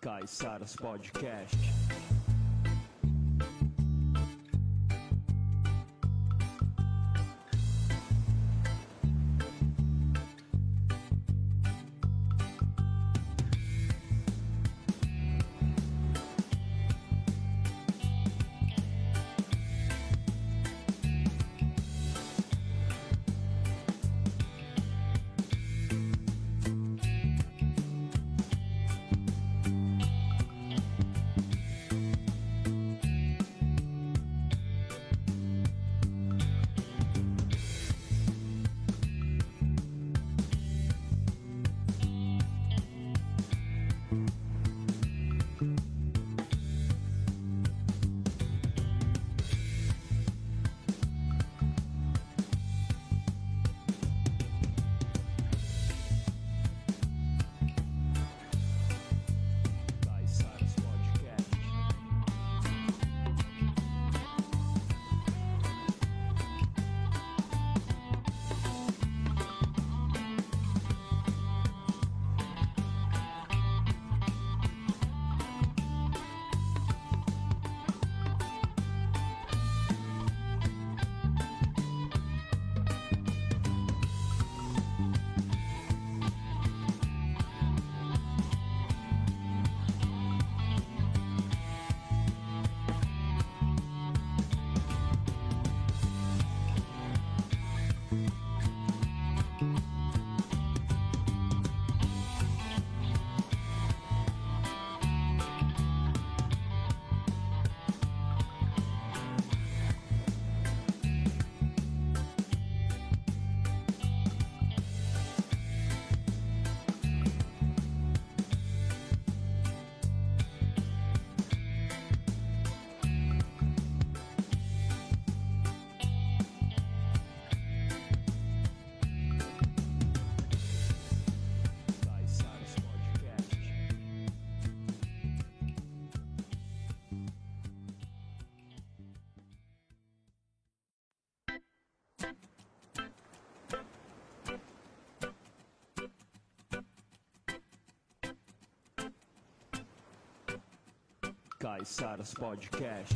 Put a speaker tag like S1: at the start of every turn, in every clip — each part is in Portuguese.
S1: Caissaras Podcast. Caissaras Podcast. Caissaras Podcast. Caissaras Podcast.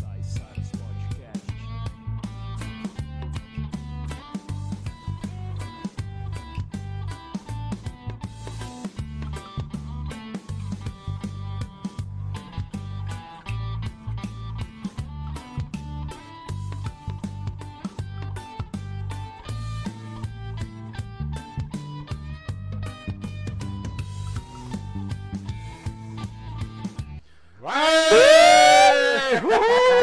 S1: Caissaras Podcast.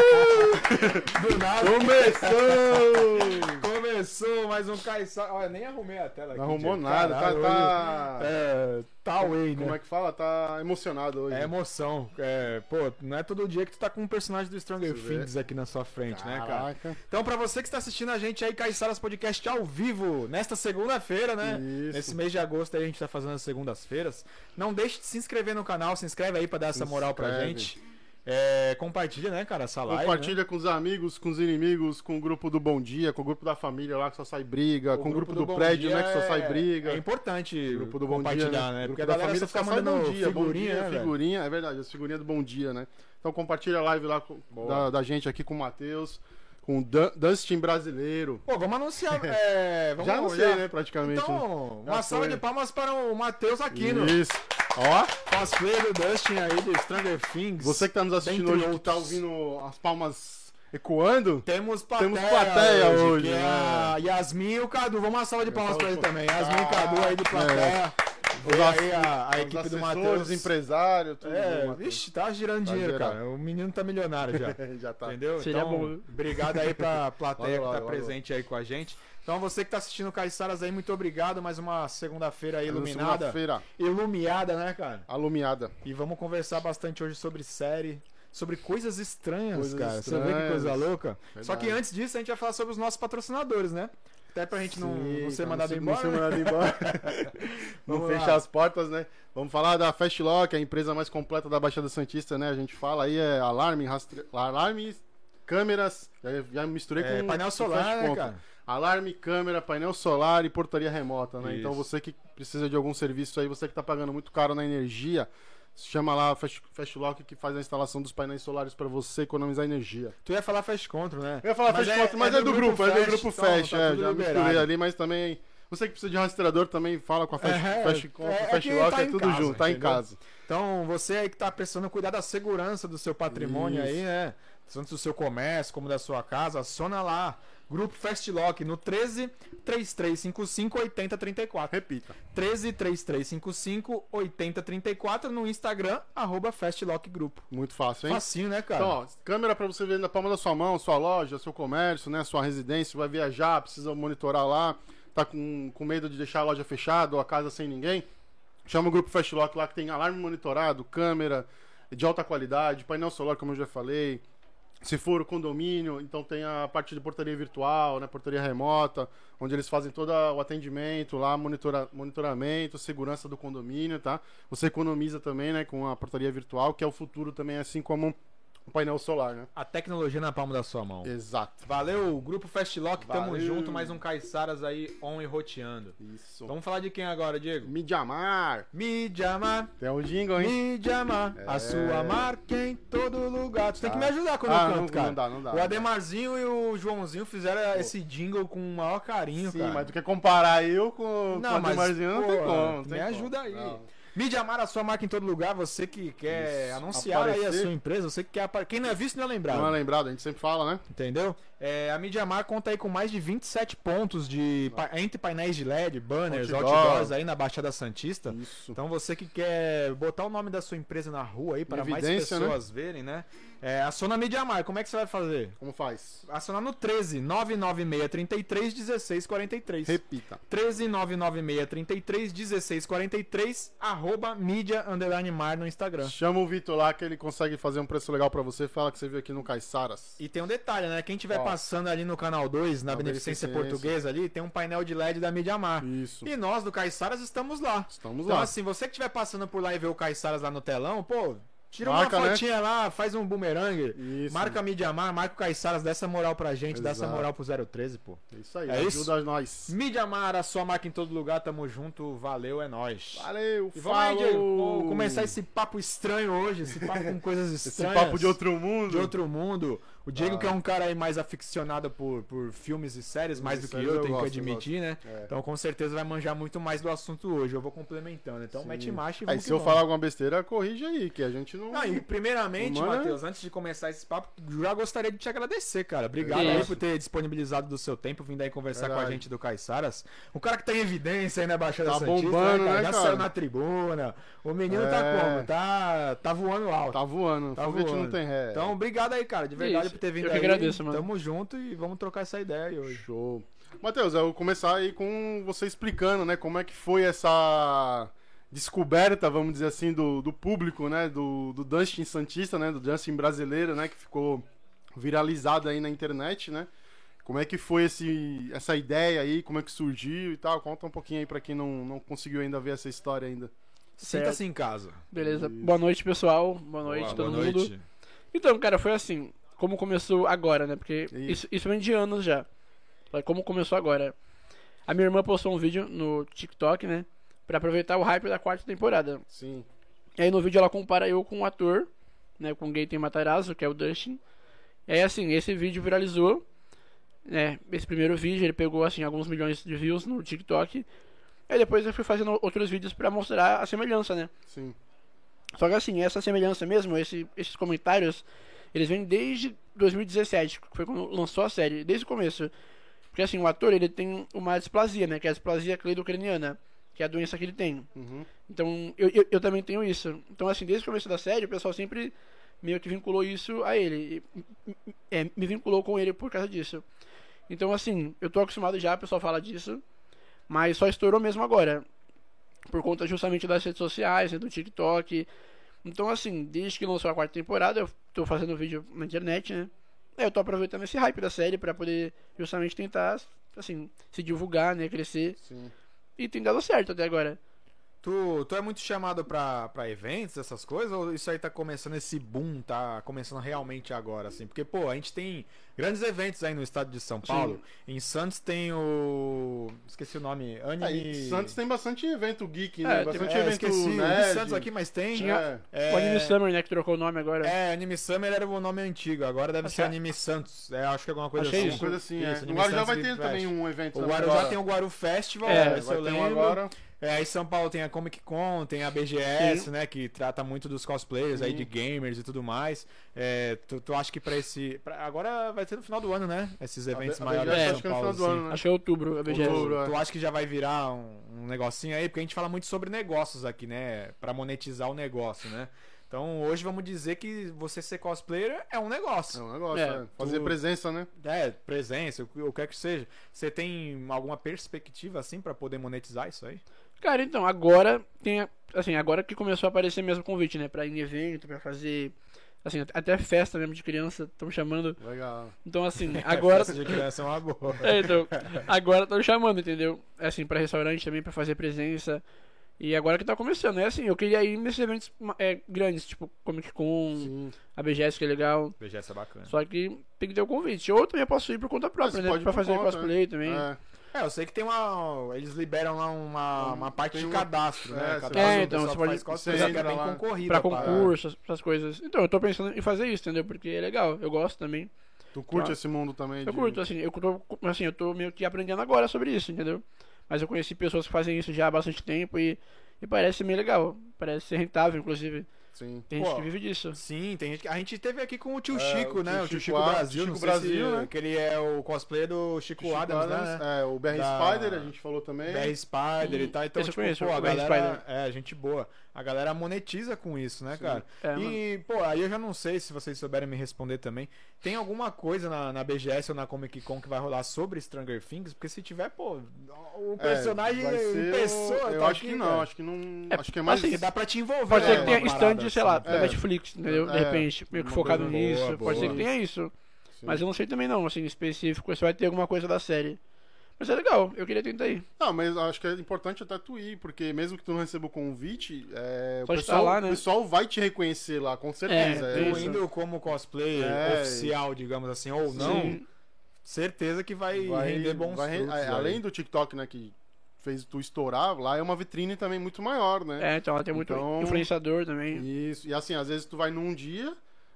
S2: Do nada.
S3: Começou!
S2: Começou mais um Caissara. Olha, nem arrumei a tela aqui.
S3: Não arrumou
S2: Diego.
S3: nada, tá,
S2: Caralho,
S3: tá-
S2: hoje- É, tá away, né?
S3: Como é que fala? Tá emocionado hoje.
S2: É emoção. É, pô, não é todo dia que tu tá com um personagem do Stranger
S3: Deixa eu ver.
S2: Things aqui na sua frente, né, cara?
S3: Caraca.
S2: Então, pra você que está assistindo a gente aí, Caissaras Podcast ao vivo, nesta segunda-feira, né?
S3: Isso.
S2: Nesse mês de agosto aí a gente tá fazendo as segundas-feiras. Não deixe de se inscrever no canal, se inscreve aí pra dar essa
S3: Se
S2: moral pra
S3: inscreve.
S2: gente. É, compartilha, né, cara, essa live.
S3: Compartilha com os amigos, com os inimigos, com o grupo do Bom Dia, com o grupo da família lá que só sai briga,
S2: O
S3: com o grupo, do,
S2: Bom
S3: prédio,
S2: Dia
S3: né, que só sai
S2: é-
S3: briga.
S2: É importante
S3: O grupo do Bom
S2: compartilhar,
S3: Dia,
S2: né?
S3: O
S2: Porque
S3: grupo
S2: a
S3: da
S2: galera
S3: família
S2: só fica
S3: só sai
S2: mandando
S3: Bom Dia,
S2: figurinha,
S3: Bom
S2: né,
S3: Dia,
S2: velho?
S3: figurinha, é verdade, as figurinhas do Bom Dia, né? Então compartilha a live lá com-
S2: Boa.
S3: da, da gente aqui com o Matheus, com o Dan- Dustin brasileiro.
S2: Pô, vamos anunciar. é, vamos
S3: Já não sei,
S2: olhar.
S3: né, praticamente. né?
S2: Então,
S3: Já
S2: uma salva
S3: foi.
S2: de palmas para o Matheus Aquino.
S3: Isso. Ó,
S2: Cosplay do Dustin aí de Stranger Things.
S3: você que tá nos assistindo
S2: Dentre
S3: hoje, que tá
S2: outros.
S3: ouvindo as palmas ecoando.
S2: Temos plateia,
S3: Temos plateia hoje, né?
S2: que é a Yasmin e o Cadu. Vamos uma salva de palmas pra ele também. Yasmin e Cadu
S3: É.
S2: aí de plateia. Vê
S3: ass-
S2: aí a, a equipe do Matheus.
S3: empresário, tudo.
S2: É,
S3: Matheus.
S2: vixe, tá girando
S3: Tá
S2: dinheiro,
S3: girando.
S2: cara. O menino tá milionário já.
S3: Já tá.
S2: Entendeu?
S4: Seria
S2: então,
S4: bom.
S2: obrigado aí pra plateia
S3: Valeu,
S2: que tá
S3: valeu,
S2: presente aí com a gente. Então, você que tá assistindo o Caissaras aí, muito obrigado. Mais uma segunda-feira aí iluminada.
S3: Segunda-feira,
S2: Ilumiada, né, cara?
S3: alumiada.
S2: E vamos conversar bastante hoje sobre série, sobre coisas estranhas,
S3: Coisas
S2: cara. Você vê que
S3: estranhas.
S2: coisa louca?
S3: Verdade.
S2: Só que antes disso, a gente vai falar sobre os nossos patrocinadores, né? Até pra gente não, não ser
S3: pra
S2: mandado
S3: não
S2: embora.
S3: Não ser
S2: né?
S3: mandado embora. não
S2: Vamos
S3: fechar
S2: lá.
S3: as portas, né? Vamos falar da Fastlock, a empresa mais completa da Baixada Santista, né? A gente fala aí, é alarme, rastre... alarme, câmeras, já, já misturei
S2: É,
S3: com
S2: painel
S3: com
S2: solar,
S3: flash
S2: né,
S3: conta.
S2: cara?
S3: Alarme, câmera, painel solar e portaria remota, né?
S2: Isso.
S3: Então você que precisa de algum serviço aí, você que tá pagando muito caro na energia, chama lá a Fast- Fastlock que faz a instalação dos painéis solares para você economizar energia.
S2: Tu ia falar Fast Control, né?
S3: Eu ia falar mas é, mas é, do, grupo, é do grupo Fast,
S2: então, tá
S3: é,
S2: tudo
S3: já
S2: liberado.
S3: misturei ali, mas também. Você que precisa de um rastreador também fala com a Fast,
S2: É,
S3: Fast Compra,
S2: é, é
S3: Fast
S2: que
S3: Lock,
S2: tá
S3: é
S2: em
S3: tudo
S2: casa,
S3: junto, tá em
S2: entendeu?
S3: casa.
S2: Então, você aí que tá precisando cuidar da segurança do seu patrimônio
S3: Isso.
S2: aí, né? Tanto do seu comércio como da sua casa, aciona lá. Grupo Fastlock no 13 3355 8034.
S3: Repita.
S2: 13 3355 8034 no Instagram, arroba Fastlock Grupo.
S3: Muito fácil, hein?
S2: Facinho, né, cara?
S3: Então, ó, câmera pra você ver na palma da sua mão, sua loja, seu comércio, né? Sua residência, vai viajar, precisa monitorar lá, tá com, com medo de deixar a loja fechada ou a casa sem ninguém. Chama o grupo Fast Lock lá que tem alarme monitorado, câmera de alta qualidade, painel solar, como eu já falei. Se for o condomínio, então tem a parte de portaria virtual, né, portaria remota, onde eles fazem todo o atendimento lá, monitora, monitoramento, segurança do condomínio, tá? Você economiza também, né, com a portaria virtual, que é o futuro também, assim como o painel solar, né?
S2: a tecnologia na palma da sua mão.
S3: Exato.
S2: Valeu, Grupo Fastlock, tamo
S3: É. Valeu.
S2: junto, mais um Caiçaras aí on e roteando.
S3: Isso.
S2: Vamos falar de quem agora, Diego?
S3: Midiamar.
S2: Midjamar.
S3: Tem um jingle, hein? É.
S2: Midjamar, a sua marca em todo lugar. Tu tem que me ajudar quando
S3: Ah,
S2: eu canto,
S3: não-
S2: cara.
S3: não dá, não dá,
S2: O
S3: não
S2: Ademarzinho e o Joãozinho fizeram esse jingle com o maior carinho,
S3: Sim,
S2: cara.
S3: mas tu quer comparar eu com,
S2: Não,
S3: com o
S2: mas,
S3: Ademarzinho? Não
S2: pô,
S3: tem como. não
S2: me
S3: tem como.
S2: ajuda aí.
S3: Não.
S2: Midiamar, a sua marca em todo lugar, você que quer
S3: Isso,
S2: anunciar aí a
S3: aparecer.
S2: sua empresa, você que quer apar- Quem não é visto não é lembrado,
S3: Não é lembrado, a gente sempre fala, né?
S2: entendeu? É, a Midiamar conta aí com mais de 27 pontos de pa- entre painéis de LED, banners,
S3: Outdoor.
S2: outdoors aí na Baixada Santista.
S3: Isso.
S2: Então você que quer botar o nome da sua empresa na rua aí para mais
S3: Evidência, né?
S2: pessoas verem, né? É, aciona a Midiamar, como é que você vai fazer?
S3: Como faz?
S2: Acionar no 13 996 33 16 43.
S3: Repita.
S2: 13996331643, arroba mídia underline mar no Instagram.
S3: Chama o Vitor lá que ele consegue fazer um preço legal pra você. Fala que você viu aqui no Caiçaras.
S2: E tem um detalhe, né? Quem estiver
S3: Ó.
S2: passando ali no canal 2, na
S3: Na
S2: Beneficência
S3: Beneficência.
S2: Portuguesa ali, tem um painel de LED da Mídia Mar.
S3: Isso.
S2: E nós do Caiçaras estamos lá.
S3: Estamos
S2: Então,
S3: lá.
S2: assim, você que estiver passando por lá e vê o Caiçaras lá no telão, pô, tira
S3: Marca,
S2: uma
S3: né?
S2: fotinha lá, faz um boomerang.
S3: Isso.
S2: Marca a Mídia Mar, marca o Caiçaras, dá essa moral pra gente, dá essa
S3: Exato.
S2: moral pro 013, pô.
S3: É Isso aí.
S2: É
S3: ajuda
S2: isso?
S3: nós.
S2: Mídia Mar, a sua marca em todo lugar, tamo junto, valeu, é nóis.
S3: Valeu.
S2: E vamos aí, Diego. Vamos
S3: falou.
S2: começar esse papo estranho hoje, esse papo com coisas
S3: Esse
S2: estranhas.
S3: papo de outro mundo.
S2: de outro mundo. O Diego,
S3: Ah.
S2: que é um cara aí mais aficionado por, por filmes e séries, mais
S3: e
S2: do que
S3: séries
S2: eu,
S3: eu
S2: tenho que
S3: gosto, eu
S2: admitir, né?
S3: É.
S2: Então, com certeza vai manjar muito mais do assunto hoje. Eu vou complementando. Então,
S3: Sim.
S2: mete marcha e
S3: Aí
S2: vamos
S3: se
S2: que
S3: eu
S2: vamos.
S3: falar alguma besteira, corrige aí, que a gente não.
S2: Não, e primeiramente,
S3: Mano.
S2: Matheus, antes de começar esse papo, já gostaria de te agradecer, cara. Obrigado
S4: Sim.
S2: aí por ter disponibilizado do seu tempo, vindo aí conversar com a
S3: Verdade.
S2: gente do Caiçaras. O cara que tá em evidência aí na Baixada
S3: Tá
S2: Santista,
S3: bombando, né,
S2: Já
S3: cara?
S2: saiu na tribuna. O menino tá
S3: É.
S2: como? Tá, tá voando alto.
S3: Tá voando.
S2: Tá
S3: foguete
S2: voando.
S3: não tem ré.
S2: Então, obrigado aí, cara, de verdade
S4: Isso.
S2: por ter vindo
S4: Eu que
S2: aí.
S4: agradeço, mano.
S2: Tamo junto e vamos trocar essa ideia aí hoje.
S3: Show. Matheus, eu vou começar aí com você explicando, né, como é que foi essa descoberta, vamos dizer assim, do, do público, né, do, do Dustin Santista, né, do Dustin brasileiro, né, que ficou viralizado aí na internet, né? Como é que foi esse, essa ideia aí, como é que surgiu e tal? Conta um pouquinho aí pra quem não, não conseguiu ainda ver essa história ainda.
S2: Sinta-se em casa.
S4: Beleza. Boa noite, pessoal. Boa noite, todo mundo. Então, cara, foi assim. Como começou agora, né? Porque
S3: Isso.
S4: isso, isso vem de anos já. Mas Como começou agora. A minha irmã postou um vídeo no TikTok, né? Pra aproveitar o hype da quarta temporada.
S3: Sim.
S4: E aí no vídeo ela compara eu com o ator, né? Com o Gaten Matarazzo, que é o Dustin. E aí assim, esse vídeo viralizou, né? Esse primeiro vídeo, ele pegou assim alguns milhões de views no TikTok. Aí depois eu fui fazendo outros vídeos pra mostrar a semelhança, né?
S3: Sim.
S4: Só que assim, essa semelhança mesmo, esse- esses comentários, eles vêm desde 2017, que foi quando lançou a série, desde o começo. Porque assim, o ator, ele tem uma displasia, né? Que é a displasia cleidocraniana, que é a doença que ele tem.
S3: Uhum.
S4: Então, eu, eu, eu também tenho isso. Então, assim, desde o começo da série, o pessoal sempre meio que vinculou isso a ele. E, é, me vinculou com ele por causa disso. Então, assim, eu tô acostumado já, o pessoal fala disso. Mas só estourou mesmo agora. Por conta justamente das redes sociais, né, do TikTok. Então, assim, desde que lançou a quarta temporada, eu tô fazendo vídeo na internet, né? Aí Eu tô aproveitando esse hype da série pra poder justamente tentar, assim, se divulgar, né? Crescer.
S3: Sim.
S4: E tem dado certo até agora.
S2: Tu, tu é muito chamado pra, pra eventos, essas coisas, ou isso aí tá começando esse boom, tá começando realmente agora, assim? Porque, pô, a gente tem grandes eventos aí no estado de São Paulo. Em Santos tem o. Esqueci o nome. Anime.
S3: Aí, Santos tem bastante evento geek,
S4: É,
S3: né?
S4: tem-
S3: bastante
S2: É,
S3: evento
S2: esqueci.
S3: nerd.
S2: De Santos aqui, mas tem.
S4: Tinha-
S3: É.
S2: É,
S4: O Anime Summer, né? Que trocou o nome agora.
S2: É, Anime Summer era o nome antigo, agora
S3: Tá
S2: deve
S4: Acho
S2: ser
S4: que-
S2: Anime Santos. É, acho que é alguma coisa
S4: Achei
S2: assim.
S3: Uma coisa assim,
S2: Isso,
S3: é. O
S2: Anime
S3: Guarujá
S2: Santos
S3: vai
S2: Geek
S3: ter
S2: Fest.
S3: também um evento.
S2: O
S3: também
S2: Guarujá
S3: agora.
S2: tem o Guaru Festival,
S4: É,
S2: né,
S3: É,
S2: se eu
S3: vai ter um
S2: lembro.
S3: agora.
S2: É, aí São Paulo tem a Comic Con, tem a BGS,
S4: Sim.
S2: né? Que trata muito dos cosplayers aí,
S3: Sim.
S2: de gamers e tudo mais. É, tu, tu acha que pra esse. pra- agora vai ser no final do ano, né? Esses eventos
S3: a
S2: maiores
S3: BGS
S2: de
S3: acho
S2: São
S3: que é no
S2: Paulo.
S3: final do
S2: assim.
S3: ano, né?
S4: Acho que é outubro, a BGS.
S3: Outubro. né?
S2: Tu acha que já vai virar um, um negocinho aí? Porque a gente fala muito sobre negócios aqui, né? Pra monetizar o negócio, né? Então hoje vamos dizer que você ser cosplayer é um negócio.
S3: É um negócio,
S4: É,
S3: é. Fazer
S2: tu-
S3: presença, né?
S2: É, presença, o que- o que é que seja. Você tem alguma perspectiva assim pra poder monetizar isso aí?
S3: é.
S4: Cara, então, agora tem. a- Assim, agora que começou a aparecer mesmo o convite, né? Pra ir em evento, pra fazer. Assim, at- até festa mesmo de criança, estão chamando.
S3: Legal.
S4: Então, assim, agora.
S2: Essa de criança é uma boa.
S4: É, então, agora estão chamando, entendeu? Assim, pra restaurante também, pra fazer presença. E agora que tá começando, é assim, eu queria ir nesses eventos ma- é, grandes, tipo Comic Con,
S3: Sim.
S4: a BGS, que é legal.
S2: BGS é bacana.
S4: Só que tem que ter o convite. Ou eu também posso ir por conta própria,
S3: Mas
S4: né?
S3: pode
S4: Pra
S3: por
S4: fazer
S3: conta,
S4: cosplay também.
S3: É.
S2: É, eu sei que tem uma. Eles liberam lá uma, uma parte
S3: tem
S2: de
S3: uma-
S2: cadastro,
S3: é,
S2: né?
S3: você
S2: Cadastro,
S3: pode-
S2: o
S4: É, então,
S2: pessoal
S4: você pode-
S2: faz cosplay,
S3: você
S2: só que é
S3: entra
S2: bem
S3: lá.
S2: concorrida.
S4: Pra
S2: a parada.
S4: concurso, essas- essas coisas. Então, eu tô pensando em fazer isso, entendeu? Porque é legal, eu gosto também.
S3: Tu curte
S4: Tá.
S3: esse mundo também? de-
S4: Eu curto, assim, eu tô, assim, eu tô meio que aprendendo agora sobre isso, entendeu? Mas eu conheci pessoas que fazem isso já há bastante tempo e, e parece meio legal. Parece ser rentável, inclusive.
S3: Sim.
S4: Tem gente
S2: Pô,
S4: que vive disso.
S2: Sim, tem gente que. A gente teve aqui com o tio
S3: É,
S2: Chico,
S3: o
S2: né?
S3: tio
S2: o tio Chico
S3: Chico Adams,
S2: Brasil,
S3: Chico
S2: não sei
S3: Brasil,
S2: se,
S3: né?
S2: que ele é o cosplayer do Chico,
S3: Chico
S2: Adams, né?
S3: Adams, É, o BR
S2: Da-
S3: Spider, a gente falou também. É,
S2: BR Spider e tal. Então,
S4: Esse eu
S2: tipo,
S4: conheço,
S2: pô, a
S4: o BR
S2: galera. É, gente boa. A galera monetiza com isso, né, cara?
S4: É,
S2: e, pô, aí eu já não sei se vocês souberem me responder também. Tem alguma coisa na, na BGS ou na Comic Con que vai rolar sobre Stranger Things? Porque se tiver, pô, o
S3: É,
S2: personagem
S3: vai ser
S2: em
S3: o-
S2: pessoa.
S3: Eu
S2: tá
S3: acho
S2: aqui,
S3: que não,
S2: cara.
S3: acho que não.
S4: É,
S3: acho que é mais.
S2: Porque dá pra te envolver.
S4: Pode ser
S2: né,
S4: que tenha
S2: uma
S4: stand,
S2: parada,
S4: sei lá,
S2: assim.
S4: da
S3: É.
S4: Netflix, entendeu? De
S3: É,
S4: repente, meio que
S2: uma
S4: focado
S2: coisa boa,
S4: nisso. Pode ser
S2: boa.
S4: que tenha isso.
S3: Sim.
S4: Mas eu não sei também não, assim, específico, se vai ter alguma coisa da série. Mas é legal, eu queria tentar ir.
S3: Não, mas acho que é importante até tu ir, porque mesmo que tu não receba o convite, é, o,
S4: Só de
S3: pessoal,
S4: estar lá, né?
S3: o pessoal vai te reconhecer lá, com certeza.
S4: É,
S3: é
S2: Eu
S4: isso.
S2: indo como cosplayer
S3: É,
S2: oficial, digamos assim, ou não,
S4: Sim.
S2: certeza que vai, render bons
S3: vai re-
S2: frutos.
S3: a-
S2: aí.
S3: Além do TikTok, né, que fez tu estourar, lá é uma vitrine também muito maior, né?
S4: É, então ela tem muito
S3: Então-
S4: influenciador também.
S3: Isso. E assim, às vezes tu vai num dia,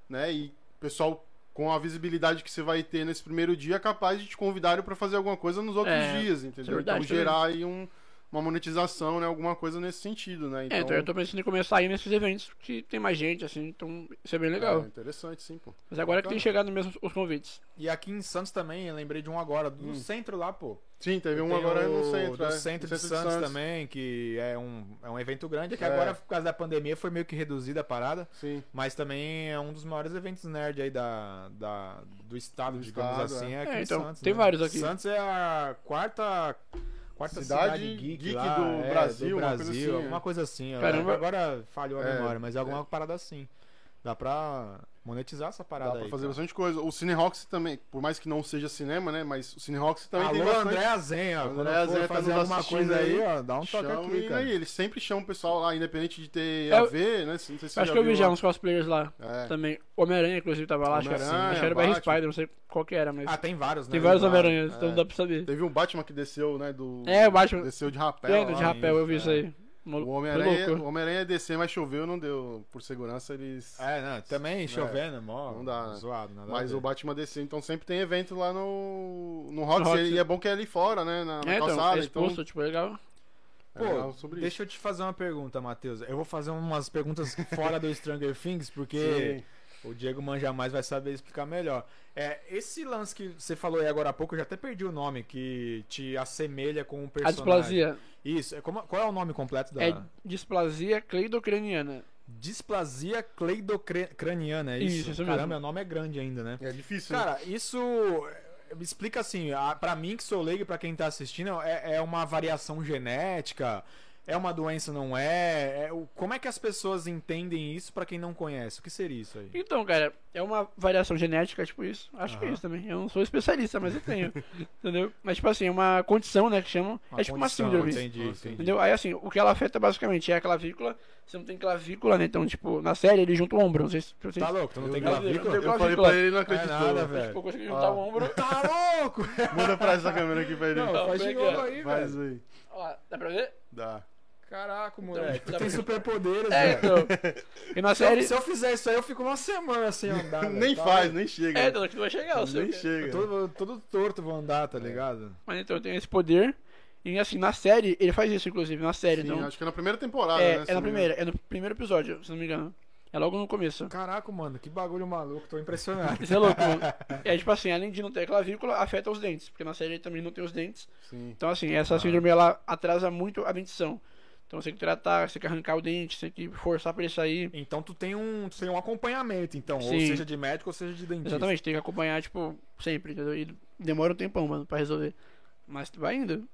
S3: né? E o pessoal, com a visibilidade que você vai ter nesse primeiro dia, é capaz de te convidar pra fazer alguma coisa nos outros
S4: É,
S3: dias, entendeu?
S4: verdade
S3: então gerar aí um- uma monetização, né? Alguma coisa nesse sentido, né? Então,
S4: É, então eu tô pensando em começar a ir nesses eventos que tem mais gente, assim, então isso é bem legal.
S3: É, interessante, sim, pô.
S4: Mas agora é que
S2: Bacana.
S4: tem chegado mesmo os convites.
S2: E aqui em Santos também, eu lembrei de um agora, do centro lá, pô.
S3: Sim, teve Hum. um
S2: Tem
S3: agora
S2: o-
S3: no centro.
S2: do
S3: é,
S2: centro
S3: no
S2: de Santos também, que é um, é um evento grande, que
S3: É.
S2: agora, por causa da pandemia, foi meio que reduzida a parada.
S3: Sim.
S2: Mas também é um dos maiores eventos nerd aí da, da- do estado,
S3: Do
S2: digamos
S3: estado,
S2: assim. É, aqui
S4: É,
S2: em
S4: então,
S2: Santos,
S4: tem
S2: né?
S4: vários aqui.
S2: Santos é a quarta, quarta cidade,
S3: Cidade
S2: geek,
S3: geek
S2: lá,
S3: do
S2: é,
S3: Brasil,
S2: do
S3: uma coisa
S2: Brasil,
S3: assim,
S2: alguma
S3: é.
S2: coisa assim. ó.
S4: Caramba.
S2: Agora falhou a
S3: É,
S2: memória, mas é alguma parada assim. Dá pra monetizar essa
S3: Dá
S2: parada
S3: pra
S2: aí. tá.
S3: fazer
S2: cara.
S3: bastante coisa. O Cinerox também, por mais que não seja cinema, né? Mas o Cinerox também tem
S2: Alô,
S3: bastante.
S2: André Azenha, ó.
S3: André
S2: Quando for
S3: Azenha tá
S2: fazer
S3: nos
S2: alguma
S3: assistindo
S2: coisa aí,
S3: aí,
S2: ó, dá um toque
S3: Chama
S2: aqui,
S3: e
S2: cara.
S3: aí, eles sempre chamam o pessoal lá, independente de ter
S4: É,
S3: a ver, né? Não sei se você
S4: acho
S3: já
S4: que eu vi
S3: viu
S4: já
S3: lá.
S4: uns cosplayers lá
S3: É.
S4: também. Homem-Aranha, inclusive, tava lá, acho que,
S3: Homem-Aranha,
S4: acho que era o BR
S3: Batman.
S4: Spider, não sei qual que era, mas.
S2: Ah, tem vários, né?
S4: tem vários
S3: vários,
S4: Homem-Aranhas, então
S3: é.
S4: não dá pra saber.
S3: Teve um Batman que desceu, né? Do...
S4: É, o Batman-
S3: Desceu de rapel.
S4: Tem, de
S3: lá.
S4: rapel, eu vi
S3: isso,
S4: isso aí. Malu-
S3: é. O
S4: foi
S3: Homem-Aranha
S4: louco.
S3: o Homem-Aranha ia descer, mas choveu, não deu. Por segurança, eles.
S2: É, não, também chovendo, mó
S3: Não dá, né?
S2: zoado. nada a
S3: Mas
S2: ver.
S3: o Batman desceu, então sempre tem evento lá no. No Rock.
S4: No Rock.
S3: E é bom que é ali fora, né? Na, na
S4: É, então,
S3: calçada.
S4: é
S3: Então,
S4: exposto, tipo, é legal.
S3: É
S2: Pô,
S3: legal sobre
S2: deixa eu te fazer uma pergunta, Matheus. Eu vou fazer umas perguntas fora do Stranger Things, porque o Diego Manja mais vai saber explicar melhor. É, esse lance que você falou aí agora há pouco, eu já até perdi o nome, que te assemelha com um
S4: A
S2: personagem.
S4: displasia
S2: Isso. é como- qual é o nome completo da.
S4: é displasia cleidocraniana.
S2: Displasia cleidocraniana, é isso?
S4: Isso, isso mesmo.
S2: Caramba, o nome é grande ainda, né?
S3: É difícil, né?
S2: Cara, isso eh, explica assim, a- pra mim que sou leigo, e pra quem tá assistindo, é, é uma variação genética, é uma doença, não é? É o- como é que as pessoas entendem isso pra quem não conhece? O que seria isso aí?
S4: Então, cara, é uma variação genética, tipo isso. Acho que é
S2: Aham.
S4: isso também. Eu não sou especialista, mas eu tenho. entendeu? Mas, tipo assim, é uma condição, né, que chamam. é
S2: condição,
S4: tipo uma síndrome.
S2: Entendi,
S3: Nossa,
S2: entendi.
S4: Entendeu? Aí assim, o que ela afeta basicamente é a clavícula. Você não tem clavícula, né? Então, tipo, na série ele junta o ombro. Não sei se vocês.
S2: Tá louco? Tu não tem
S4: Eu-
S2: clavícula?
S4: eu-
S3: Eu falei pra ele e não
S2: Não é
S3: acreditou.
S2: nada,
S4: Eu,
S2: velho.
S4: tipo, eu consegui juntar
S3: Ah.
S4: o ombro.
S2: Tá louco?
S3: Manda pra essa câmera aqui pra ele.
S2: Não, faz de
S4: como é que
S2: novo
S4: é?
S2: aí,
S3: Faz
S2: velho.
S3: aí.
S4: Ó, dá pra ver?
S3: Dá.
S2: Caraca, moleque. Tá-
S4: tipo,
S2: Tu
S4: dá
S2: tem
S4: pra-
S2: superpoderes,
S4: É,
S2: velho.
S4: então. E na
S2: Se eu,
S4: série.
S2: se eu fizer isso aí, eu fico uma semana sem andar. velho.
S3: Nem
S2: Tá
S3: faz,
S2: louco?
S3: nem chega.
S4: É,
S3: né?
S4: então, aqui vai chegar o seu.
S3: nem
S4: cara.
S2: né?
S3: chega.
S2: Todo, todo torto vou andar, tá ligado?
S4: Mas então tem esse poder. E assim, na série, ele faz isso, inclusive, na série.
S3: Sim,
S4: então,
S3: acho que é na primeira temporada,
S4: é,
S3: né? se
S4: é na
S3: não me engano.
S4: primeira, é no primeiro episódio, se não me engano. É logo no começo.
S2: Caraca, mano, que bagulho maluco, tô impressionado.
S4: Isso é louco, mano. É tipo assim, além de não ter clavícula, afeta os dentes. Porque na série ele também não tem os dentes.
S3: Sim.
S4: Então, assim, essa síndrome ela atrasa muito a dentição. Então você tem que tratar, você tem que arrancar o dente, você tem que forçar pra ele sair.
S2: Então tu tem um, tu tem um acompanhamento, então, ou
S4: Sim.
S2: seja de médico ou seja de dentista.
S4: Exatamente, tem que acompanhar, tipo, sempre, entendeu? E demora um tempão, mano, pra resolver. Mas vai indo.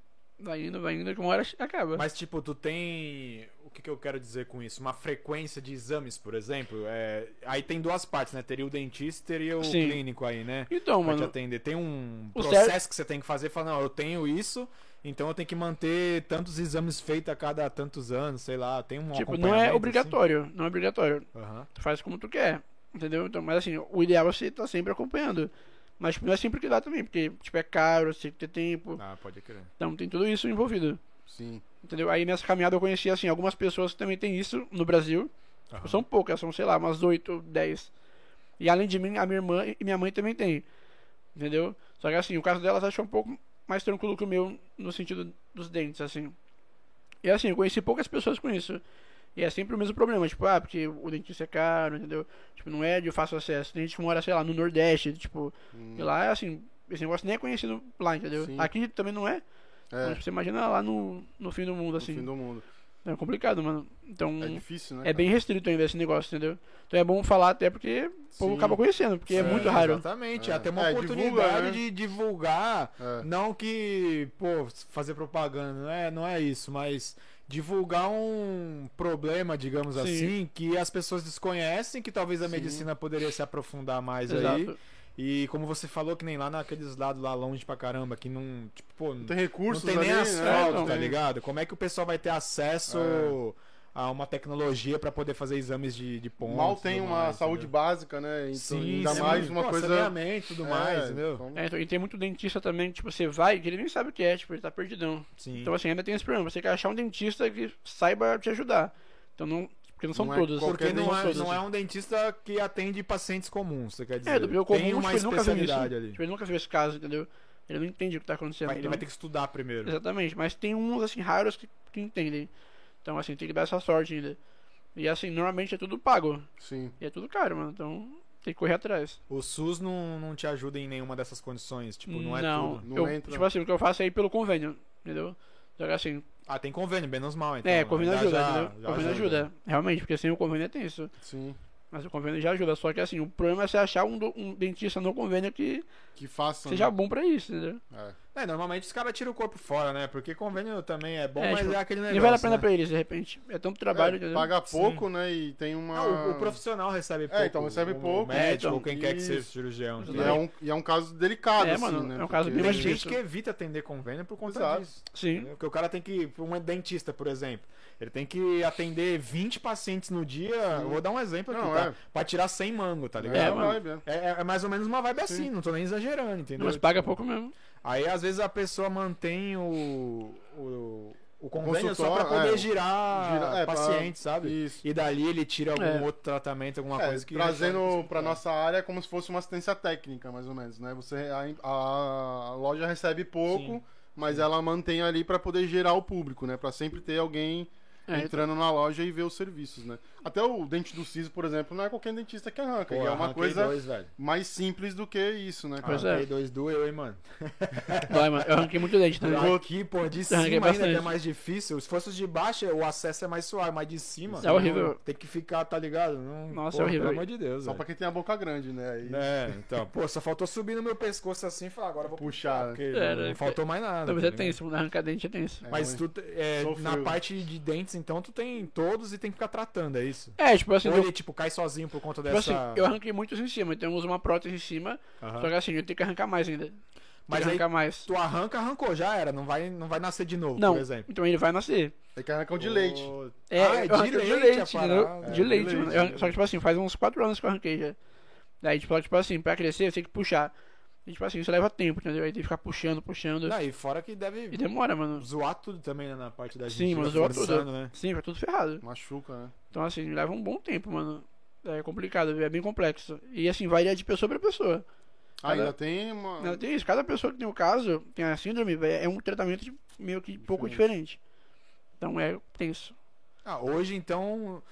S4: Vai indo, vai indo, que uma hora acaba.
S2: Mas tipo, tu tem, o que, que eu quero dizer com isso? Uma frequência de exames, por exemplo, é, aí tem duas partes, né? Teria o dentista e teria o
S4: Sim.
S2: clínico aí, né?
S4: Então,
S2: Pra te
S4: mano,
S2: atender. Tem um
S4: O
S2: processo
S4: cer-
S2: que você tem que fazer, fala, não, eu tenho isso, então eu tenho que manter tantos exames feitos a cada tantos anos, sei lá, tem um
S4: tipo, não
S2: acompanhamento,
S4: é
S2: assim?
S4: obrigatório, não é obrigatório.
S2: Aham.
S4: Tu faz como tu quer, entendeu? Então, mas assim, o ideal é você estar sempre acompanhando. Mas tipo, não é sempre que dá também, porque, tipo, é caro, você tem que ter tempo.
S2: Ah, pode crer.
S4: Então tem tudo isso envolvido.
S3: Sim.
S4: Entendeu? Aí nessa caminhada eu conheci, assim, algumas pessoas que também têm isso no Brasil.
S2: Aham.
S4: São poucas, são, sei lá, umas 8, 10. E além de mim, a minha irmã e minha mãe também tem. Entendeu? Só que assim, o caso delas acho um pouco mais tranquilo que o meu, no sentido dos dentes, assim. E assim, eu conheci poucas pessoas com isso. E é sempre o mesmo problema, tipo, ah, porque o dentista é caro, entendeu? Tipo, não é de fácil acesso. Tem gente que mora, sei lá, no Nordeste, tipo, e lá, assim, esse negócio nem é conhecido lá, entendeu?
S3: Sim.
S4: Aqui também não é.
S3: É,
S4: Mas você imagina lá no, no fim do mundo,
S3: no
S4: assim.
S3: fim do mundo.
S4: É complicado, mano. Então,
S3: É
S4: é,
S3: difícil, né? cara?
S4: bem restrito ainda esse negócio, entendeu? Então é bom falar até porque o povo
S3: Sim.
S4: acaba conhecendo, porque é
S2: Sim,
S4: muito raro.
S2: Exatamente,
S3: É.
S2: é até uma
S3: É,
S2: oportunidade
S3: divulga, né?
S2: de divulgar,
S3: É.
S2: não que, pô, fazer propaganda, não é, não é isso, mas divulgar um problema, digamos
S4: Sim.
S2: assim, que as pessoas desconhecem, que talvez a
S3: Sim.
S2: medicina poderia se aprofundar mais aí.
S4: Exato.
S2: E como você falou, que nem lá naqueles lados lá longe pra caramba, que não, tipo, pô,
S3: Não
S2: não
S3: tem
S2: tem,
S3: recursos
S2: nem
S3: ali, né?
S2: asfalto,
S4: Não,
S2: tá
S3: tem.
S2: ligado? Como é que o pessoal vai ter acesso...
S3: É.
S2: A uma tecnologia pra poder fazer exames de, de pontos.
S3: Mal tem
S2: tudo
S3: uma
S2: mais,
S3: saúde
S2: entendeu?
S3: básica, né? Então,
S2: Sim,
S3: ainda
S2: sim.
S3: mais uma
S2: Pô,
S3: coisa.
S2: saneamento e tudo mais,
S3: É,
S2: entendeu?
S3: então-
S4: É, então, e tem muito dentista também, que, tipo, você vai que ele nem sabe o que é, tipo, ele tá perdidão.
S2: Sim.
S4: Então assim, ainda tem esse problema, você quer achar um dentista que saiba te ajudar. Então não, porque não são
S3: Não é
S4: todos.
S3: qualquer
S2: Porque
S4: não
S2: não
S4: são
S2: é,
S4: todos,
S2: não é
S4: assim.
S2: um dentista que atende pacientes comuns, você quer dizer.
S4: É, do meu comum,
S2: Tem uma
S4: tipo, ele nunca viu isso.
S2: especialidade ali.
S4: Tipo, ele nunca viu esse caso, entendeu? Ele não entende o que tá acontecendo.
S2: Vai- ele
S4: então.
S2: vai ter que estudar primeiro.
S4: Exatamente, mas tem uns assim raros que, que entendem. Então assim, tem que dar essa sorte ainda. E assim, normalmente é tudo pago.
S3: Sim.
S4: E é tudo caro, mano. Então tem que correr atrás.
S2: O SUS não, não te ajuda em nenhuma dessas condições, tipo, não é tudo.
S3: Não
S4: eu,
S3: entra.
S4: Tipo assim, o que eu faço é ir pelo convênio, entendeu? Só que assim,
S2: Ah, tem convênio, menos mal, então.
S4: é,
S2: né?
S4: convênio
S2: Já-
S4: ajuda,
S2: já-
S4: entendeu?
S2: já
S4: convênio ajuda. realmente, porque sem o convênio é tenso.
S3: Sim.
S4: Mas o convênio já ajuda. Só que assim, o problema é você achar um, do- um dentista no convênio que
S3: Que façam.
S4: seja
S3: né?
S4: bom pra isso, entendeu?
S3: É.
S2: É, normalmente os caras tiram o corpo fora, né? Porque convênio também é bom,
S4: É,
S2: mas
S4: tipo,
S2: é aquele negócio.
S4: E vale a pena
S2: né?
S4: pra eles, de repente. É tanto trabalho,
S3: É,
S4: entendeu?
S3: paga pouco, né? E tem uma.
S2: Ah, o, o profissional recebe pouco.
S3: então recebe
S2: o
S3: pouco.
S2: médico,
S4: É, então,
S2: ou quem quer que seja o
S3: isso.
S2: cirurgião.
S3: E
S2: entendeu?
S3: é, um, e é um caso delicado,
S4: É,
S3: assim,
S4: mano,
S3: né?
S4: é um caso
S3: Porque-
S2: Tem
S4: bem mais
S2: gente
S4: isso.
S2: que evita atender convênio por conta
S3: Exato.
S2: disso.
S4: Sim.
S2: Entendeu? Porque o cara tem que. Um dentista, por exemplo. Ele tem que atender 20 pacientes no dia.
S3: Sim.
S2: Vou dar um exemplo aqui,
S3: Não,
S2: tá?
S3: é.
S2: Pra tirar 100 mango, tá
S3: É,
S4: É,
S2: ligado?
S4: mano.
S3: vibe, é.
S2: É, é mais ou menos uma vibe assim,
S3: Sim.
S2: não tô nem exagerando, entendeu?
S4: Mas paga
S2: Tipo,
S4: pouco mesmo.
S2: Aí às vezes a pessoa mantém o. o, o convênio só pra
S3: consultório,
S2: poder
S3: é,
S2: girar
S3: gira- é, pra-
S2: paciente, sabe?
S3: Isso.
S2: E dali ele tira algum
S4: É.
S2: outro tratamento, alguma
S3: É,
S2: coisa que.
S3: trazendo
S2: resolve.
S3: para nossa área é como se fosse uma assistência técnica, mais ou menos, né? Você a, a loja recebe pouco, mas ela mantém ali pra poder gerar o público, né? Pra sempre ter alguém
S4: É,
S3: entrando na loja e ver os serviços, né? Até o dente do siso, por exemplo, não é qualquer dentista que
S2: Pô,
S3: arranca. e é uma
S2: arranquei
S3: coisa
S2: Dois, velho.
S3: mais simples do que isso, né?
S4: Pois
S3: Cara?
S4: é.
S2: Arranquei dois doeu, hein, mano.
S4: Vai, mano. Eu arranquei muito dente né? também.
S2: Aqui, pô, de cima
S4: Arranquei
S2: ainda
S4: bastante.
S2: que é mais difícil. Se fosse os de baixo, o acesso é mais suave, mas de cima.
S4: É horrível.
S2: não- Tem que ficar, tá ligado? Não-
S4: Nossa,
S2: pô,
S4: é horrível.
S2: Pelo amor de Deus.
S3: Só
S2: velho.
S3: pra quem tem a boca grande, né? Aí
S2: É, então, pô, só faltou subir no meu pescoço assim e falar, agora eu vou
S3: Puxar,
S2: porque
S4: É,
S2: não,
S4: né?
S2: faltou mais nada.
S4: Talvez
S2: tá
S4: é
S2: ligado?
S4: tenso, mano. Arrancar dente é tenso.
S3: É
S2: Mas
S3: ruim.
S2: tu, é,
S3: Sofreu.
S2: na parte de dentes, então, tu tem todos e tem que ficar tratando, é isso?
S4: É, tipo assim,
S2: Ou
S4: eu,
S2: ele, tipo, cai sozinho por conta
S4: tipo
S2: dessa...
S4: assim, eu arranquei muitos em cima, então eu uso uma prótese em cima.
S2: Aham.
S4: Só que assim, eu tenho que arrancar mais ainda. Tem
S2: Mas
S4: que
S2: aí
S4: arrancar mais.
S2: tu arranca, arrancou, já era, não vai, não vai nascer de novo,
S4: Não,
S2: por exemplo.
S4: então ele vai nascer.
S3: Tem que arrancar o de leite.
S4: É,
S2: ah, é
S4: eu
S2: de
S4: arranquei
S2: leite,
S4: de
S2: a
S4: leite,
S2: parada.
S4: entendeu?
S2: É,
S4: de
S3: de
S4: leite,
S3: leite,
S4: mano. Eu-
S3: né?
S4: só que, tipo assim, faz uns 4 anos que eu arranquei já. Daí, tipo, tipo assim, pra crescer, eu tenho que puxar. E, tipo assim, isso leva tempo, entendeu? Aí tem que ficar puxando, puxando.
S2: Não, e fora que deve
S4: E demora, mano.
S2: zoar tudo também, né, na parte da
S4: Sim,
S2: gente.
S4: mano, zoa tudo.
S2: né?
S4: Sim, vai tudo ferrado.
S3: Machuca, né?
S4: Então, assim, leva um bom tempo, mano. É complicado, viu? é bem complexo. E, assim, varia de pessoa pra pessoa.
S3: Ah, ainda
S4: Cada-
S3: tem uma.
S4: Não, tem isso. Cada pessoa que tem o caso, tem a síndrome, véi, é um tratamento de- meio que pouco diferente. Então, é tenso.
S2: Ah, hoje, então,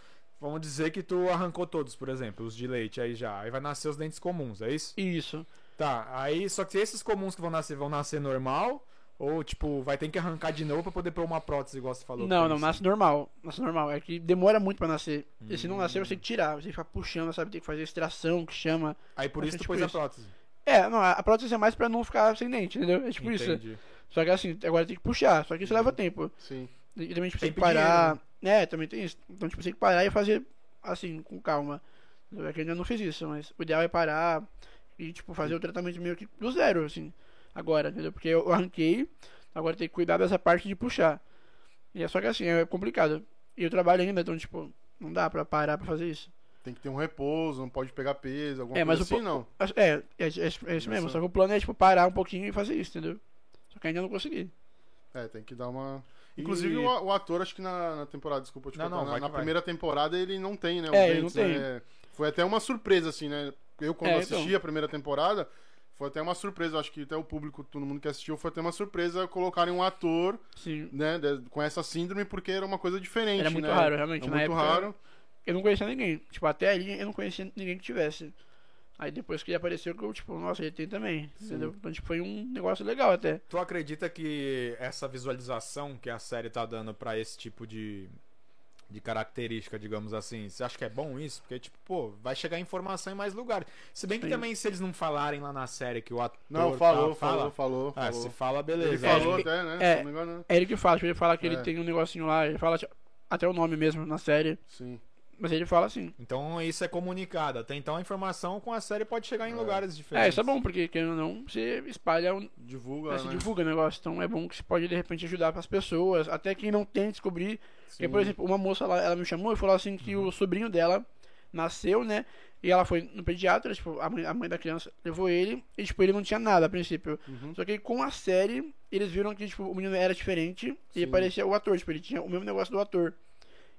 S2: vamos dizer que tu arrancou todos, por exemplo, os de leite aí já. Aí vai nascer os dentes comuns, é isso?
S4: Isso.
S2: Tá, aí só que esses comuns que vão nascer, vão nascer normal? Ou, tipo, vai ter que arrancar de novo pra poder pôr uma prótese, igual você falou?
S4: Não,
S2: que
S4: não,
S2: tem
S4: nasce normal. Nasce normal. É que demora muito pra nascer. E se não nascer, você tem que tirar. Você tem que ficar puxando, sabe? Tem que fazer extração, que chama.
S2: isso? Aí por
S4: Acho
S2: isso tu
S4: tipo
S2: pôs a
S4: isso.
S2: prótese.
S4: É, não, a a prótese é mais pra não ficar sem dente, entendeu? É tipo isso.
S2: Entendi.
S4: Só que assim, agora tem que puxar. Só que isso leva tempo.
S3: Sim.
S4: E também, tipo,
S2: Tem
S4: tem que parar. É, também tem isso. Então, tipo, tem que parar e fazer assim, com calma. Eu é que eu ainda não fiz isso, mas o ideal é parar e, tipo, fazer o tratamento meio que do zero, assim, agora, entendeu? Porque eu arranquei, agora tem que cuidar dessa parte de puxar. E é só que assim, é complicado. E eu trabalho ainda, então, tipo, não dá pra parar pra fazer isso.
S3: Tem que ter um repouso, não pode pegar peso, alguma
S4: É, mas
S3: coisa
S4: o
S3: assim, não.
S4: Mas, É, é, é, é isso mesmo. Só que o plano é, tipo, parar um pouquinho e fazer isso, entendeu? Só que ainda não consegui.
S3: É, tem que dar uma. Inclusive,
S2: E-
S3: o, a- o ator, acho que na, na temporada, desculpa te
S2: Não,
S3: cortar,
S2: não,
S3: na,
S2: vai
S3: na
S2: que vai.
S3: primeira temporada ele não tem, né? os
S4: É, ele não
S3: dentes, né? Foi até uma surpresa, assim, né? Eu, quando
S4: É, então.
S3: assisti a primeira temporada, foi até uma surpresa. Acho que até o público, todo mundo que assistiu, foi até uma surpresa colocarem um ator,
S4: Sim.
S3: né, de- com essa síndrome, porque era uma coisa diferente.
S4: Era muito
S3: né?
S4: raro, realmente.
S3: Era
S4: na
S3: muito
S4: época,
S3: raro.
S4: eu não conhecia ninguém. Tipo, até ali eu não conhecia ninguém que tivesse. Aí depois que ele apareceu, que eu, tipo, nossa, ele tem também. Entendeu? Então, tipo, foi um negócio legal até.
S2: Tu acredita que essa visualização que a série tá dando pra esse tipo de, de característica, digamos assim, você acha que é bom isso? Porque, tipo, pô, vai chegar informação em mais lugares. Se bem que
S4: Sim.
S2: também, se eles não falarem lá na série que o ator.
S3: Não,
S2: tá-
S3: falou,
S2: fala-
S3: falou, falou,
S2: Ah,
S3: falou.
S2: se fala, beleza. tipo,
S3: Ele
S4: É,
S3: falou
S4: ele-
S3: até, né?
S4: é.
S3: se não me engano, né?
S4: É ele que fala, tipo, ele fala que ele
S3: É.
S4: tem um negocinho lá, ele fala tipo, até o nome mesmo na série.
S3: Sim.
S4: Mas ele fala assim.
S2: Então isso é comunicado. Até então a informação com a série pode chegar em
S3: É.
S2: lugares
S4: É,
S2: diferentes.
S4: isso é bom, porque querendo ou não, você espalha, um,
S3: Divulga,
S4: se
S3: né?
S4: divulga o negócio. Então é bom que você pode de repente ajudar as pessoas, até quem não tem descobrir. Porque, por exemplo, uma moça lá, ela me chamou e falou assim que
S3: Uhum.
S4: o sobrinho dela nasceu, né? E ela foi no pediatra, tipo, a mãe, a mãe da criança levou ele, e tipo, ele não tinha nada a princípio.
S3: Uhum.
S4: Só que com a série, eles viram que, tipo, o menino era diferente e
S3: Sim.
S4: parecia o ator, tipo, ele tinha o mesmo negócio do ator.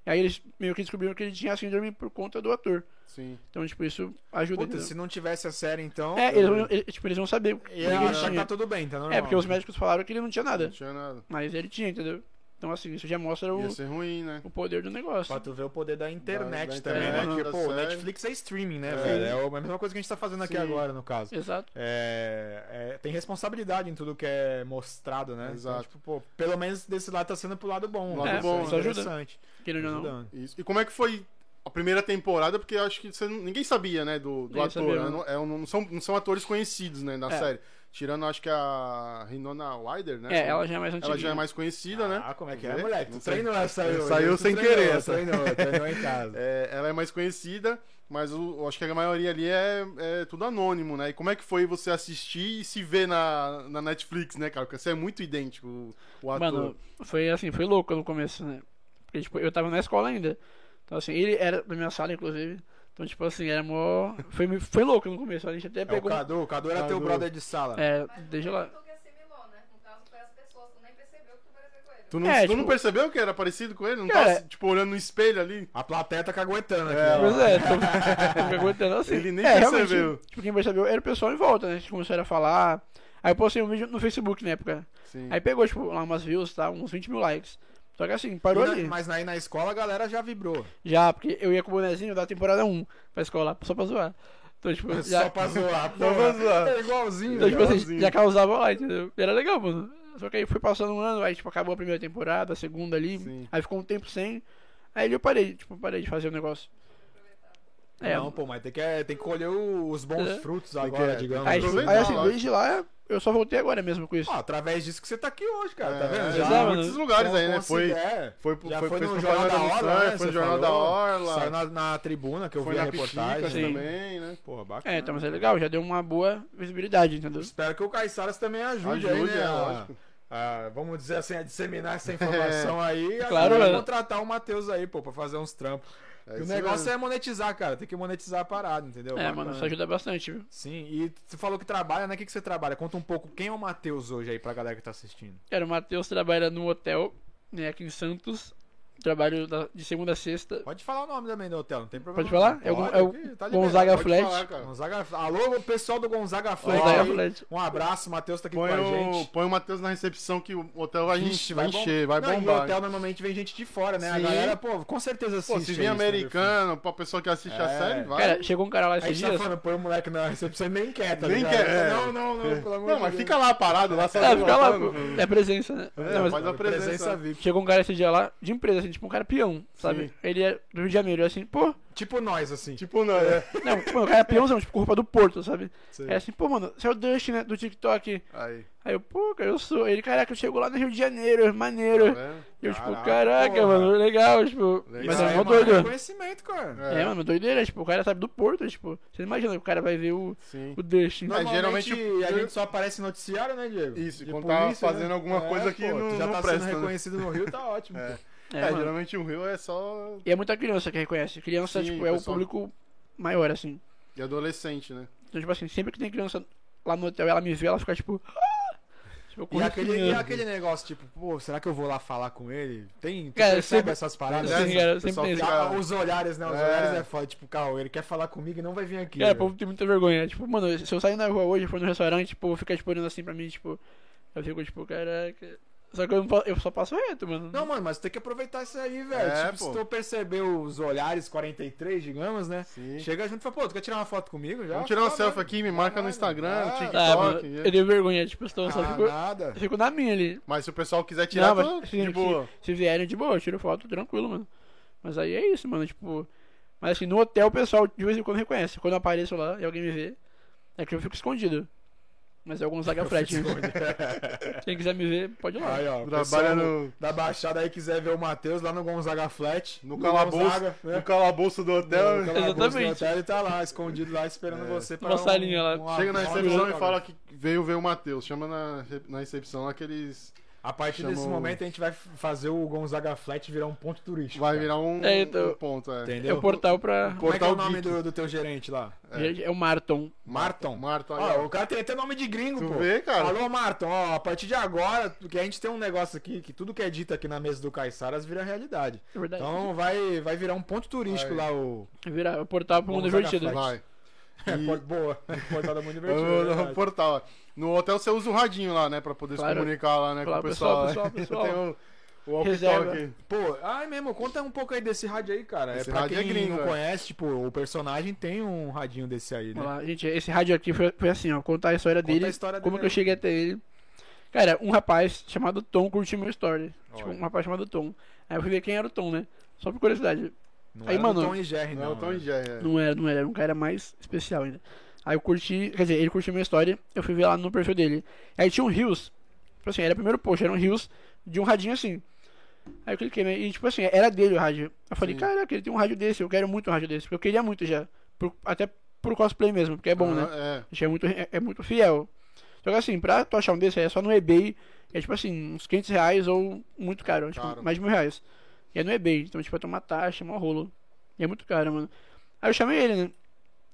S4: E aí eles meio que descobriram que ele tinha a síndrome por conta do ator.
S3: Sim.
S4: Então, tipo, isso ajuda.
S2: Puta,
S4: entendeu?
S2: se não tivesse a série, então.
S4: É, eles, vão- ele- tipo, eles vão saber o que
S2: Ia
S4: ele
S2: achar que tá
S4: tinha.
S2: tudo bem, tá normal.
S4: É, porque os médicos falaram que ele não tinha
S3: Não
S4: nada.
S3: tinha nada.
S4: Mas ele tinha, entendeu? Então, assim, isso já mostra o,
S3: Ia ser ruim, né?
S4: o poder do negócio.
S2: Pra tu ver o poder da internet
S3: Da- da
S2: também,
S4: internet,
S2: né? Porque,
S3: da
S2: pô, o
S3: série.
S2: Netflix é streaming, né,
S3: É.
S2: velho? É o- a mesma coisa que a gente tá fazendo aqui
S3: Sim.
S2: agora, no caso.
S4: Exato.
S2: É, é, tem responsabilidade em tudo que é mostrado, né?
S3: Exato.
S2: tipo, pô, pelo menos desse lado tá sendo pro lado bom.
S3: Lado
S2: né?
S3: bom,
S2: Isso é
S4: ajuda.
S2: interessante.
S4: Querendo ou não.
S2: Ajudando.
S3: Isso. E como é que foi a primeira temporada? Porque eu acho que você não- ninguém sabia, né, do, do
S4: Ninguém
S3: ator.
S4: sabia,
S3: né?
S4: né?
S3: Não, é um- não são, não são atores conhecidos, né, da
S4: É.
S3: série. Tirando, acho que a Renona Wider, né?
S4: É, ela já é mais antiga.
S3: Ela já é mais conhecida, né?
S2: Ah, como é que é,
S3: Vê?
S2: moleque? Tu
S3: Não sei.
S2: treinou essa aí hoje?
S3: Saiu
S2: Tu
S3: sem
S2: treinou,
S3: querer essa.
S2: Treinou, treinou em casa.
S3: É, ela é mais conhecida, mas o- eu acho que a maioria ali é, é tudo anônimo, né? E como é que foi você assistir e se ver na, na Netflix, né, cara? Porque você é muito idêntico, o, o ator.
S4: Mano, foi assim, foi louco no começo, né? Porque, tipo, eu tava na escola ainda. Então, assim, ele era da minha sala, inclusive. Então, tipo assim, era mó. Foi, meio- foi louco no começo. A gente até
S2: É o
S4: pegou.
S2: Cadu, o Cadu era teu
S3: Cadu.
S2: brother de sala.
S4: É,
S5: Mas
S4: desde
S5: tu
S4: lá.
S5: tu que assimilou, né? No caso, foi as pessoas, tu nem percebeu que tu parecia com ele.
S3: tu não,
S4: é,
S3: tu não
S4: tipo-
S3: percebeu que era parecido com ele? Não
S4: Cara,
S3: tava, tipo, olhando no espelho ali?
S2: A plateia tá caguetando aqui.
S3: É,
S2: ó.
S4: Pois é, tô, tô me aguentando assim.
S3: Ele nem
S4: é,
S3: percebeu.
S4: realmente, Tipo, quem percebeu era o pessoal em volta, né? A gente começou a falar. Aí eu postei um vídeo no Facebook na época.
S3: Sim.
S4: Aí pegou, tipo, lá umas views, tá? Uns 20 mil likes. Só que assim, parou
S2: E na-
S4: ali.
S2: mas aí na escola a galera já vibrou.
S4: Já, porque eu ia com o bonezinho da temporada 1 pra escola, só pra zoar. Então, tipo, já,
S2: Só pra zoar. Pô,
S3: pra zoar.
S2: É igualzinho.
S4: então, tipo
S2: cara.
S4: assim,
S3: igualzinho.
S4: já causava lá, entendeu? E era legal, mano. Só que aí foi passando um ano, aí, tipo, acabou a primeira temporada, a segunda ali.
S3: Sim.
S4: Aí ficou um tempo sem. Aí eu parei, tipo, parei de fazer o negócio. É,
S2: Não, pô, mas tem que, tem que colher o- os bons
S4: É.
S2: frutos
S3: que-
S2: agora,
S3: é,
S2: digamos.
S4: aí, tipo,
S3: aproveitar,
S4: aí assim,
S3: lógico.
S4: desde lá, eu só voltei agora mesmo com isso.
S2: Ó, através disso que você tá aqui hoje, cara, tá
S3: É,
S2: vendo?
S3: já
S4: Exato.
S3: muitos lugares aí, né? Foi,
S2: é,
S3: foi, pro-
S2: já
S3: foi,
S2: foi,
S3: fez
S2: no Jornal
S3: propaganda
S2: da
S3: do
S2: Orla,
S3: Fran,
S2: né?
S3: Foi no
S2: Você
S3: Jornal da
S2: falou.
S3: Orla.
S2: Saiu na, na tribuna que eu
S3: foi
S2: vi a
S3: na Piticas
S2: reportagem.
S4: Sim.
S3: também, né?
S2: Porra, bacana.
S4: É, então, mas é legal, já deu uma boa visibilidade, entendeu?
S2: Espero que o Caissaras também ajude,
S3: Ajude,
S2: aí, né?
S3: é,
S2: a-
S3: lógico.
S2: a- vamos dizer assim, a disseminar essa informação aí. e
S4: Claro,
S2: ajude a
S4: né?
S2: contratar o Matheus aí, pô, pra fazer uns trampos.
S3: É
S2: E o
S3: isso
S2: negócio
S3: mesmo.
S2: é monetizar, cara. Tem que monetizar a parada, entendeu?
S4: É, mano,
S2: Bacana.
S4: isso ajuda bastante, viu?
S2: Sim, e você falou que trabalha, né? O que, que você trabalha? Conta um pouco quem é o Matheus hoje aí pra galera que tá assistindo.
S4: Cara, o Matheus trabalha num hotel, né, aqui em Santos. Trabalho da- de segunda a sexta.
S2: Pode falar o nome também do hotel, não tem problema.
S4: Pode falar?
S2: não.
S4: É o,
S2: Pode,
S4: é o
S2: aqui, tá liberado.
S4: Gonzaga
S3: Pode
S4: Flat.
S3: falar, cara.
S2: Gonzaga- Alô, pessoal do Gonzaga Flat.
S4: Gonzaga
S2: aí.
S4: Flat.
S2: Um abraço, o Matheus tá aqui
S3: Põe
S2: com a
S3: o,
S2: gente.
S3: põe o Matheus na recepção que o hotel vai,
S2: Vixe,
S3: vai
S2: bom-
S3: encher, vai
S2: Não, e
S3: bombar.
S2: o hotel normalmente vem gente de fora, né? A
S3: Sim.
S2: galera, pô, com certeza assiste.
S3: Pô, se vir
S2: isso, né,
S3: americano, pra pessoa que assiste a
S2: É.
S3: série, vai.
S4: Cara, chegou um cara lá
S2: A
S4: esses
S2: gente tá
S4: dias.
S2: falando, põe o moleque na recepção e nem quer, tá
S3: Nem
S2: ligado?
S3: quer, é.
S2: Não, não, não, pelo amor
S3: não, mas fica lá parado, lá sabe?
S4: É,
S2: tá
S4: fica lá,
S3: matando.
S4: pô. É presença, né?
S3: É,
S4: Não, mas-
S3: faz a
S2: Presença,
S3: presença.
S2: VIP.
S4: Chegou um cara esse dia lá, de empresa, assim, tipo um cara peão, sabe?
S3: Sim.
S4: Ele é do Rio de Janeiro, eu assim, pô.
S2: Tipo nós, assim.
S3: Tipo, não, é.
S4: Não, tipo, o cara é peãozão, tipo, com roupa do Porto, sabe?
S2: Sim.
S4: É assim, pô, mano, você é o Dust, né? Do TikTok.
S3: Aí.
S4: Aí eu, pô, cara, eu sou. Ele, caraca, eu chego lá no Rio de Janeiro, é
S3: Tá
S4: maneiro.
S3: vendo?
S4: eu, tipo,
S2: Caraca,
S4: caraca,
S2: porra.
S4: mano, legal, tipo.
S3: Legal.
S4: Mas
S2: Isso
S4: é
S2: aí,
S4: mó
S2: mano, é
S4: doido.
S2: conhecimento, cara.
S4: É, mano, doideira, tipo, o cara sabe do Porto, tipo, você não imagina que o cara vai ver o,
S3: Sim.
S4: o Dust. É,
S3: Não,
S2: Normalmente,
S3: É, geralmente-
S2: a gente só aparece em noticiário, né, Diego?
S3: Isso,
S2: De
S3: quando tá
S2: polícia, né? É,
S3: fazendo alguma coisa que
S2: tu
S3: não-
S2: já
S3: não
S2: tá
S3: presta, né?
S2: sendo reconhecido no Rio, tá ótimo. pô.
S4: É,
S3: É,
S4: mano.
S3: geralmente o Rio é só.
S4: E é muita criança que reconhece. Criança,
S3: Sim,
S4: tipo, é o
S3: pessoal.
S4: público maior, assim.
S3: de adolescente, né?
S4: Então, tipo assim, sempre que tem criança lá no hotel, ela me vê, ela fica tipo. "Ah!" Tipo,
S2: E,
S4: correndo.
S2: aquele, e aquele negócio, tipo, pô, será que eu vou lá falar com ele? Tem, tu
S4: Cara,
S2: percebe
S4: sempre-
S2: essas paradas? né?
S4: Sim, cara,
S3: O pessoal
S4: sempre tem isso.
S2: Ah, Os olhares, né? Os
S3: É.
S2: olhares é foda. Tipo, Carl, ele quer falar comigo e não vai vir aqui.
S4: Cara, É, o
S2: velho.
S4: povo tem muita vergonha. Tipo, mano, se eu sair na rua hoje, for no restaurante, o povo fica tipo, olhando assim pra mim, tipo. Eu fico tipo, caraca. Só que eu, não, pa- eu só passo reto, mano.
S2: Não, mano, mas tem que aproveitar isso aí, velho.
S3: É,
S2: tipo,
S3: pô.
S2: se tu perceber os olhares 43, digamos, né?
S3: Sim.
S2: Chega junto e fala, pô, tu quer tirar uma foto comigo já?
S3: Vamos tirar uma
S2: Fala, né?
S3: selfie
S2: mano.
S3: aqui, me marca no
S2: Caralho.
S3: Instagram, no
S2: Ah,
S3: TikTok.
S4: Ah, mano,
S3: e-
S4: eu dei vergonha, tipo, então eu só
S2: Ah,
S4: fico,
S2: nada.
S4: fico na minha ali.
S3: Mas se o pessoal quiser tirar,
S4: não,
S3: tá
S4: mas,
S3: de boa.
S4: Se, se vierem de boa, eu tiro foto tranquilo, mano. Mas aí é isso, mano. Tipo. Mas assim, no hotel o pessoal de vez em quando reconhece. Quando eu apareço lá e alguém me vê, é que eu fico escondido. Mas é o Gonzaga Fred. Quem quiser me ver, pode ir lá.
S2: Aí, ó,
S3: Trabalha
S2: pessoal
S3: no-
S2: da Baixada aí quiser ver o Matheus lá no Gonzaga Flat.
S3: No calabouço,
S2: Gonzaga, né?
S3: no É. calabouço do hotel.
S2: No calabouço do
S4: Exatamente.
S2: hotel, ele tá lá, escondido lá, esperando você pra um-
S4: Uma salinha lá.
S2: uma-
S3: É. Chega na
S2: uma-
S3: recepção e
S2: uma-
S3: fala que veio ver o Matheus. Chama na, re- na recepção aqueles.
S2: A partir desse
S3: Chamou-
S2: momento a gente vai f- fazer o Gonzaga Flat virar um ponto turístico.
S3: Vai
S2: cara.
S3: virar um,
S4: É, então-
S3: um ponto, é.
S2: Entendeu?
S4: É o portal pra.
S2: Como é que é o
S3: Portal
S2: nome
S3: Geek.
S2: do, do teu gerente lá?
S4: É o Marton.
S2: Marton. Ah,
S3: Marton,
S2: Ó,
S3: olha.
S2: o cara tem até nome de gringo,
S3: Tu
S2: pô.
S3: vê, cara?
S2: Alô, Marton, ó, a partir de agora, porque a gente tem um negócio aqui que tudo que é dito aqui na mesa do Caiçaras vira realidade.
S4: É verdade.
S2: Então vai, vai virar um ponto turístico
S3: Vai.
S2: lá o.
S4: Virar o portal pro mundo
S2: Gonzaga
S4: invertido.
S2: Flat.
S3: Vai.
S2: É,
S3: E-
S2: pode- boa. Portal da Mundo Invertido. é
S3: No, no
S2: verdade.
S3: portal. ó. No hotel você usa o radinho lá, né? Pra poder
S4: Claro.
S3: se comunicar lá, né?
S4: Claro,
S3: com o
S4: pessoal,
S3: pessoal.
S4: pessoal,
S3: Tem o, o
S4: Reserva.
S3: walkie-talkie.
S2: Pô, ai mesmo, conta um pouco aí desse rádio aí, cara.
S3: Esse
S2: é pra
S3: rádio
S2: quem
S3: é gringo,
S2: não
S3: é.
S2: conhece, tipo, o personagem tem um radinho desse aí, né?
S4: Vamos lá. Gente, esse rádio aqui foi, foi assim, ó. Contar a história
S2: Conta
S4: dele.
S2: a história
S4: como
S2: dele
S4: que eu
S2: aí.
S4: cheguei até ele. Cara, um rapaz chamado Tom curtiu meu story. Tipo,
S2: Olha.
S4: um rapaz chamado Tom. Aí eu fui ver quem era o Tom, né? Só por curiosidade.
S2: Não
S4: Aí,
S2: era
S4: mano,
S2: do Tom e Jerry,
S3: Não,
S2: não.
S3: o Tom
S2: né?
S3: e Jerry. é.
S4: Não era, não era. Era um cara mais especial ainda. Aí eu curti, quer dizer, ele curtiu minha história, eu fui ver lá no perfil dele. Aí tinha um Rios, tipo assim, era o primeiro post, era um Rios de um radinho assim. Aí eu cliquei, né? E tipo assim, era dele o rádio. Eu falei,
S3: Sim.
S4: caraca, ele tem um rádio desse, eu quero muito um rádio desse, porque eu queria muito já. Por- até pro cosplay mesmo, porque é bom, né?
S3: Ah,
S4: Isso é muito, é, é muito fiel. Só que assim, pra tu achar um desse aí é só no eBay, é tipo assim, uns 500 reais ou muito caro, tipo,
S3: Caro.
S4: mais de mil reais. E é no eBay, então tipo, vai tomar taxa, mó rolo. E é muito caro, mano. Aí eu chamei ele, né?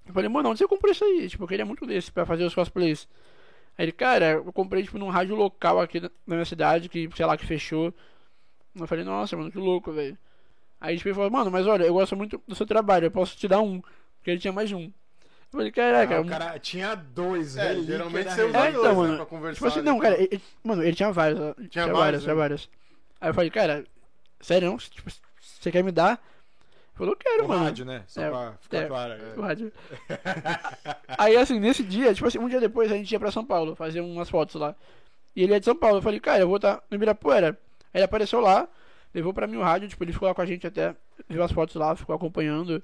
S4: Eu falei, mano, onde você comprou isso aí? Tipo, eu queria muito desse pra fazer os cosplays. Aí ele, cara, eu comprei, tipo, num rádio local aqui na na minha cidade, que, sei lá, que fechou. Eu falei, nossa, mano, que louco, velho. Aí tipo, ele falou, mano, mas olha, eu gosto muito do seu trabalho, eu posso te dar um. Porque ele tinha mais de um. Eu falei, caraca,
S2: Ah, o cara tinha dois,
S3: É,
S2: relíquia
S3: geralmente
S2: da
S3: você usa
S2: relíquia.
S4: É, então,
S3: dois, né,
S4: mano,
S3: pra conversar.
S4: Tipo assim,
S3: né?
S4: não, cara, ele, ele- mano, ele tinha várias. ó. Tinha,
S3: várias,
S4: várias, tinha
S3: né?
S4: várias. Aí eu falei, cara, sério, não? Tipo, você quer me dar? Ele falou, quero,
S2: O
S4: mano.
S2: rádio, né? Só
S4: É,
S2: pra ficar
S4: é.
S2: claro.
S3: né?
S2: aí.
S4: O rádio. aí assim, nesse dia, tipo assim, um dia depois a gente ia pra São Paulo fazer umas fotos lá. E ele é de São Paulo. Eu falei, cara, eu vou estar no Ibirapuera. Aí ele apareceu lá, levou pra mim o rádio, tipo, ele ficou lá com a gente até, viu as fotos lá, ficou acompanhando.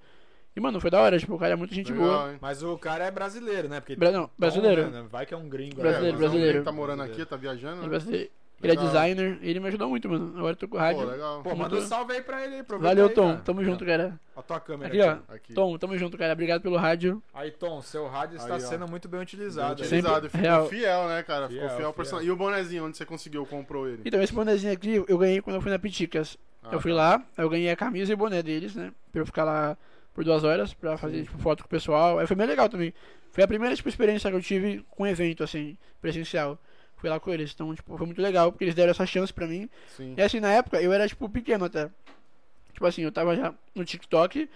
S4: E, mano, foi da hora, tipo, o cara é muito gente boa.
S3: Legal, hein?
S2: Mas o cara é brasileiro, né? Porque
S4: Bra- não, brasileiro.
S2: né? Vai que é um gringo.
S3: É, mas é
S4: Brasileiro,
S3: um
S4: brasileiro.
S3: gringo que Tá morando aqui, tá viajando.
S4: Ele
S3: né?
S4: vai ser- ele é
S3: Legal.
S4: designer, ele me ajudou muito, mano. Agora eu tô com o rádio.
S3: Pô, legal.
S2: Pô, manda um
S4: Muito-
S2: salve aí pra ele. aproveita
S4: Uhum. Valeu,
S2: aí,
S4: Tom.
S2: cara.
S4: Tamo junto, cara.
S2: Ó, a tua câmera
S4: Aqui, ó.
S3: Aqui.
S4: Tom, tamo junto, cara. Obrigado pelo rádio.
S2: Aí, Tom, seu rádio está
S3: Aí, ó.
S2: sendo muito bem utilizado.
S4: Sempre-
S3: Utilizado, ficou
S4: real.
S3: fiel, né, cara? Ficou
S2: Fiel,
S3: fiel,
S2: fiel.
S3: ao personagem. E o bonezinho, onde você conseguiu, comprou ele?
S4: Então, esse bonezinho aqui eu ganhei quando eu fui na Piticas.
S3: Ah,
S4: eu fui
S3: tá.
S4: lá, eu ganhei a camisa e o boné deles, né? Pra eu ficar lá por duas horas, pra fazer tipo, foto com o pessoal. Aí foi bem legal também. Foi a primeira tipo, experiência que eu tive com um evento, assim, presencial. Fui lá com eles. Então, tipo, foi muito legal, porque eles deram essa chance pra mim.
S3: Sim.
S4: E assim, na época eu era, tipo, pequeno até. Tipo assim, eu tava já no TikTok,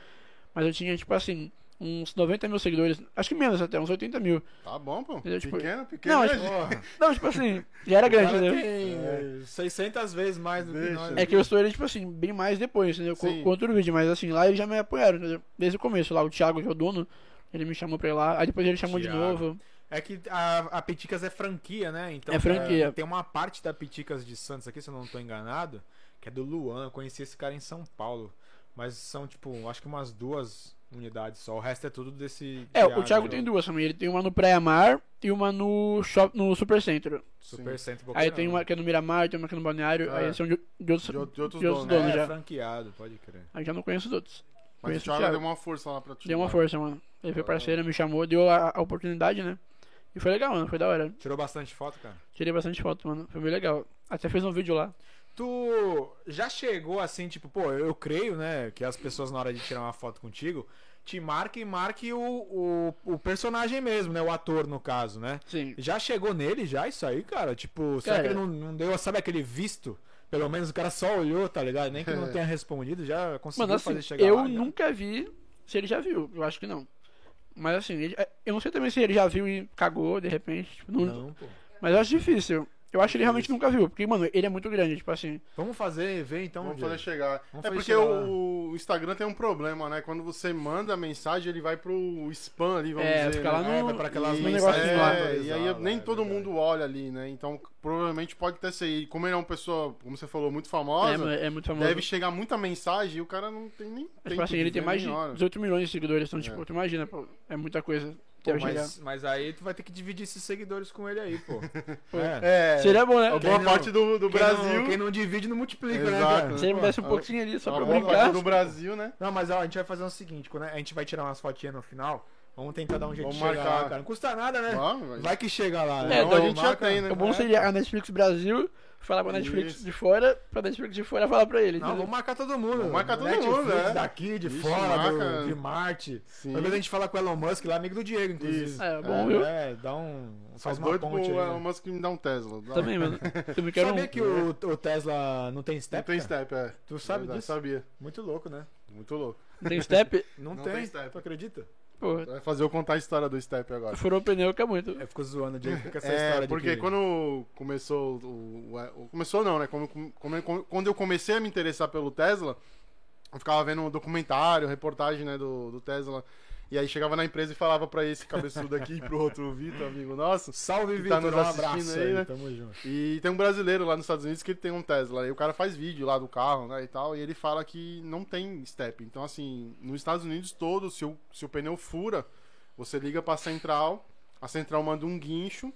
S4: mas eu tinha, tipo assim, uns 90 mil seguidores. Acho que menos até, uns 80 mil.
S3: Tá bom, pô.
S4: Eu, tipo,
S3: Pequeno, pequeno.
S4: não,
S3: né,
S4: tipo,
S3: gente?
S4: Não, tipo assim, já era grande,
S2: cara
S4: entendeu?
S2: tem eh, 600 vezes mais do que
S3: Deixa.
S2: nós.
S4: É que eu estou ele, tipo assim, bem mais depois, entendeu?
S3: Sim.
S4: Com, com outro vídeo, mas assim, lá eles já me apoiaram, entendeu? Desde o começo, lá o Thiago, que é o dono, ele me chamou pra ir lá, aí depois ele chamou de
S2: Thiago.
S4: novo.
S2: É que a, a Piticas é franquia, né? Então,
S4: É franquia.
S2: eh, Tem uma parte da Piticas de Santos aqui, se eu não tô enganado, que é do Luan. Eu conheci esse cara em São Paulo. Mas são, tipo, acho que umas duas unidades só. O resto é tudo desse.
S4: É, o Thiago tem duas também, ele tem uma no Praia Mar e uma no, shop, no Supercentro.
S2: Super Centro
S4: Aí
S2: Boqueirão,
S4: tem uma
S2: né?
S4: que é no Miramar, tem uma que é no Balneário,
S3: É.
S4: aí são de, de outros,
S3: De outro- de outros
S4: de outros
S3: donos,
S4: donos
S2: É,
S4: já.
S2: franqueado, pode crer.
S4: Aí já não conheço os outros.
S3: Mas
S4: Conheço
S3: o
S4: o
S3: Thiago
S4: Thiago.
S3: deu uma força lá pra ti.
S4: Deu uma força, mano. Ele foi parceiro, me chamou, deu a, a oportunidade, né? E foi legal, mano, foi da hora.
S2: Tirou bastante foto, cara?
S4: Tirei bastante foto, mano, foi bem legal. Até fez um vídeo lá.
S2: Tu já chegou assim, tipo, pô, eu creio, né, que as pessoas na hora de tirar uma foto contigo te marquem e marquem o, o, o personagem mesmo, né, o ator no caso, né?
S4: Sim.
S2: Já chegou nele já isso aí, cara? Tipo, será que
S4: Cara-
S2: ele não, não deu, sabe aquele visto? Pelo menos o cara só olhou, tá ligado? Nem que não tenha respondido, já conseguiu
S4: Mano, assim,
S2: fazer chegar
S4: eu
S2: lá, já.
S4: nunca vi se ele já viu. Eu acho que não. Mas assim, ele- eu não sei também se ele já viu e cagou de repente. tipo, não-
S2: Não, pô.
S4: Mas eu acho difícil. Eu acho que ele realmente nunca viu, porque, mano, ele é muito grande, tipo assim.
S2: Vamos fazer, ver então.
S3: Vamos
S2: Diego.
S3: fazer chegar.
S2: Vamos fazer
S3: é porque
S2: chegar
S3: o, o Instagram tem um problema, né? Quando você manda a mensagem, ele vai pro spam ali, vamos
S4: É,
S3: dizer.
S4: fica lá
S3: né?
S4: no.
S2: É, vai pra aquelas
S4: no
S3: Isso,
S4: negócio
S3: é,
S4: de lá.
S3: e aí nem
S2: é,
S3: todo mundo olha ali, né? Então, provavelmente pode até ser. E como ele é uma pessoa, como você falou, muito
S4: É,
S3: famosa,
S4: mano, é muito famoso.
S3: deve chegar muita mensagem e o cara não tem nem
S4: Mas,
S3: tempo.
S4: tipo assim, ele
S3: de
S4: tem
S3: ver
S4: mais de
S3: nem hora.
S4: 18 milhões de seguidores, então,
S3: É.
S4: tipo, tu imagina, pô, é muita coisa.
S2: Pô,
S4: Deve chegar.
S2: mas, mas aí tu vai ter que dividir esses seguidores com ele aí, pô. é.
S3: É,
S4: Seria bom, né?
S3: a
S2: Quem
S3: boa
S2: não-
S3: parte do, do
S2: Quem
S3: Brasil.
S2: Não, quem não divide não multiplica, né,
S3: Exato,
S2: cara?
S3: né?
S4: Se ele me desse um
S3: Ah,
S4: pouquinho ali só
S3: a
S4: pra
S3: boa
S4: brincar.
S3: parte do Brasil, né?
S2: Não, mas ó, a gente vai fazer o seguinte, quando a gente vai tirar umas fotinhas no final, vamos tentar dar um jeito de
S3: Vamos
S2: chegar
S3: marcar.
S2: lá, cara. Não custa nada, né?
S3: Vamos, vai.
S2: Vai que chega lá,
S4: É,
S2: né?
S3: então,
S4: então,
S3: a gente já
S2: marca.
S3: tem, né?
S4: O bom
S3: É.
S4: seria a Netflix Brasil falar pra Netflix
S3: Isso.
S4: de fora, pra Netflix de fora falar pra ele.
S2: Não,
S4: entendeu?
S2: vamos marcar todo mundo.
S3: Vamos marcar todo
S2: Netflix,
S3: mundo, né?
S2: daqui, de
S3: Isso,
S2: fora,
S3: marca.
S2: do, de Marte.
S3: Sim.
S2: Talvez a gente fala com o Elon Musk lá, amigo do Diego, inclusive.
S3: Isso.
S4: É, bom, viu?
S2: É, dá um...
S3: Faz
S2: Faz uma
S3: Tá doido
S2: ponte aí,
S3: pro
S2: né?
S3: Elon Musk me dá um Tesla. Dá.
S4: Também, mano. Tu me quer
S2: é.
S4: um.
S2: Sabia que o, o Tesla não tem
S3: Não
S2: step?
S3: tem
S2: cara?
S3: step, é.
S2: Tu sabe
S3: Verdade,
S2: disso?
S3: Sabia.
S2: Muito louco, né?
S3: Muito louco.
S4: Tem step?
S2: Não,
S3: Não
S2: tem.
S3: tem step.
S2: Tu acredita?
S4: Pô,
S3: Vai fazer eu contar a história do step agora.
S4: furou o pneu que é muito.
S2: Eu fico zoando o Diego com essa
S3: É,
S2: história
S3: porque
S2: de que...
S3: quando começou o, o- o- Começou não, né? Como- como- como- quando eu comecei a me interessar pelo Tesla, eu ficava vendo um documentário, reportagem, né, do, do Tesla. E aí chegava na empresa e falava pra esse cabeçudo aqui e pro outro Vitor, amigo nosso.
S2: Salve,
S3: que tá
S2: Vitor,
S3: nos
S2: um
S3: assistindo
S2: abraço
S3: aí,
S2: aí,
S3: né?
S2: tamo junto.
S3: E tem um brasileiro lá nos Estados Unidos que ele tem um Tesla. E o cara faz vídeo lá do carro, né, e tal. E ele fala que não tem step. Então, assim, nos Estados Unidos todo, se o, se o pneu fura, você liga pra central, a central manda um guincho,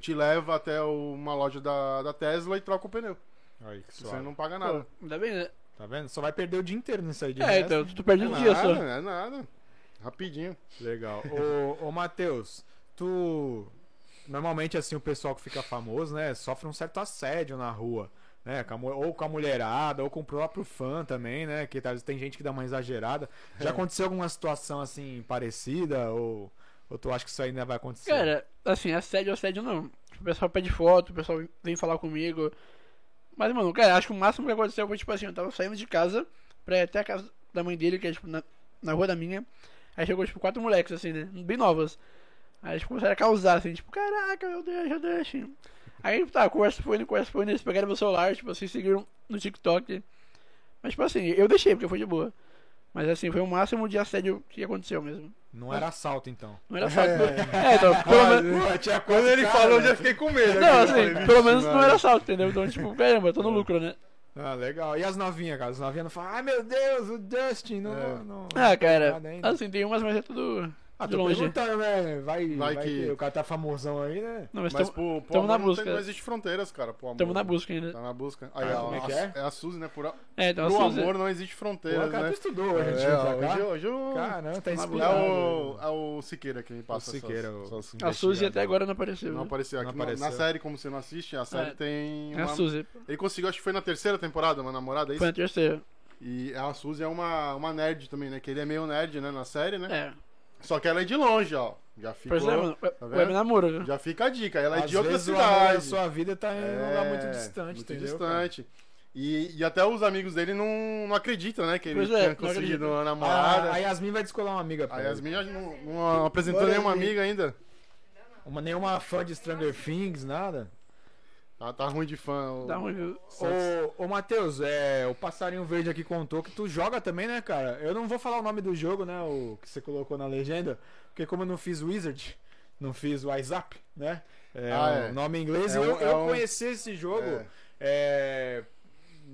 S3: te leva até o- uma loja da, da Tesla e troca o pneu.
S2: Aí, que
S3: Você
S2: suave.
S3: não paga nada.
S4: Pô, ainda bem, né?
S2: Tá vendo? Só vai perder o dia inteiro nisso aí de
S4: É,
S2: resto.
S4: então, tu perde
S3: É
S4: um
S3: nada,
S4: dia só.
S3: é nada. Rapidinho.
S2: Legal. Ô, ô Matheus, tu. Normalmente, assim, o pessoal que fica famoso, né, sofre um certo assédio na rua. Né, com a mu- ou com a mulherada, ou com o próprio fã também, né? Que às vezes tem gente que dá uma exagerada. Já aconteceu alguma situação assim parecida? Ou, ou tu acha que isso aí ainda vai acontecer?
S4: Cara, assim, assédio, assédio não. O pessoal pede foto, o pessoal vem falar comigo. Mas, mano, cara, acho que o máximo que aconteceu foi, tipo assim, eu tava saindo de casa pra ir até a casa da mãe dele, que é, tipo, na, na rua da minha. Aí chegou, tipo, quatro moleques, assim, né? Bem novas. Aí eles começaram a causar, assim, tipo, caraca, meu Deus, meu Deus. Aí, tá, conversa foi indo, conversa foi indo, eles pegaram meu celular, tipo, assim, seguiram no TikTok. Mas, tipo assim, eu deixei, porque foi de boa. Mas, assim, foi o máximo de assédio que aconteceu mesmo.
S2: Não era assalto, então.
S4: Não era só... É, então,
S2: Ah,
S4: pelo menos...
S2: tinha né?
S3: Quando ele falou, eu já fiquei com medo.
S4: Não, assim, pelo menos não era assalto, entendeu? Então, tipo, caramba, tô no lucro, né?
S2: Ah, legal. E as novinhas, cara? As novinhas não falam, ai meu Deus, o Dustin, não.
S3: É.
S2: não,
S4: Ah, cara,
S2: nada ainda.
S4: assim, tem umas, mas é tudo
S2: Ah,
S4: de
S2: tô
S4: longe.
S2: perguntando, né? Vai, vai,
S3: que-
S2: que... o cara tá famosão aí, né?
S4: Não, mas
S3: Mas
S4: tamo
S3: pô, pô
S4: tamo na
S3: amor, não,
S4: busca.
S3: tem, não existe fronteiras, cara. Pô, amor.
S4: tamo na busca ainda.
S3: Tá na busca. Aí,
S2: Ah,
S3: ó,
S2: como é que
S3: a-
S2: é?
S3: é a Suzy, né? Por,
S4: É, então,
S3: pro
S4: assim,
S3: amor não existe
S2: Pô,
S3: fronteiras,
S2: o cara
S3: né?
S2: tu estudou hoje,
S3: É,
S2: é, pra cá.
S3: hoje, hoje o-
S2: Caramba, tá
S3: é,
S2: inspirado.
S3: o, é o Siqueira que me passa. essas-
S2: Siqueira, o-
S3: essas
S4: a Suzy até
S3: investigadas.
S4: agora não apareceu.
S3: Não
S4: né?
S3: apareceu aqui.
S2: Não
S3: na-
S2: apareceu.
S3: Na série, como você não assiste, a série
S4: É.
S3: tem.
S4: É a
S3: uma-
S4: Suzy.
S3: Ele conseguiu, acho que foi na terceira temporada, uma namorada, é isso?
S4: Foi na terceira.
S3: E a Suzy é uma, uma nerd também, né? Que ele é meio nerd, né? Na série, né?
S4: É.
S3: Só que ela é de longe, ó. Já fica,
S4: Percebeu, mano?
S3: tá vendo?
S4: Web namoro, viu?
S3: já fica a dica. Ela é
S2: Às
S3: de outra
S2: vezes o amor da
S3: cidade.
S2: sua vida tá em um lugar muito
S3: É,
S2: distante,
S3: muito
S2: entendeu? cara?
S3: distante. E, e até os amigos dele não, não acreditam, né? Que ele
S4: Pois é,
S3: tinha
S4: não
S3: conseguido
S4: acredito.
S3: uma namorada.
S2: Ah, a Yasmin vai descolar uma amiga pra
S3: a
S2: ele.
S3: Yasmin já não, não apresentou
S2: Bora,
S3: nenhuma
S2: Yasmin.
S3: amiga ainda.
S2: Uma, nenhuma fã de Stranger Things, nada.
S3: Tá, tá ruim de fã. o-
S4: Dá ruim, viu? É,
S2: Ô, ô Matheus, é, o passarinho verde aqui contou que tu joga também, né, cara? Eu não vou falar o nome do jogo, né, o que você colocou na legenda, porque como eu não fiz Wizard, não fiz WhatsApp, né? É,
S3: Ah, é.
S2: o nome em inglês,
S3: É
S2: eu,
S3: um-
S2: eu
S3: é um-
S2: conheci esse jogo
S3: É.
S2: é,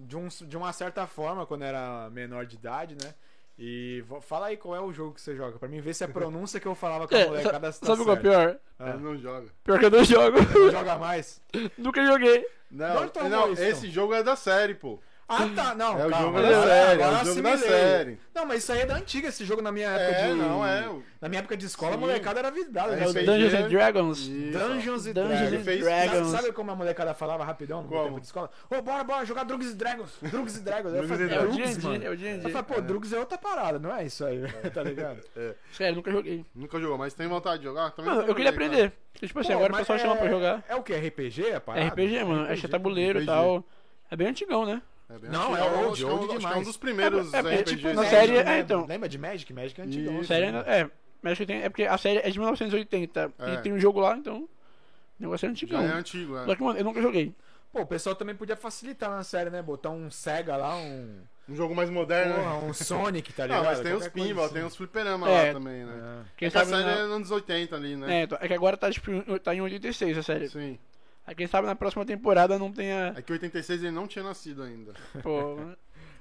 S2: de, um- de uma certa forma quando era menor de idade, né? E vo- fala aí qual é o jogo que você joga, pra mim ver se é a pronúncia que eu falava com a
S4: É,
S2: molecada
S4: sa-
S2: se tá
S4: sabe o que é o
S2: certo.
S4: pior?
S2: Ah.
S3: Ele não joga.
S4: Pior que eu não jogo.
S2: Não joga mais.
S4: Nunca joguei.
S3: Não,
S2: onde tu arrumou
S3: não
S2: isso?
S3: esse jogo é da série, pô.
S2: Ah, tá, não.
S3: É o
S2: calma,
S3: jogo
S2: agora-
S3: da série, é
S2: agora
S3: o jogo da
S2: assimilei.
S3: série.
S2: Não, mas isso aí é da antiga, esse jogo na minha época
S3: É,
S2: de...
S3: não, é. o-
S2: Na minha época de escola,
S3: Sim.
S2: a molecada era vidrada.
S3: É
S4: É
S2: né?
S4: o
S3: isso aí.
S4: Dungeons and Dragons.
S3: Isso.
S2: Dungeons e
S4: Dungeons
S2: Dragons.
S3: Ele
S4: and
S3: fez-
S2: Sabe,
S4: Dragons.
S2: sabe como a molecada falava rapidão no
S3: Como?
S2: tempo de escola? Ô, bora, bora jogar Drugs e Dragons. Drugs e Dragons. Eu
S3: Drugs
S2: falei,
S3: and
S4: É o
S2: Drugs,
S4: D&D, é
S2: mano.
S4: o D&D.
S2: Eu falei, pô, Drugs é outra parada, não é isso aí, tá ligado?
S4: Sério, nunca joguei.
S3: Nunca jogou, mas tem vontade de jogar? Também
S4: Mano,
S3: nunca
S4: eu queria
S3: joguei,
S4: aprender. Tipo assim,
S2: Pô,
S4: agora o
S2: mas
S4: pessoal
S2: é-
S4: chama pra jogar.
S2: É o que? RPG a parada?
S4: RPG, mano. Acho que é tabuleiro e
S3: RPG.
S4: tal. É bem antigão, né?
S3: cara. bem
S2: Não,
S3: antigo,
S2: é
S3: acho
S2: old,
S3: que um
S2: old
S3: do- acho que É um
S2: demais.
S3: dos primeiros
S4: É, é, é, tipo, na
S3: RPGs.
S4: série-
S2: né?
S4: é, então.
S2: Lembra de Magic? Magic é antigão.
S3: Isso.
S2: né?
S4: Série ainda. É, mas acho que tem. É porque a série é de 1980
S3: É.
S4: e tem um jogo lá, então. O negócio é
S3: Já
S4: antigão.
S3: é antigo, é.
S4: Só que, mano, eu nunca joguei.
S2: Pô, o pessoal também podia facilitar na série, né? Botar um Sega lá, um...
S3: Um jogo mais moderno. né?
S2: Porra, um Sonic, tá ligado?
S3: Não, Ah, mas tem os
S2: Qualquer coisa
S3: pinball,
S2: assim.
S3: tem os fliperama lá
S4: É.
S3: também, né?
S4: Quem
S3: É que a
S4: sabe.
S3: série é
S4: na-
S3: nos anos 80 ali, né?
S4: É, então, é que agora tá, tipo, em- tá em 86 a série.
S3: Sim.
S4: Aí quem sabe na próxima temporada não tenha.
S3: É que 86 ele não tinha nascido ainda.
S4: Pô,
S3: é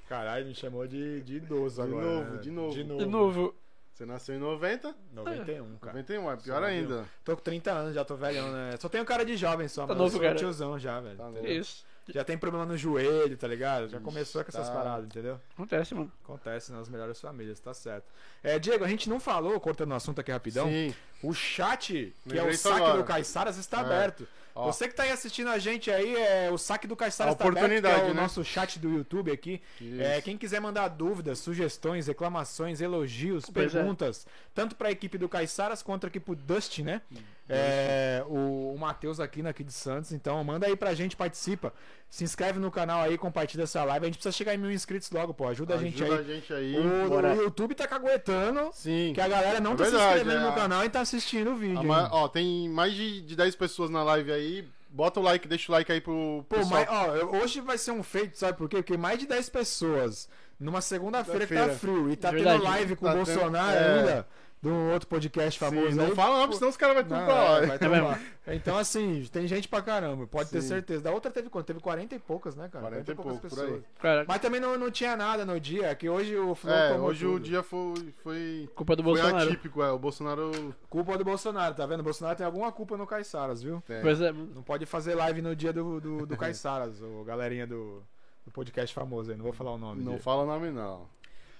S2: Caralho, me chamou de, de idoso
S3: De
S2: agora.
S3: novo,
S2: né?
S3: de novo.
S2: De novo.
S4: de novo.
S3: Você nasceu em 90?
S2: 91, cara.
S3: 91, é pior
S2: Só
S3: ainda.
S2: Tô com 30 anos, já tô velhão, né? Só tenho cara de jovem só,
S4: Tá
S2: mas
S4: novo,
S2: eu sou um
S4: cara.
S2: tiozão já, velho.
S3: Tá
S2: entendeu?
S3: novo.
S4: Isso.
S2: já tem problema no joelho, tá ligado? Já
S3: Ixi,
S2: começou com essas
S3: tá.
S2: paradas, entendeu?
S4: Acontece, mano.
S2: Acontece nas melhores famílias, tá certo. É, Diego, a gente não falou, cortando o assunto aqui rapidão,
S3: Sim.
S2: o chat, que é
S3: Lembrei
S2: o
S3: isso
S2: saque
S3: agora.
S2: do Caiçaras, está
S3: É.
S2: aberto.
S3: Ó.
S2: Você que tá aí assistindo a gente aí, é, o saque do Caiçaras
S3: A
S2: está aberto, que é
S3: oportunidade,
S2: o
S3: né?
S2: nosso chat do YouTube aqui.
S3: Isso.
S2: É, quem quiser mandar dúvidas, sugestões, reclamações, elogios,
S4: Pois é.
S2: perguntas, tanto para a equipe do Caiçaras quanto aqui pro Dustin, né?
S3: Hum,
S2: É, o o Matheus aqui aqui de Santos. Então, manda aí pra gente, participa. Se inscreve no canal aí, compartilha essa live. A gente precisa chegar em mil inscritos logo, pô. Ajuda, a gente aí.
S3: a gente aí.
S2: O,
S4: Bora.
S2: o YouTube tá caguetando
S3: Sim.
S2: que a galera não
S3: É
S2: tá
S3: verdade,
S2: se inscrevendo
S3: é.
S2: no canal e tá assistindo o vídeo.
S3: A
S2: hein?
S3: ma- Ó, tem mais de, de 10 pessoas na live aí. Bota o like, deixa o like aí pro
S2: Pô,
S3: pessoal.
S2: mas, ó, eu- hoje vai ser um feito, sabe por quê? Porque mais de 10 pessoas numa segunda-feira que tá
S3: Feira.
S2: frio e tá
S4: Verdade.
S2: tendo live com
S3: Tá
S2: o
S3: tendo-
S2: Bolsonaro
S3: é.
S2: ainda, de um outro podcast famoso.
S3: Sim, tá não
S2: aí.
S3: fala não, porque senão os caras vão tudo
S2: né? Não,
S3: pra lá.
S2: é, vai tomar.
S4: mesmo.
S2: Então, assim, tem gente pra caramba, pode ter
S3: Sim.
S2: certeza. Da outra teve quanto? Teve 40 e poucas, né, cara?
S3: 40 e pouco, por aí.
S4: Cara,
S2: Mas também não, não tinha nada no dia, que hoje o Flow
S3: É,
S2: tomou
S3: hoje o
S2: um tudo.
S3: dia foi, foi,
S4: culpa do
S3: foi
S4: Bolsonaro.
S3: atípico, é. O Bolsonaro
S2: Culpa do Bolsonaro, tá vendo? O Bolsonaro tem alguma culpa no Caiçaras, viu?
S3: tem.
S4: Pois é, mano.
S2: Não pode fazer live no dia do, do, do Caiçaras, o galerinha do, do podcast famoso aí. Não vou falar o nome.
S3: Não
S2: Diego.
S3: fala nome, não.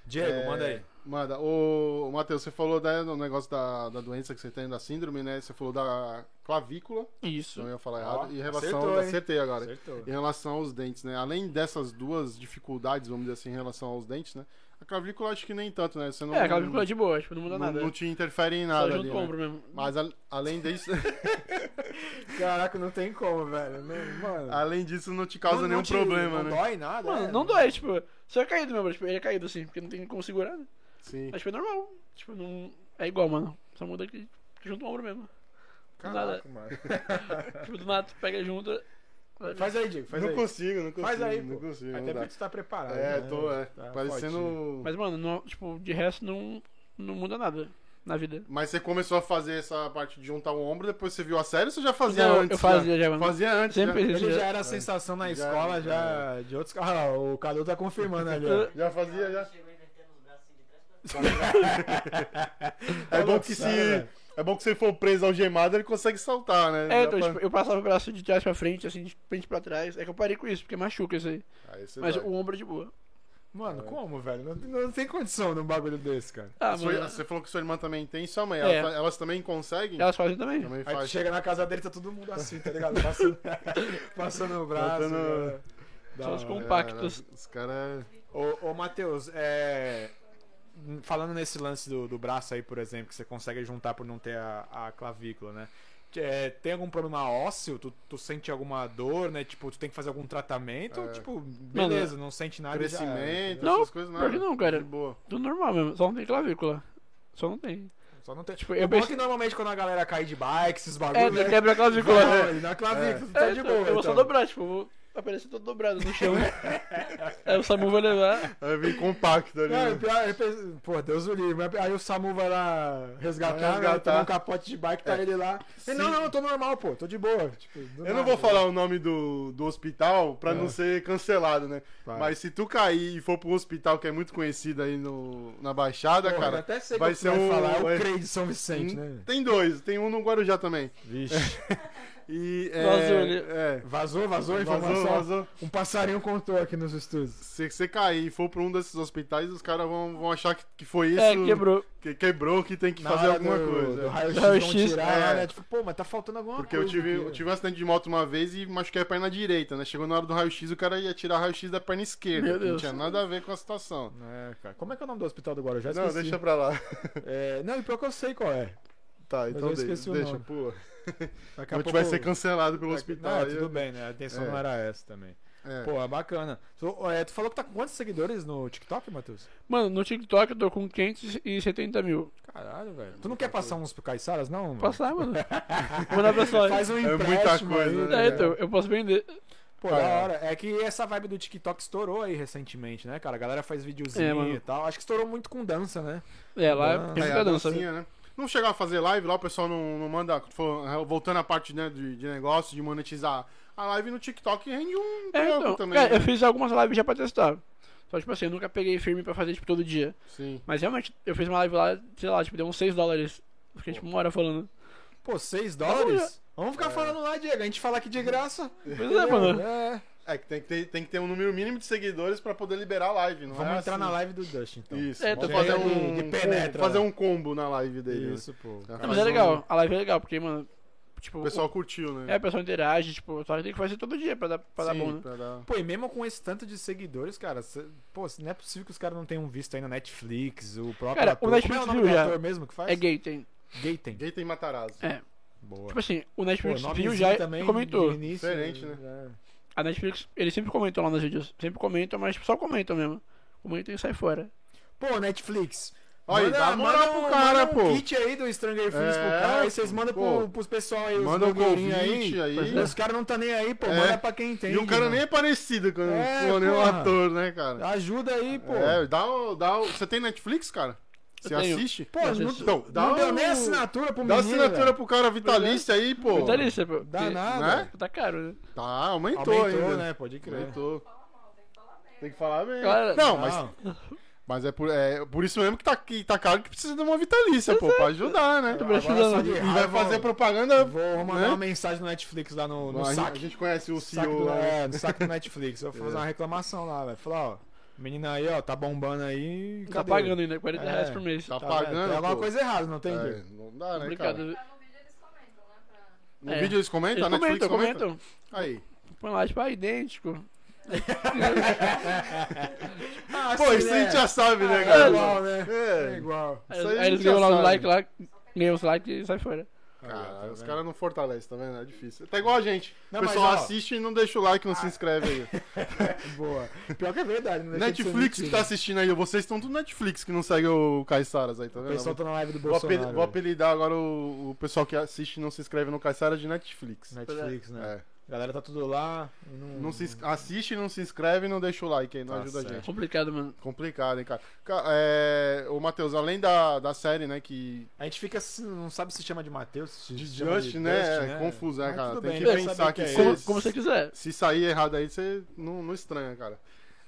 S2: Diego,
S3: É,
S2: manda aí.
S3: Manda. Ô, Matheus, você falou da, do negócio da, da doença que você tem, da síndrome, né? Você falou da clavícula,
S4: Isso.
S3: não ia falar
S2: Ó,
S3: errado. E em relação.
S2: acertou, hein?
S3: acertei agora.
S2: Acertou.
S3: Em relação aos dentes, né? Além dessas duas dificuldades, vamos dizer assim, em relação aos dentes, né? A clavícula acho que nem tanto, né? Você não,
S4: É, aquela película de boa, tipo, não muda
S3: não,
S4: nada.
S3: não te interfere em
S4: Só
S3: nada.
S4: junto
S3: Ali,
S4: com o
S3: né?
S4: ombro mesmo.
S3: Mas a- além disso,
S2: Caraca, não tem como, velho. Não- mano.
S3: além disso, Ah, não te causa
S2: Não- não
S3: nenhum
S2: te- não
S3: problema, né?
S2: dói nada.
S4: Mano,
S2: é.
S4: não dói, tipo, só é caído mesmo, tipo, ele é caído assim, porque não tem como segurar, né?
S3: Sim.
S4: Mas foi normal. Tipo, não. É igual, mano. Só muda que, que junta o ombro mesmo.
S2: Caraca, mano.
S4: Tipo, do nada tu pega junto. vai-
S2: Faz aí, Diego, faz
S3: não
S2: aí.
S3: consigo, não consigo.
S2: Faz aí,
S3: não
S2: pô.
S3: consigo.
S2: Até
S3: não dá.
S2: porque tu tá preparado.
S3: É,
S2: né?
S3: tô, é.
S2: Tá fortinho.
S3: parecendo. Mas...
S4: Mas, mano, não- tipo, de resto não, não muda nada na vida.
S3: você começou a fazer essa parte de juntar o ombro, depois você viu a série ou você já fazia
S4: Não, eu
S3: antes? né?
S4: fazia já, mano.
S3: Fazia antes.
S4: Sempre
S3: Já,
S4: isso.
S2: Ele já era a sensação na
S3: Já,
S2: escola, já, de outros. Ah, o Cadu tá confirmando ali, ó.
S3: já fazia, já.
S6: Chegou invertendo os braços assim de trás pra frente.
S3: É
S2: Tá
S3: bom que se.
S2: lançado, né?
S3: É bom que se ele for preso algemado, ele consegue saltar, né?
S4: É,
S3: Dá
S4: então,
S3: pra-
S4: tipo, eu passava o braço de trás pra frente, assim, de frente pra trás. É que eu parei com isso, porque machuca isso aí.
S3: Aí você
S4: Mas
S3: vai.
S4: o ombro é de boa.
S2: Mano, como, velho? Não, não tem condição num bagulho desse, cara.
S4: Ah,
S3: Sua-
S4: mano.
S3: Você falou que sua irmã também tem, sua mãe.
S4: É.
S3: ela- elas também conseguem?
S4: Elas fazem também.
S3: Também
S2: Aí tu
S3: faz.
S2: chega na casa dele, tá todo mundo assim, tá ligado? Passando, passando o braço.
S3: Passando-
S2: né? Da
S4: São os
S2: hora.
S4: compactos.
S3: Cara, É, os caras.
S2: Ô, ô Matheus, é, falando nesse lance do, do braço aí, por exemplo, que você consegue juntar por não ter a, a clavícula, né? É, tem algum problema ósseo? Tu, tu sente alguma dor, né? Tipo, tu tem que fazer algum tratamento?
S3: É.
S2: Tipo, beleza, não sente nada. Ah, já era.
S3: Crescimento,
S4: Não,
S3: essas coisas,
S4: pior que não, cara.
S3: De boa.
S4: Tudo normal mesmo, só não tem clavícula. Só não tem.
S2: Só não tem.
S4: Tipo,
S2: Tipo,
S4: eu
S2: eu bom
S4: pense-
S2: que normalmente quando a galera cai de bike, esses
S4: É,
S2: bagulhos. né?
S4: tu quebra a clavícula.
S2: Não, ele na clavícula, tu tá
S4: É,
S2: de
S4: então,
S2: boa.
S4: Eu vou só
S2: então.
S4: dobrar, tipo, eu vou aparecer todo dobrado no chão.
S3: Então.
S4: Aí o Samu vai levar.
S3: Aí vem compacto ali.
S2: Não,
S3: né?
S2: o pior, eu penso, pô, Deus o livre. mas Aí o Samu vai lá resgatar,
S3: Vai
S2: vai
S3: resgatar. É.
S2: tomar um capote de bike, tá ele lá.
S3: Sim.
S2: Ele, não, não, eu tô normal, pô, tô de boa. Tipo, do
S3: Eu não
S2: nada.
S3: vou falar o nome do, do hospital pra não
S2: É.
S3: ser cancelado, né?
S2: Vai.
S3: Mas se tu cair e for pro hospital que é muito conhecido aí no, na Baixada,
S2: Porra, eu
S3: cara,
S2: até sei
S3: vai
S2: que
S3: ser
S2: vai
S3: um-
S2: falar, é
S3: vai-
S2: o Crei de São Vicente,
S3: hum,
S2: né?
S3: tem dois. Tem um no Guarujá também.
S2: Vixe.
S3: E, é,
S4: Vazou ali.
S3: é.
S2: Vazou, vazou a
S3: Vazou,
S2: informação.
S3: vazou.
S2: Um passarinho contou aqui nos estúdios.
S3: Se você cair e for pra um desses hospitais, os caras vão, vão achar que, que foi isso.
S4: É, quebrou.
S3: que quebrou, que tem que
S2: Na
S3: fazer
S2: hora
S3: alguma
S2: do-
S3: coisa.
S2: Do raio X,
S4: Raio
S2: vão
S4: X,
S2: tirar
S3: é.
S2: lá, né? Tipo, pô, mas tá faltando alguma
S3: Porque eu
S2: coisa. é.
S3: tive,
S2: aqui.
S3: eu tive um acidente de moto uma vez e machuquei a perna direita, né? Chegou na hora do raio-x, o cara ia tirar raio-x da perna esquerda.
S4: Meu
S3: que Não
S4: Deus.
S3: tinha nada a ver com a situação.
S2: É, cara. Como é que é o nome do hospital do Guarujá?
S3: não,
S2: Esqueci.
S3: deixa pra lá.
S2: É, não, e pior que eu sei qual é.
S3: Tá, então
S2: eu
S3: de-
S2: esqueci o
S3: deixa,
S2: nome.
S3: pula.
S2: Daqui a
S3: Não
S2: pouco
S3: vai ser cancelado pelo hospital.
S2: Não, é
S3: aí
S2: tudo
S3: eu-
S2: bem, né? A intenção
S3: É.
S2: não era essa também.
S3: É.
S2: Pô, é bacana. Tu, é, tu falou que tá com quantos seguidores no TikTok, Matheus?
S4: Mano, no TikTok eu tô com 570 mil.
S2: Caralho, velho. Tu não quer passar uns pro Caiçaras, não? mano?
S4: Passar, mano. Vou mandar pra só.
S2: Faz um
S3: É muita
S2: empréstimo
S3: coisa,
S2: aí,
S3: né?
S2: tá
S4: É,
S2: ligado?
S4: então, eu posso vender.
S2: Pô,
S3: Cara.
S2: da hora. É que essa vibe do TikTok estourou aí recentemente, né, cara? A galera faz
S4: É,
S2: videozinho
S4: mano.
S2: e tal. Acho que estourou muito com dança, né?
S4: É, lá
S2: Ah.
S4: tem
S3: É,
S4: muita
S3: a
S4: dança.
S3: dancinha, né? Não chegar a fazer live lá, o pessoal não, não manda. for- Voltando à parte né, de, de negócio, de monetizar. A live no TikTok rende um
S4: É,
S3: trampo
S4: então,
S3: também.
S4: cara,
S3: né?
S4: eu fiz algumas lives já pra testar. Só, tipo assim, eu nunca peguei firme pra fazer, tipo, todo dia.
S3: Sim.
S4: Mas realmente, eu fiz uma live lá, sei lá, tipo, deu uns 6 dólares. Fiquei, tipo, uma hora falando.
S2: Pô, 6
S4: Tá
S2: dólares? Vamos
S3: É.
S2: ficar falando lá, Diego. A gente fala aqui de graça.
S4: Pois né? é, mano.
S2: É.
S3: É que tem que, ter, tem que ter um número mínimo de seguidores pra poder liberar a live, não
S2: Vamos
S3: é
S2: entrar
S3: assim.
S2: na live do Dustin, então.
S3: Isso,
S4: É,
S3: vamos
S4: tô
S3: fazer
S2: falando
S3: um,
S2: de- de penetra,
S3: fazer
S2: né?
S3: um combo na live dele.
S2: Isso, pô.
S3: né? Já
S4: Ah, mas
S3: faz
S4: é
S3: um-
S4: legal, a live é legal, porque, mano, tipo,
S3: O pessoal curtiu, né?
S4: é, o pessoal interage, tipo, só que tem que fazer todo dia pra dar, pra dar
S3: Sim,
S4: bom, né?
S3: pra dar-
S2: Pô, e mesmo com esse tanto de seguidores, cara, cê- pô, não é possível que os caras não tenham visto aí na Netflix, o próprio
S4: Cara,
S2: ator.
S4: o
S2: Como
S4: Netflix
S2: é o nome
S4: viu
S2: do
S4: já.
S2: ator mesmo que faz?
S4: É gay, tem.
S2: Gaten.
S3: Gaten Matarazzo.
S4: É.
S2: Boa.
S4: Tipo assim, o
S2: Pô, é-
S4: Netflix viu
S2: nomezinho
S4: já
S2: também
S4: e comentou.
S2: de início,
S3: Diferente,
S4: A Netflix, eles sempre comentam lá nos vídeos. Sempre comentam, mas tipo, só comentam mesmo. Comentam e sai fora.
S2: Pô, Netflix.
S3: Olha aí, dá moral pro
S2: um-
S3: cara,
S2: manda um
S3: pô.
S2: kit aí do Stranger Things pro
S3: É,
S2: cara, aí vocês mandam
S3: pô.
S2: pro, pros pessoal aí, os
S3: Manda um
S2: blogueirinhos
S3: convite aí.
S2: Os caras não tá nem aí, pô,
S3: É.
S2: manda pra quem entende.
S3: e o cara
S2: mano.
S3: nem é parecido com
S2: É,
S3: com nenhum
S2: porra.
S3: ator, né, cara?
S2: Ajuda aí, pô.
S3: É, dá o, dá o... Você tem Netflix, cara? Você
S4: tenho.
S3: assiste?
S2: Pô,
S4: Mas
S2: não,
S4: isso-
S3: Então, dá
S2: não deu
S3: o-
S2: nem assinatura pro
S3: Dá
S2: menino,
S3: assinatura
S2: velho.
S3: pro cara vitalício aí, pô.
S4: Tá ali, você, pô.
S2: Dá
S4: porque
S2: nada.
S3: Né?
S4: Tá caro, né?
S3: Tá, aumentou,
S2: Aumentou,
S3: ainda.
S2: né? Pode crer.
S3: Aumentou. Tem que falar bem.
S4: Claro.
S3: Não, mas,
S2: Não.
S3: mas é, por, é por isso mesmo que tá, que tá caro que precisa de uma vitalícia, pô, pra ajudar, né?
S4: Agora só de-
S3: E
S2: um.
S3: vai fazer propaganda.
S2: Ah, Vou mandar
S3: né?
S2: uma mensagem no Netflix lá no, no
S3: a, gente, a
S2: saque.
S3: gente conhece o né? É.
S2: saque
S3: CEO
S2: do,
S3: lá.
S2: é, no saque do Netflix. Eu vou fazer uma reclamação lá, velho. Falar, ó, menina aí, ó, tá bombando aí.
S4: Tá
S2: cadê?
S4: pagando ainda, 40
S2: É.
S4: reais por mês.
S3: Tá
S2: Tá
S3: pagando,
S2: vendo? Tem alguma
S3: pô.
S2: coisa errada, não tem?
S3: É,
S2: Diego?
S3: não dá, né, cara?
S4: Obrigado.
S5: Tá no vídeo eles comentam, né? Pra...
S3: No
S4: É.
S3: vídeo eles comentam, a
S4: Eles
S3: Então, Netflix
S4: comentam,
S3: comenta?
S4: comentam.
S3: Aí.
S4: Põe lá, tipo, ah, idêntico.
S2: Ah,
S3: Pô,
S2: sim,
S3: isso a
S2: né?
S3: gente já sabe, né,
S2: É
S3: cara?
S2: igual, né?
S3: É.
S2: É igual.
S4: Aí,
S3: Isso aí a
S4: aí eles
S3: gente já
S4: ganham lá o
S3: sabe.
S4: like lá, ganham os likes e sai fora.
S3: Cara, os caras não fortalecem, tá vendo? É difícil. Tá igual a gente.
S2: Não,
S3: o
S2: mas,
S3: pessoal
S2: ó-
S3: assiste e não deixa o like, não se inscreve aí.
S2: Boa. Pior que é verdade, não deixa de ser
S3: Netflix que
S2: mentira.
S3: tá assistindo aí, vocês estão do Netflix que não segue o Caissaras aí, tá
S2: O
S3: vendo?
S2: pessoal tá na live do
S3: Vou, apeli-
S2: Bolsonaro.
S3: vou apelidar agora o, o pessoal que assiste e não se inscreve no Caissaras de Netflix.
S2: Netflix, né?
S3: É.
S2: A galera tá tudo lá. e Não,
S3: Não se ins- assiste, não se inscreve e não deixa o like aí, não
S2: Tá
S3: ajuda
S2: certo.
S3: a gente.
S4: É Complicado, mano.
S3: Complicado, hein, cara. Ca- É, ô, Matheus, além da, da série, né, que...
S2: A gente fica assim, não sabe se chama de Matheus, se
S3: De
S2: chama
S3: Just, né? É confuso, né,
S2: Mas
S3: cara?
S2: tudo
S3: Tem
S2: bem,
S3: que
S2: vai
S3: pensar
S2: saber
S3: que
S2: o que é
S4: Como,
S3: isso.
S4: como você quiser.
S3: Se sair errado aí, você não, não estranha, cara.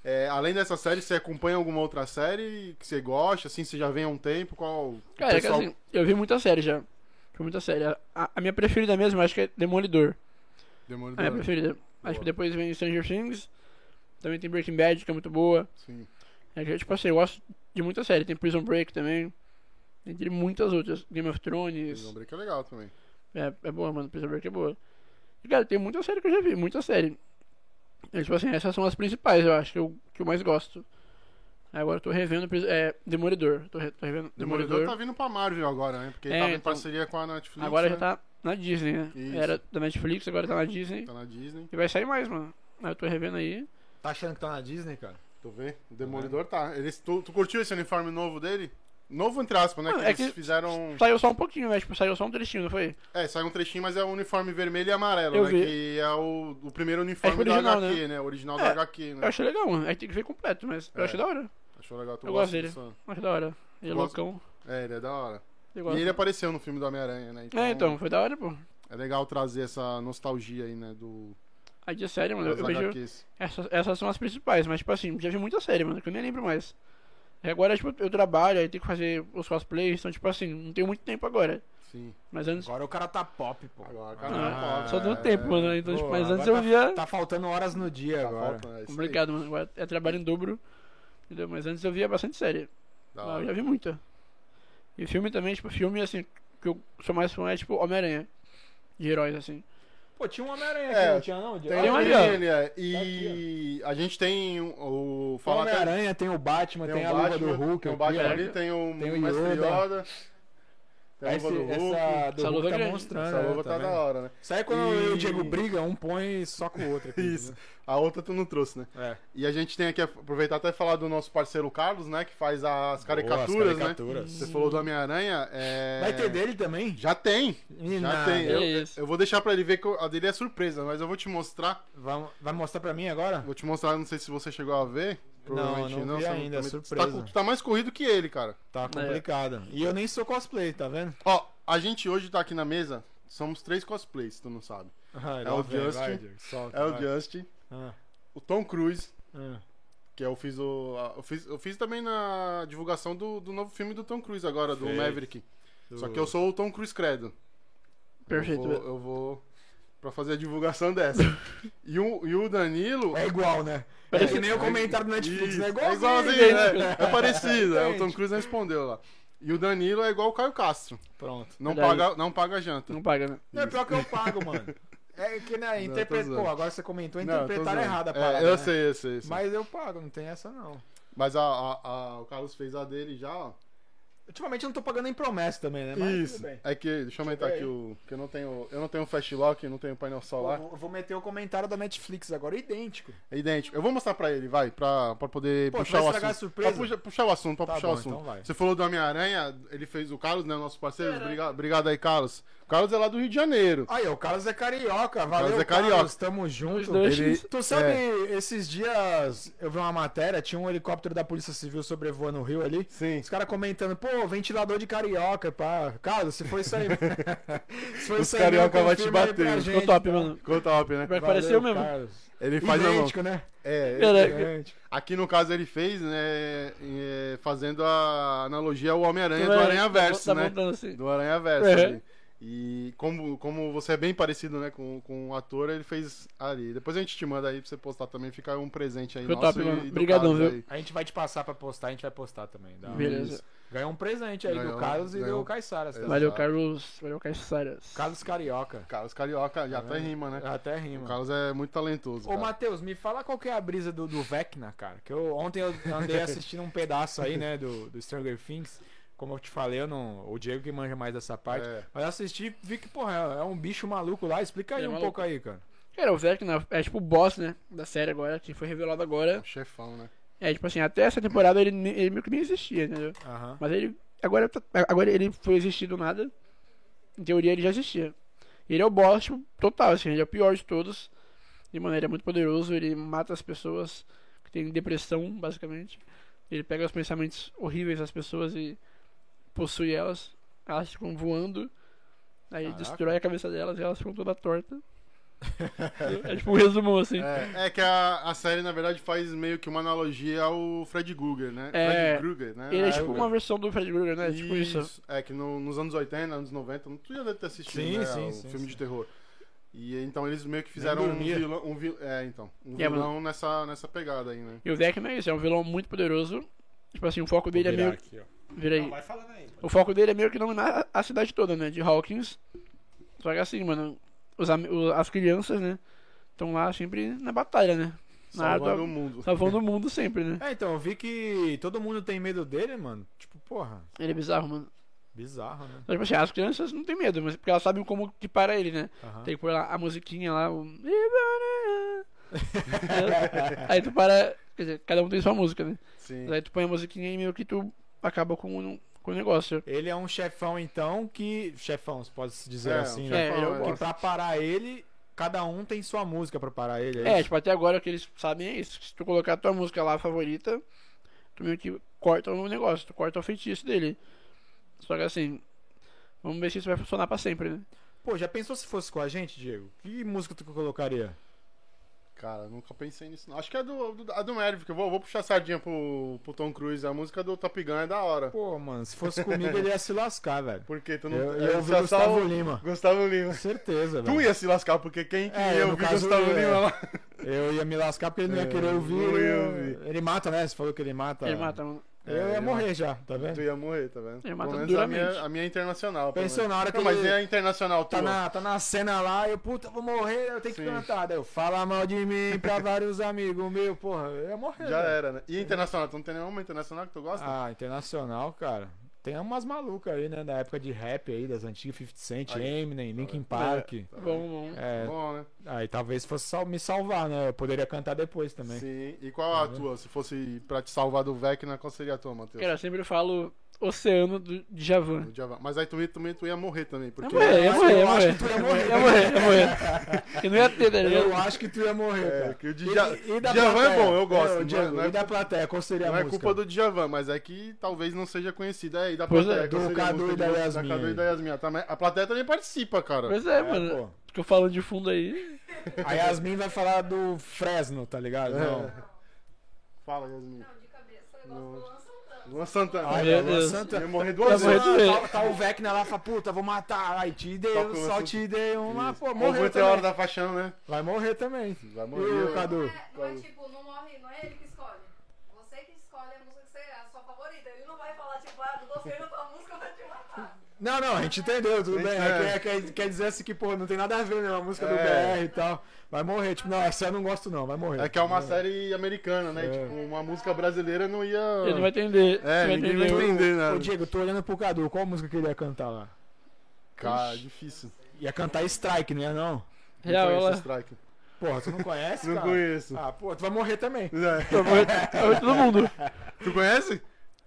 S3: É, além dessa série, você acompanha alguma outra série que você gosta, assim, você já vem há um tempo, qual... o
S4: Cara, é que
S3: pessoal-
S4: assim, eu vi muita série já. Foi muita série. A, a minha preferida mesmo, acho que é Demolidor.
S3: Demolidor,
S4: A minha preferida. Acho que depois vem Stranger Things. Também tem Breaking Bad, que é muito boa.
S3: sim.
S4: É que, tipo assim, eu gosto de muita série. Tem Prison Break também. Entre muitas outras. Game of Thrones.
S3: Prison Break é legal também.
S4: É, é boa, mano. Prison Break é boa. E, cara, tem muita série que eu já vi, muita série. E, tipo assim, essas são as principais, eu acho, que eu, que eu mais gosto. Agora eu tô revendo Pris- é, Demolidor. Tô, re- tô revendo Demolidor.
S3: Demolidor tá vindo pra Marvel agora, né? Porque
S4: É,
S3: ele tava em
S4: então-
S3: parceria com a Netflix.
S4: Agora
S3: né?
S4: já tá na Disney, né?
S3: Isso.
S4: Era da Netflix, agora tá na Disney.
S3: Tá na Disney.
S4: E vai sair mais, mano. Aí eu tô revendo aí.
S2: Tá achando que tá na Disney, cara?
S3: Tu vê? O Demolidor tá. Eles, tu, tu curtiu esse uniforme novo dele? Novo entre aspas, né?
S4: Não,
S3: que
S4: é
S3: eles
S4: que-
S3: fizeram.
S4: Saiu só um pouquinho, né? Tipo, saiu só um trechinho, não foi?
S3: É, saiu um trechinho, mas é o uniforme vermelho e amarelo,
S4: Eu
S3: né?
S4: vi.
S3: Que é o, o primeiro uniforme
S4: É, tipo,
S3: da
S4: original,
S3: HQ, né? O original
S4: É,
S3: da HQ, né?
S4: Eu achei legal, mano. Aí tem que ver completo, mas eu
S3: É.
S4: achei da hora.
S3: Achou legal tu
S4: eu
S3: gosta
S4: gosto dele.
S3: disso?
S4: Acho da hora. Ele é
S3: Gosto.
S4: loucão.
S3: É, ele é da hora.
S4: Eu
S3: E
S4: gosto.
S3: ele é apareceu no filme do Homem-Aranha, né?
S4: É, então, foi da hora, pô.
S3: É legal trazer essa nostalgia aí, né? Do,
S4: Aí de série, mano, eu,
S3: das
S4: eu vejo.
S3: HQs.
S4: Essas, essas são as principais, mas tipo assim, já vi muita série, mano, que eu nem lembro mais. E agora, tipo, eu trabalho, aí tenho que fazer os cosplays, então, tipo assim, não tenho muito tempo agora.
S3: Sim.
S4: Mas antes.
S2: Agora o cara tá pop, pô.
S3: Agora,
S4: Ah,
S3: caramba,
S4: só
S2: né?
S4: deu
S3: é,
S4: tempo, mano. Então, tipo,
S2: Pô,
S4: mas antes
S2: agora
S4: eu via.
S2: Tá, tá faltando horas no dia
S3: Tá
S2: agora. né?
S3: faltando, é isso aí.
S4: Complicado, mano. Agora é trabalho em dobro. Entendeu? Mas antes eu via bastante série.
S3: Da
S4: Ah, eu
S3: hora.
S4: já vi muita. E filme também, tipo, filme assim, que eu sou mais fã é tipo Homem-Aranha. De heróis, assim.
S2: Pô, tinha um Homem-Aranha
S3: É,
S2: aqui, não tinha não?
S3: Tem
S4: Tem um ali, ó.
S3: ele,
S2: Tá
S3: é. E a gente tem o. o
S2: Tem o
S3: falar até-
S2: Homem-Aranha, é tem o Batman, tem,
S3: o
S2: a luva do
S3: um
S2: Hulk.
S3: Batman, Tem o
S2: aqui, ó.
S3: Batman
S4: Hulk.
S3: ali, tem o,
S2: Tem o
S3: Mestre
S2: Yoda.
S3: Yoda. Tem a
S2: Esse,
S3: luva do Hulk.
S2: essa do
S4: Essa luva é
S2: Hulk tá
S4: grande.
S2: mostrando.
S3: Essa
S2: né,
S3: luva tá da
S2: vendo?
S3: hora, né?
S2: Isso aí quando
S3: E-
S2: eu e o Diego briga, um põe só com o outro. Aqui,
S3: Isso. A outra tu não trouxe, né?
S2: É.
S3: E a gente tem aqui, aproveitar até falar do nosso parceiro Carlos, né? Que faz as caricaturas,
S2: Boa, as
S3: né?
S2: caricaturas.
S3: Você falou do Homem-Aranha. é-
S2: Vai ter dele também?
S3: Já tem. Já
S2: Ih,
S3: tem.
S4: É
S3: Eu,
S4: isso.
S3: eu vou deixar pra ele ver que eu- a dele é surpresa, mas eu vou te mostrar.
S2: Vai, vai mostrar pra mim agora?
S3: Vou te mostrar, não sei se você chegou a ver. Provavelmente
S2: não
S3: não.
S2: vi
S3: você
S2: ainda,
S3: também-
S2: é
S3: tu tá com-
S2: surpresa.
S3: tu tá mais corrido que ele, cara.
S4: É.
S2: Tá complicado. E eu nem sou cosplay, tá vendo?
S3: Ó, a gente hoje tá aqui na mesa, somos três cosplays, tu não sabe.
S2: Ah,
S3: É
S2: lá
S3: o
S2: vem,
S3: Justin.
S2: vai, Diego, solta,
S3: É o
S2: vai.
S3: Justin,
S2: Ah,
S3: o Tom Cruise,
S2: ah.
S3: que eu fiz o. a- Eu fiz, eu fiz também na divulgação do, do novo filme do Tom Cruise agora, do
S2: Fez.
S3: Maverick. Só que eu sou o Tom Cruise Credo. Eu
S4: Perfeito.
S2: é-
S3: vou, eu vou pra fazer a divulgação dessa. e, o, e o Danilo.
S2: É igual, né? É
S4: Parece-
S2: que nem o comentário do Netflix,
S3: Isso,
S2: né?
S3: é
S2: Igualzinho.
S3: igualzinho, né? É parecido. é, o Tom
S2: Idêntico.
S3: Cruise respondeu lá. E o Danilo é igual o Caio Castro.
S2: Pronto.
S3: Não,
S4: Verdade.
S3: paga, não paga janta.
S4: Não paga, né?
S2: Não, é pior que eu pago, mano. É que, né, interpre...
S3: zoando.
S2: Pô, agora você comentou,
S3: Não, eu tô
S2: interpretaram
S3: zoando.
S2: errado a
S3: É,
S2: parada,
S3: eu
S2: né?
S3: sei, eu sei. eu sei.
S2: Mas eu pago, não tem essa não.
S3: Mas a, a- a- o Carlos fez a dele já, ó.
S2: Ultimamente eu não tô pagando em promessa também, né? Mas
S3: Isso.
S2: tudo bem.
S3: É que, deixa eu aumentar
S2: Deixa
S3: aqui
S2: eu
S3: o. Que eu não tenho. Eu não tenho fast lock, não tenho painel
S2: Pô,
S3: solar.
S2: vou, vou meter o comentário da Netflix agora, idêntico.
S3: É idêntico. Eu vou mostrar pra ele, vai, pra, pra poder
S2: Pô, tu
S3: puxar
S2: vai
S3: o
S2: estragar a
S3: assunto.
S2: surpresa?
S3: Pra puxar, puxar o assunto, pra
S2: Tá
S3: puxar o
S2: bom,
S3: assunto.
S2: então vai.
S3: Você falou do Homem-Aranha, ele fez o Carlos, né? Nosso parceiro. Obrigado, obrigado aí, Carlos. O Carlos é lá do Rio de Janeiro.
S2: Aí, o Carlos é carioca, valeu,
S3: Carlos
S2: Carlos
S3: é carioca.
S2: tamo
S4: Os
S2: junto.
S4: dois.
S3: Ele-
S2: Tu sabe,
S3: É.
S2: esses dias eu vi uma matéria, tinha um helicóptero da Polícia Civil sobrevoando o Rio ali.
S3: Sim.
S2: Os caras comentando, pô, ventilador de carioca, pá. Carlos, se foi isso aí. se foi
S3: Os
S2: isso aí, mesmo,
S3: carioca vai te
S2: confirma aí pra
S3: bater.
S2: gente.
S4: Ficou top, mano.
S3: Ficou top, né?
S4: Pior
S2: Valeu,
S4: que pareceu mesmo.
S2: Carlos.
S3: Ele faz a mão.
S2: Idêntico, né?
S3: É, ele-
S4: Caraca.
S2: Idêntico.
S3: aqui no caso ele fez, né? é, fazendo a analogia ao Homem-Aranha do
S2: é
S4: Tá
S3: Aranha Verso,
S4: tá
S3: né?
S4: montando assim.
S3: Do Aranha Verso.
S4: É.
S3: ali. E como, como você é bem parecido né, com, com o ator, ele fez ali. Depois a gente te manda aí pra você postar também, fica um presente aí
S4: Ficou
S3: nosso
S4: top,
S3: e-
S4: mano.
S3: e do
S4: Obrigadão,
S3: Carlos
S4: viu?
S3: aí.
S2: A gente vai te passar pra postar, a gente vai postar também. dá uma-
S4: Beleza.
S2: Ganhou um presente aí
S3: Ganhou,
S2: do Carlos e
S3: ganhou. um-
S2: do Caissaras. tá?
S4: Valeu,
S3: Exato.
S4: Carlos. Valeu, Caissaras.
S2: Carlos Carioca.
S3: Carlos Carioca, já até rima, né?
S2: Até
S3: O
S2: É. rima.
S3: Carlos é muito talentoso.
S2: Ô,
S3: cara.
S2: Matheus, me fala qual que é a brisa do, do Vecna, cara. Que eu, ontem eu andei assistindo um pedaço aí, né, do, do Stranger Things. Como eu te falei, eu não. O Diego que manja mais dessa parte.
S3: É.
S2: Mas eu assisti e vi que, porra, é um bicho maluco lá. Explica aí
S4: Ele é
S2: um
S4: maluco.
S2: pouco aí, cara.
S4: Cara, o Vecna é tipo o boss, né? Da série agora, que foi revelado agora.
S3: Chefão, né?
S4: É, tipo assim, até essa temporada ele, ne- ele meio que nem existia, entendeu?
S2: Aham.
S4: Mas ele. Agora, tá- agora ele foi existir do nada. Em teoria ele já existia. Ele é o boss, tipo, total, assim, ele é o pior de todos. De maneira muito poderoso, ele mata as pessoas que têm depressão, basicamente. Ele pega os pensamentos horríveis das pessoas e possui elas. Elas ficam voando. Aí ele
S2: Caraca.
S4: destrói a cabeça delas e elas ficam toda torta. é tipo um resumão, assim.
S3: É, é que a, a série, na verdade, faz meio que uma analogia ao Fred Krueger, né?
S4: É.
S3: Fred Krueger, né?
S4: Ele é
S3: Na
S4: tipo
S3: época.
S4: uma versão do Fred Krueger, né? Tipo isso.
S3: É que no- nos anos 80, anos 90, não- tu já deve ter assistido
S2: Sim,
S3: né,
S2: sim,
S3: o
S2: sim,
S3: filme
S2: sim.
S3: de terror. E então eles meio que fizeram
S2: Nem
S3: um
S2: dormia.
S3: vilão, um vil- é, então, um
S4: É, mas-
S3: vilão nessa, nessa pegada aí, né?
S4: E o Vecna é isso, é um vilão muito poderoso. Tipo assim, o foco dele é meio.
S2: aqui, ó.
S4: Vira aí.
S7: Não, vai falando aí. pô.
S4: O foco dele é meio que dominar a a cidade toda, né? De Hawkins. Só que assim, mano, os, ami- o- as crianças, né? Estão lá sempre na batalha, né? Na
S3: Salvando o
S4: água,
S3: mundo.
S4: salvando o mundo sempre, né?
S2: É, então, eu vi que todo mundo tem medo dele, mano. Tipo, porra,
S4: Ele é bizarro, mano.
S2: bizarro, né?
S4: Então, tipo assim, as crianças não tem medo, mas porque elas sabem como que para ele, né?
S2: Aham.
S4: Tem que pôr lá a musiquinha lá, o. Aí tu para. Quer dizer, cada um tem sua música, né?
S3: Sim.
S4: Mas Aí tu põe a musiquinha e meio que tu acaba com, o- com o negócio.
S2: Ele é um chefão, então, que. Chefão, se pode se dizer
S3: É,
S2: assim,
S3: um
S2: né?
S4: chefão,
S3: é.
S2: que pra parar ele, cada um tem sua música pra parar ele.
S4: É,
S2: isso?
S4: tipo, até agora o que eles sabem é isso. que Se tu colocar a tua música lá favorita, tu meio que corta o negócio, tu corta o feitiço dele. Só que assim, vamos ver se isso vai funcionar pra sempre, né?
S2: Pô, já pensou se fosse com a gente, Diego? Que música tu colocaria?
S3: Cara, nunca pensei nisso. Não. Acho que é do, do, a do Maverick. Eu vou, vou puxar a sardinha pro, pro Tom Cruise. A música do Top Gun é da hora.
S2: Pô, mano, se fosse comigo ele ia se lascar, velho.
S3: Porque tu não.
S2: Eu,
S3: é,
S2: eu ouvi
S3: você é só
S2: Gustavo
S3: o-
S2: Lima.
S3: Gustavo Lima.
S2: Certeza,
S3: Tu
S2: velho.
S3: ia se lascar, porque quem que
S2: É,
S3: ia
S2: no
S3: ouvir
S2: caso,
S3: Gustavo
S2: eu-
S3: Lima lá?
S2: Eu ia me lascar porque ele não ia
S3: É,
S2: querer ouvir.
S3: não ia
S2: ele- Ele mata, né? Você falou que ele mata.
S4: Ele mata, mano.
S2: Eu
S3: É,
S2: ia
S3: ele
S2: morrer já, tá vendo?
S3: Tu ia morrer, tá vendo?
S4: Ele mata
S3: Pelo menos a
S4: duramente.
S3: minha, a minha é internacional. pelo
S2: Pensou
S3: menos.
S2: na hora que
S3: Não, mas
S2: ele-
S3: e a internacional tua?
S2: Tá na, tá na cena lá, eu, puta, vou morrer, eu tenho que
S3: Sim.
S2: cantar. Daí eu, fala mal de mim pra vários amigos meu, porra, eu ia morrer.
S3: Já
S2: velho.
S3: era, né? E internacional? Tu não tem nenhuma internacional que tu gosta?
S2: Ah, internacional, cara. Tem umas malucas aí, né? Da época de rap aí, das antigas, 50 Cent,
S3: Aí.
S2: Eminem, Linkin Park.
S4: Bom, bom.
S2: É,
S3: Bom, né?
S2: aí talvez fosse sal- me salvar, né? Eu poderia cantar depois também.
S3: Sim. E qual a tua? Se fosse pra te salvar do Vecna, qual seria a tua, Matheus?
S4: Cara, eu sempre falo Oceano do Djavan.
S3: Do Djavan. Mas aí tu ia, também tu ia morrer também, porque...
S4: É, Eu morrer, ia
S2: acho-
S4: morrer,
S2: eu
S4: ia
S2: acho
S4: morrer.
S2: que tu ia morrer.
S4: Ia morrer, ia morrer. Que não ia ter, tá
S2: Eu
S4: ligado?
S2: acho que tu ia morrer,
S3: É,
S2: cara.
S3: que o
S2: E-
S3: Dja-
S2: e da
S3: Djavan é
S2: plateia?
S3: bom, eu gosto.
S2: Não,
S3: Não,
S2: Djavan,
S3: não é,
S2: e da plateia, qual seria
S3: não
S2: a
S3: é
S2: música?
S3: culpa do Djavan, mas é que talvez não seja conhecido. É, e da
S4: Pois é,
S3: plateia.
S2: do
S3: qual seria a
S2: Cadu
S3: música
S2: e da
S3: do-
S2: Yasmin.
S3: Da Cadu e da Yasmin. Ah, também- A plateia também participa, cara.
S4: Pois é, mano.
S2: pô.
S4: Ficou falando de fundo aí.
S2: A Yasmin vai falar do Fresno, tá
S3: É.
S2: ligado? Não.
S3: Fala, Yasmin.
S5: Não, de cabeça eu gosto do Luan Santana.
S3: Luan Santana.
S2: Ai,
S4: Meu
S2: Luan
S4: Deus.
S2: Santana.
S3: Ia morrer
S2: Tá,
S3: duas
S4: morrer
S3: vezes.
S4: duas vezes.
S2: tá- tá o Vecna lá, fala, puta, vou matar. Aí te dei, um,
S3: Só com
S2: só
S3: essa-
S2: te dei uma, pô,
S3: Ou
S2: morreu
S3: foi até a hora
S2: também.
S3: da paixão, né?
S2: Vai morrer também.
S3: Vai
S2: E
S3: morrer.
S2: o Cadu?
S5: Não é, não é tipo, não morre, não é ele que escolhe. Você que escolhe a música que você é a sua favorita. Ele não vai falar, tipo, ah, do Oceano, tua música vai te matar.
S2: Não, não, a gente entendeu, tudo
S3: Sim,
S2: bem.
S3: é.
S2: É, que- é que- quer dizer assim que, pô, não tem nada a ver, né? Uma música do
S3: É.
S2: BR e tal. Vai morrer, tipo, não, essa eu não gosto não, vai morrer.
S3: É que é uma
S2: Vai.
S3: série americana, né?
S2: É.
S3: Tipo, uma música brasileira não ia.
S4: Ele não vai entender.
S3: É,
S4: não vai
S3: ninguém
S4: entender.
S3: vai entender
S2: Ô,
S3: nada.
S2: Diego, tô olhando pro Cadu, qual música que ele ia cantar lá?
S3: Cara, é difícil.
S2: Ia cantar Strike, não ia não?
S4: Real,
S3: não
S4: ela.
S3: conheço Strike.
S2: Porra, tu não conhece,
S3: Não
S2: cara?
S3: conheço.
S2: Ah, pô, tu vai morrer também.
S3: É.
S4: Eu vou- eu vou todo mundo.
S3: Tu conhece?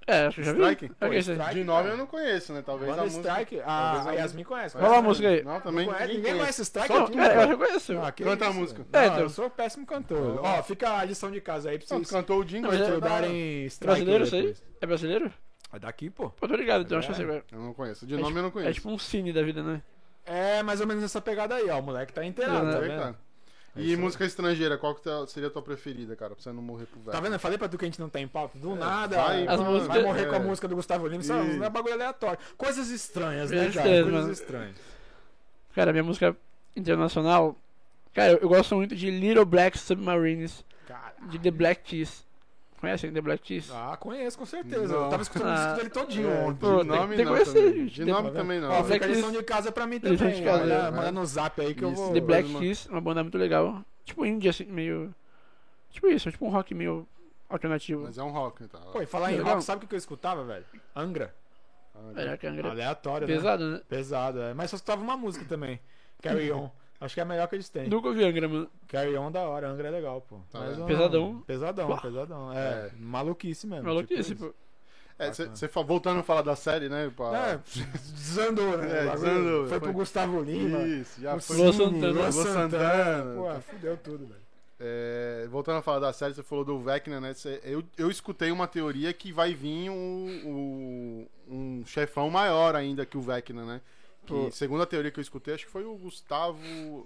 S4: É, acho que já vi.
S3: Strike?
S4: Ok,
S2: Pô,
S4: sim.
S2: Strike,
S3: De nome eu não conheço, né? Talvez
S2: Banda
S3: a música.
S2: Strike?
S3: Talvez
S2: Ah,
S3: a
S2: a Yasmin conhece.
S4: Qual a
S2: conhece?
S4: música aí?
S3: Não, também.
S2: Não conhece,
S3: ninguém
S2: Ninguém
S3: conhece.
S2: conhece Strike
S4: Só,
S2: aqui,
S4: é, eu
S2: cara.
S4: reconheço.
S2: Ah, que
S3: Canta a
S2: isso,
S3: música.
S2: velho.
S4: É,
S2: Não,
S4: então.
S2: eu sou péssimo cantor. Ó, fica a lição de casa aí pra
S3: Não,
S2: vocês
S3: tu cantou o Jingle.
S4: Não, mas
S3: então
S4: é-
S3: dá-
S2: estudarem Strike.
S4: Brasileiro isso aí?
S2: depois.
S4: É brasileiro?
S2: É daqui, pô.
S4: Pô, tô ligado, então
S2: É.
S4: acho que eu sei agora.
S3: Eu não conheço. De
S4: É
S3: nome
S4: tipo-
S3: eu não
S4: É
S3: conheço.
S4: tipo um cine da vida, né?
S2: É mais ou menos essa pegada aí, ó. O moleque tá inteirado,
S4: É,
S2: tá
S3: Aí,
S2: vendo?
S3: cara.
S2: É
S3: E
S2: isso aí.
S3: música estrangeira, qual que tá- seria a tua preferida, cara? Pra você não morrer pro velho.
S2: Tá vendo? Eu falei pra tu que a gente não tá em pauta. Do
S3: É,
S2: nada,
S3: vai,
S4: As
S2: vai,
S4: músicas-
S2: vai morrer com a
S3: é.
S2: música do Gustavo Lima. Isso é
S3: Isso.
S2: um bagulho aleatório. Coisas estranhas, né,
S4: Coisas
S2: cara?
S4: estranhas,
S2: Coisas
S4: mano.
S2: estranhas.
S4: Cara, minha música internacional. Cara, eu, eu gosto muito de Little Black Submarines,
S2: Cara.
S4: de The Black Keys. Conhecem The Black Keys?
S2: Ah, conheço, com certeza.
S3: Não.
S2: Eu tava escutando o disco
S4: Ah.
S2: dele todinho
S3: É,
S2: ontem. tá
S3: de
S4: Pô, tem-
S3: nome
S4: tem que
S3: não.
S4: conhecer,
S3: também.
S4: gente.
S3: De
S4: Tem-
S3: nome também não. né?
S2: Ó,
S4: Black
S2: fica a lição
S4: Keys-
S2: de casa pra mim
S4: lição
S2: também.
S4: de casa,
S2: olha,
S3: é.
S2: Manda no zap aí que eu
S3: Isso,
S2: vou.
S4: The Black
S3: mano.
S4: Keys, é uma banda muito legal. Tipo indie, assim, meio. Tipo isso, tipo um rock meio alternativo.
S3: Mas é um rock, tá?
S2: Pô, e falar em
S4: Legal.
S2: rock, sabe o que eu escutava, velho? Angra.
S4: Caraca, É, Angra.
S2: Aleatório, é né?
S4: Pesado, né?
S2: Pesado, é. Mas só escutava uma música também. Carry On. Acho que é a melhor que eles têm.
S4: Nunca ouvi Angra, mano.
S2: Carry On da hora, Angra é legal, pô.
S3: Tá,
S2: Mas
S3: é.
S2: não-
S4: Pesadão.
S2: Pesadão,
S4: Uá.
S2: pesadão. É,
S3: É.
S2: maluquice mesmo.
S4: Maluquice,
S2: tipo
S4: pô.
S3: É, cê- cê fa- voltando a falar da série, né?
S2: isso.
S3: pra-
S2: É, desandou, né?
S3: É,
S2: O bagulho
S3: desandou,
S2: Foi
S3: foi-
S2: pro Gustavo Lima.
S3: Isso, já
S2: o
S3: foi.
S4: Luan
S2: Cine,
S4: Santana.
S2: Luan
S3: Luan
S2: Santana.
S3: Santana.
S2: Pô, fudeu tudo, velho.
S3: É, voltando a falar da série, você falou do Vecna, né? Cê- eu, eu escutei uma teoria que vai vir um, um, um chefão maior ainda que o Vecna, né? Que,
S2: Pô.
S3: segundo a teoria que eu escutei, acho que foi o Gustavo.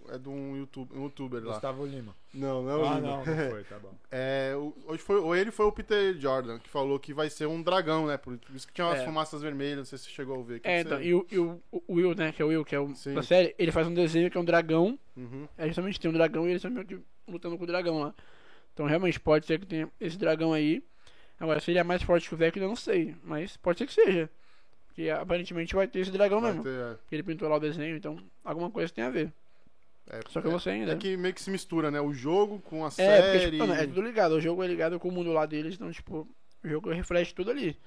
S3: É de um, YouTube, um youtuber lá.
S2: Gustavo Lima.
S3: Não, não, é o
S2: Ah,
S3: Lima.
S2: não, não foi, tá bom.
S3: É, o- hoje foi, ou ele foi o Peter Jordan, que falou que vai ser um dragão, né? Por isso que tinha umas
S4: É.
S3: fumaças vermelhas, não sei se você chegou a ver. que
S4: É,
S3: você-
S4: então, e o, e o- o Will, né, que é o Will, que é o
S3: Sim.
S4: da série, ele faz um desenho que é um dragão,
S3: Uhum.
S4: é justamente tem um dragão e eles estão meio que lutando com o dragão lá. Então realmente pode ser que tenha esse dragão aí. Agora, se ele é mais forte que o Vecna, eu não sei, mas pode ser que seja. Porque aparentemente vai ter esse dragão
S3: Vai
S4: mesmo.
S3: ter,
S4: Porque ele pintou lá o desenho, então alguma coisa tem a ver.
S3: é, é,
S4: Só que eu não sei ainda.
S3: é que meio que se mistura, né? O jogo com a
S4: É,
S3: série.
S4: porque, tipo, mano, é tudo ligado. O jogo é ligado com o mundo lá deles, então, tipo, o jogo reflete tudo ali.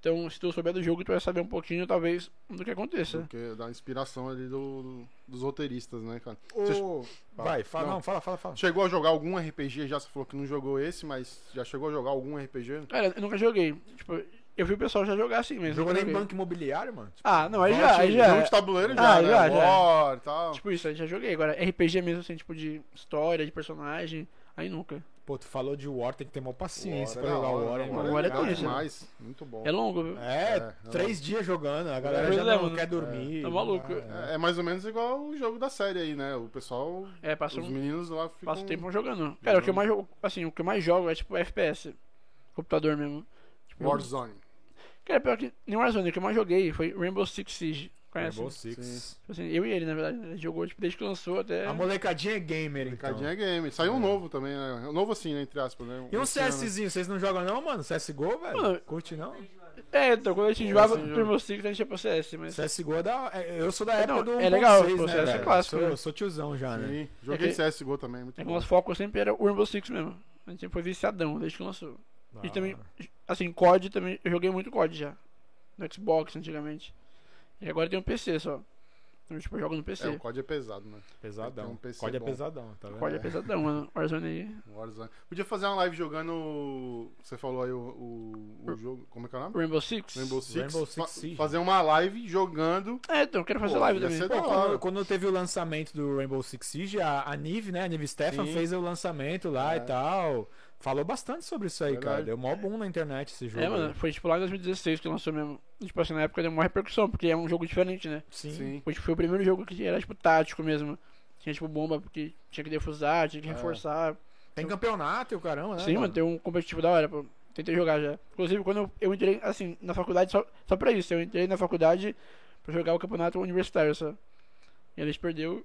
S4: Então, se tu souber do jogo, tu vai saber um pouquinho, talvez, do que aconteça.
S3: Porque dá inspiração ali do- dos roteiristas, né, cara? Você
S2: Ô, Vai, fala,
S3: Não.
S2: não, fala, fala, fala.
S3: chegou a jogar algum RPG já? Você falou que não jogou esse, mas já chegou a jogar algum RPG?
S4: Cara, eu nunca joguei. Tipo, eu vi o pessoal já jogar assim, mas.
S2: Jogou
S4: nunca
S2: nem
S4: joguei.
S2: banco imobiliário, mano? Tipo,
S4: Ah, não, aí já,
S3: Volte-
S4: aí já.
S3: Jogo de tabuleiro já,
S4: Ah,
S3: né?
S4: já, já.
S3: War, tal.
S4: Tipo isso, aí já joguei. Agora, RPG mesmo, assim, tipo, de história, de personagem. Aí nunca.
S2: Pô, tu falou de War, tem que ter mó
S4: assim,
S2: paciência pra
S3: War é da
S2: jogar
S3: hora,
S2: o War, hein,
S3: War
S2: mano?
S4: War é
S3: legal
S4: tenso, né?
S3: demais. Muito bom.
S4: É longo, viu?
S2: É,
S3: É,
S2: três dias jogando, a galera
S4: Pois
S2: já
S4: é,
S2: não
S4: mano.
S2: quer dormir.
S4: Tá maluco.
S2: Ah,
S3: É, é mais ou menos igual o jogo da série aí, né? O pessoal,
S4: É, passa
S3: os
S4: um,
S3: meninos lá ficam...
S4: passa um tempo jogando. Cara, o que eu mais jogo, assim, o que eu mais jogo é, tipo, FPS. Computador mesmo. Tipo,
S3: Warzone.
S4: Cara, pior que nem Warzone, o que eu mais joguei foi Rainbow Six Siege.
S2: é.
S4: Conhece?
S2: Rainbow Six.
S4: Tipo assim, eu e ele, na verdade. né? Ele jogou tipo, desde que lançou até.
S2: A molecadinha é gamer, então.
S3: Cadinha é game. Saiu um novo também, né? Um Novo assim, né? Entre aspas, né?
S2: E um
S3: Esse ano.
S2: CSzinho, vocês não jogam não, mano? CSGO, velho?
S4: Mano,
S2: Curte não?
S4: É, então, quando a gente jogava
S3: esse jogo.
S4: Rainbow Six, a gente ia pro CS, mas.
S2: CSGO é da... é- Eu sou da
S4: É,
S2: época
S4: não,
S2: do
S4: é legal,
S2: 1.6,
S4: pô,
S2: né,
S4: CS é
S2: velho?
S4: clássico,
S2: Sou,
S4: né?
S2: sou tiozão já, né?
S3: Sim, joguei
S4: É que-
S3: CSGO também, muito
S4: É que o
S3: bom.
S4: nosso foco sempre era o Rainbow Six mesmo. A gente sempre foi viciadão desde que lançou.
S2: Da
S4: E também,
S2: hora.
S4: assim, COD também. Eu joguei muito COD já. No Xbox antigamente. E agora tem um PC só. Então, tipo, eu jogo no
S3: É,
S4: PC.
S3: o COD é pesado, né?
S2: Pesadão.
S3: Tem um PC
S2: COD é
S3: bom.
S2: pesadão, tá vendo?
S4: COD é pesadão, mano. Warzone aí.
S3: Warzone. Podia fazer uma live jogando. Você falou aí o, o- o jogo. Como é que é o nome?
S4: Rainbow Six?
S3: Rainbow Six.
S2: Rainbow Six
S3: Fa-
S2: Siege.
S3: fazer uma live jogando.
S4: É, então, eu quero fazer
S3: Pô,
S4: live
S3: ia
S4: também.
S3: ser
S2: Pô,
S3: da
S2: quando,
S4: né?
S3: hora.
S2: quando teve o lançamento do Rainbow Six Siege, a, a Nive, né? A Nive Stefan
S3: Sim.
S2: fez o lançamento lá
S3: É.
S2: e tal. Falou bastante sobre isso aí,
S3: Verdade.
S2: cara. Deu mó boom na internet esse jogo.
S4: É, mano,
S2: aí.
S4: foi tipo lá em 2016 que lançou mesmo. E, Tipo assim, na época deu uma repercussão, porque é um jogo diferente, né?
S2: Sim.
S3: Sim.
S4: Foi, tipo, foi o primeiro jogo que era tipo tático mesmo. Tinha tipo bomba, porque tinha que defusar, tinha que
S3: É.
S4: reforçar.
S2: Tem campeonato e o caramba, né?
S4: Sim, mano,
S2: mano?
S4: tem um competitivo da hora, pô. Tentei jogar já. Inclusive, quando eu, eu entrei, assim, na faculdade, só, só pra isso, eu entrei na faculdade pra jogar o campeonato universitário só. E eles perdeu,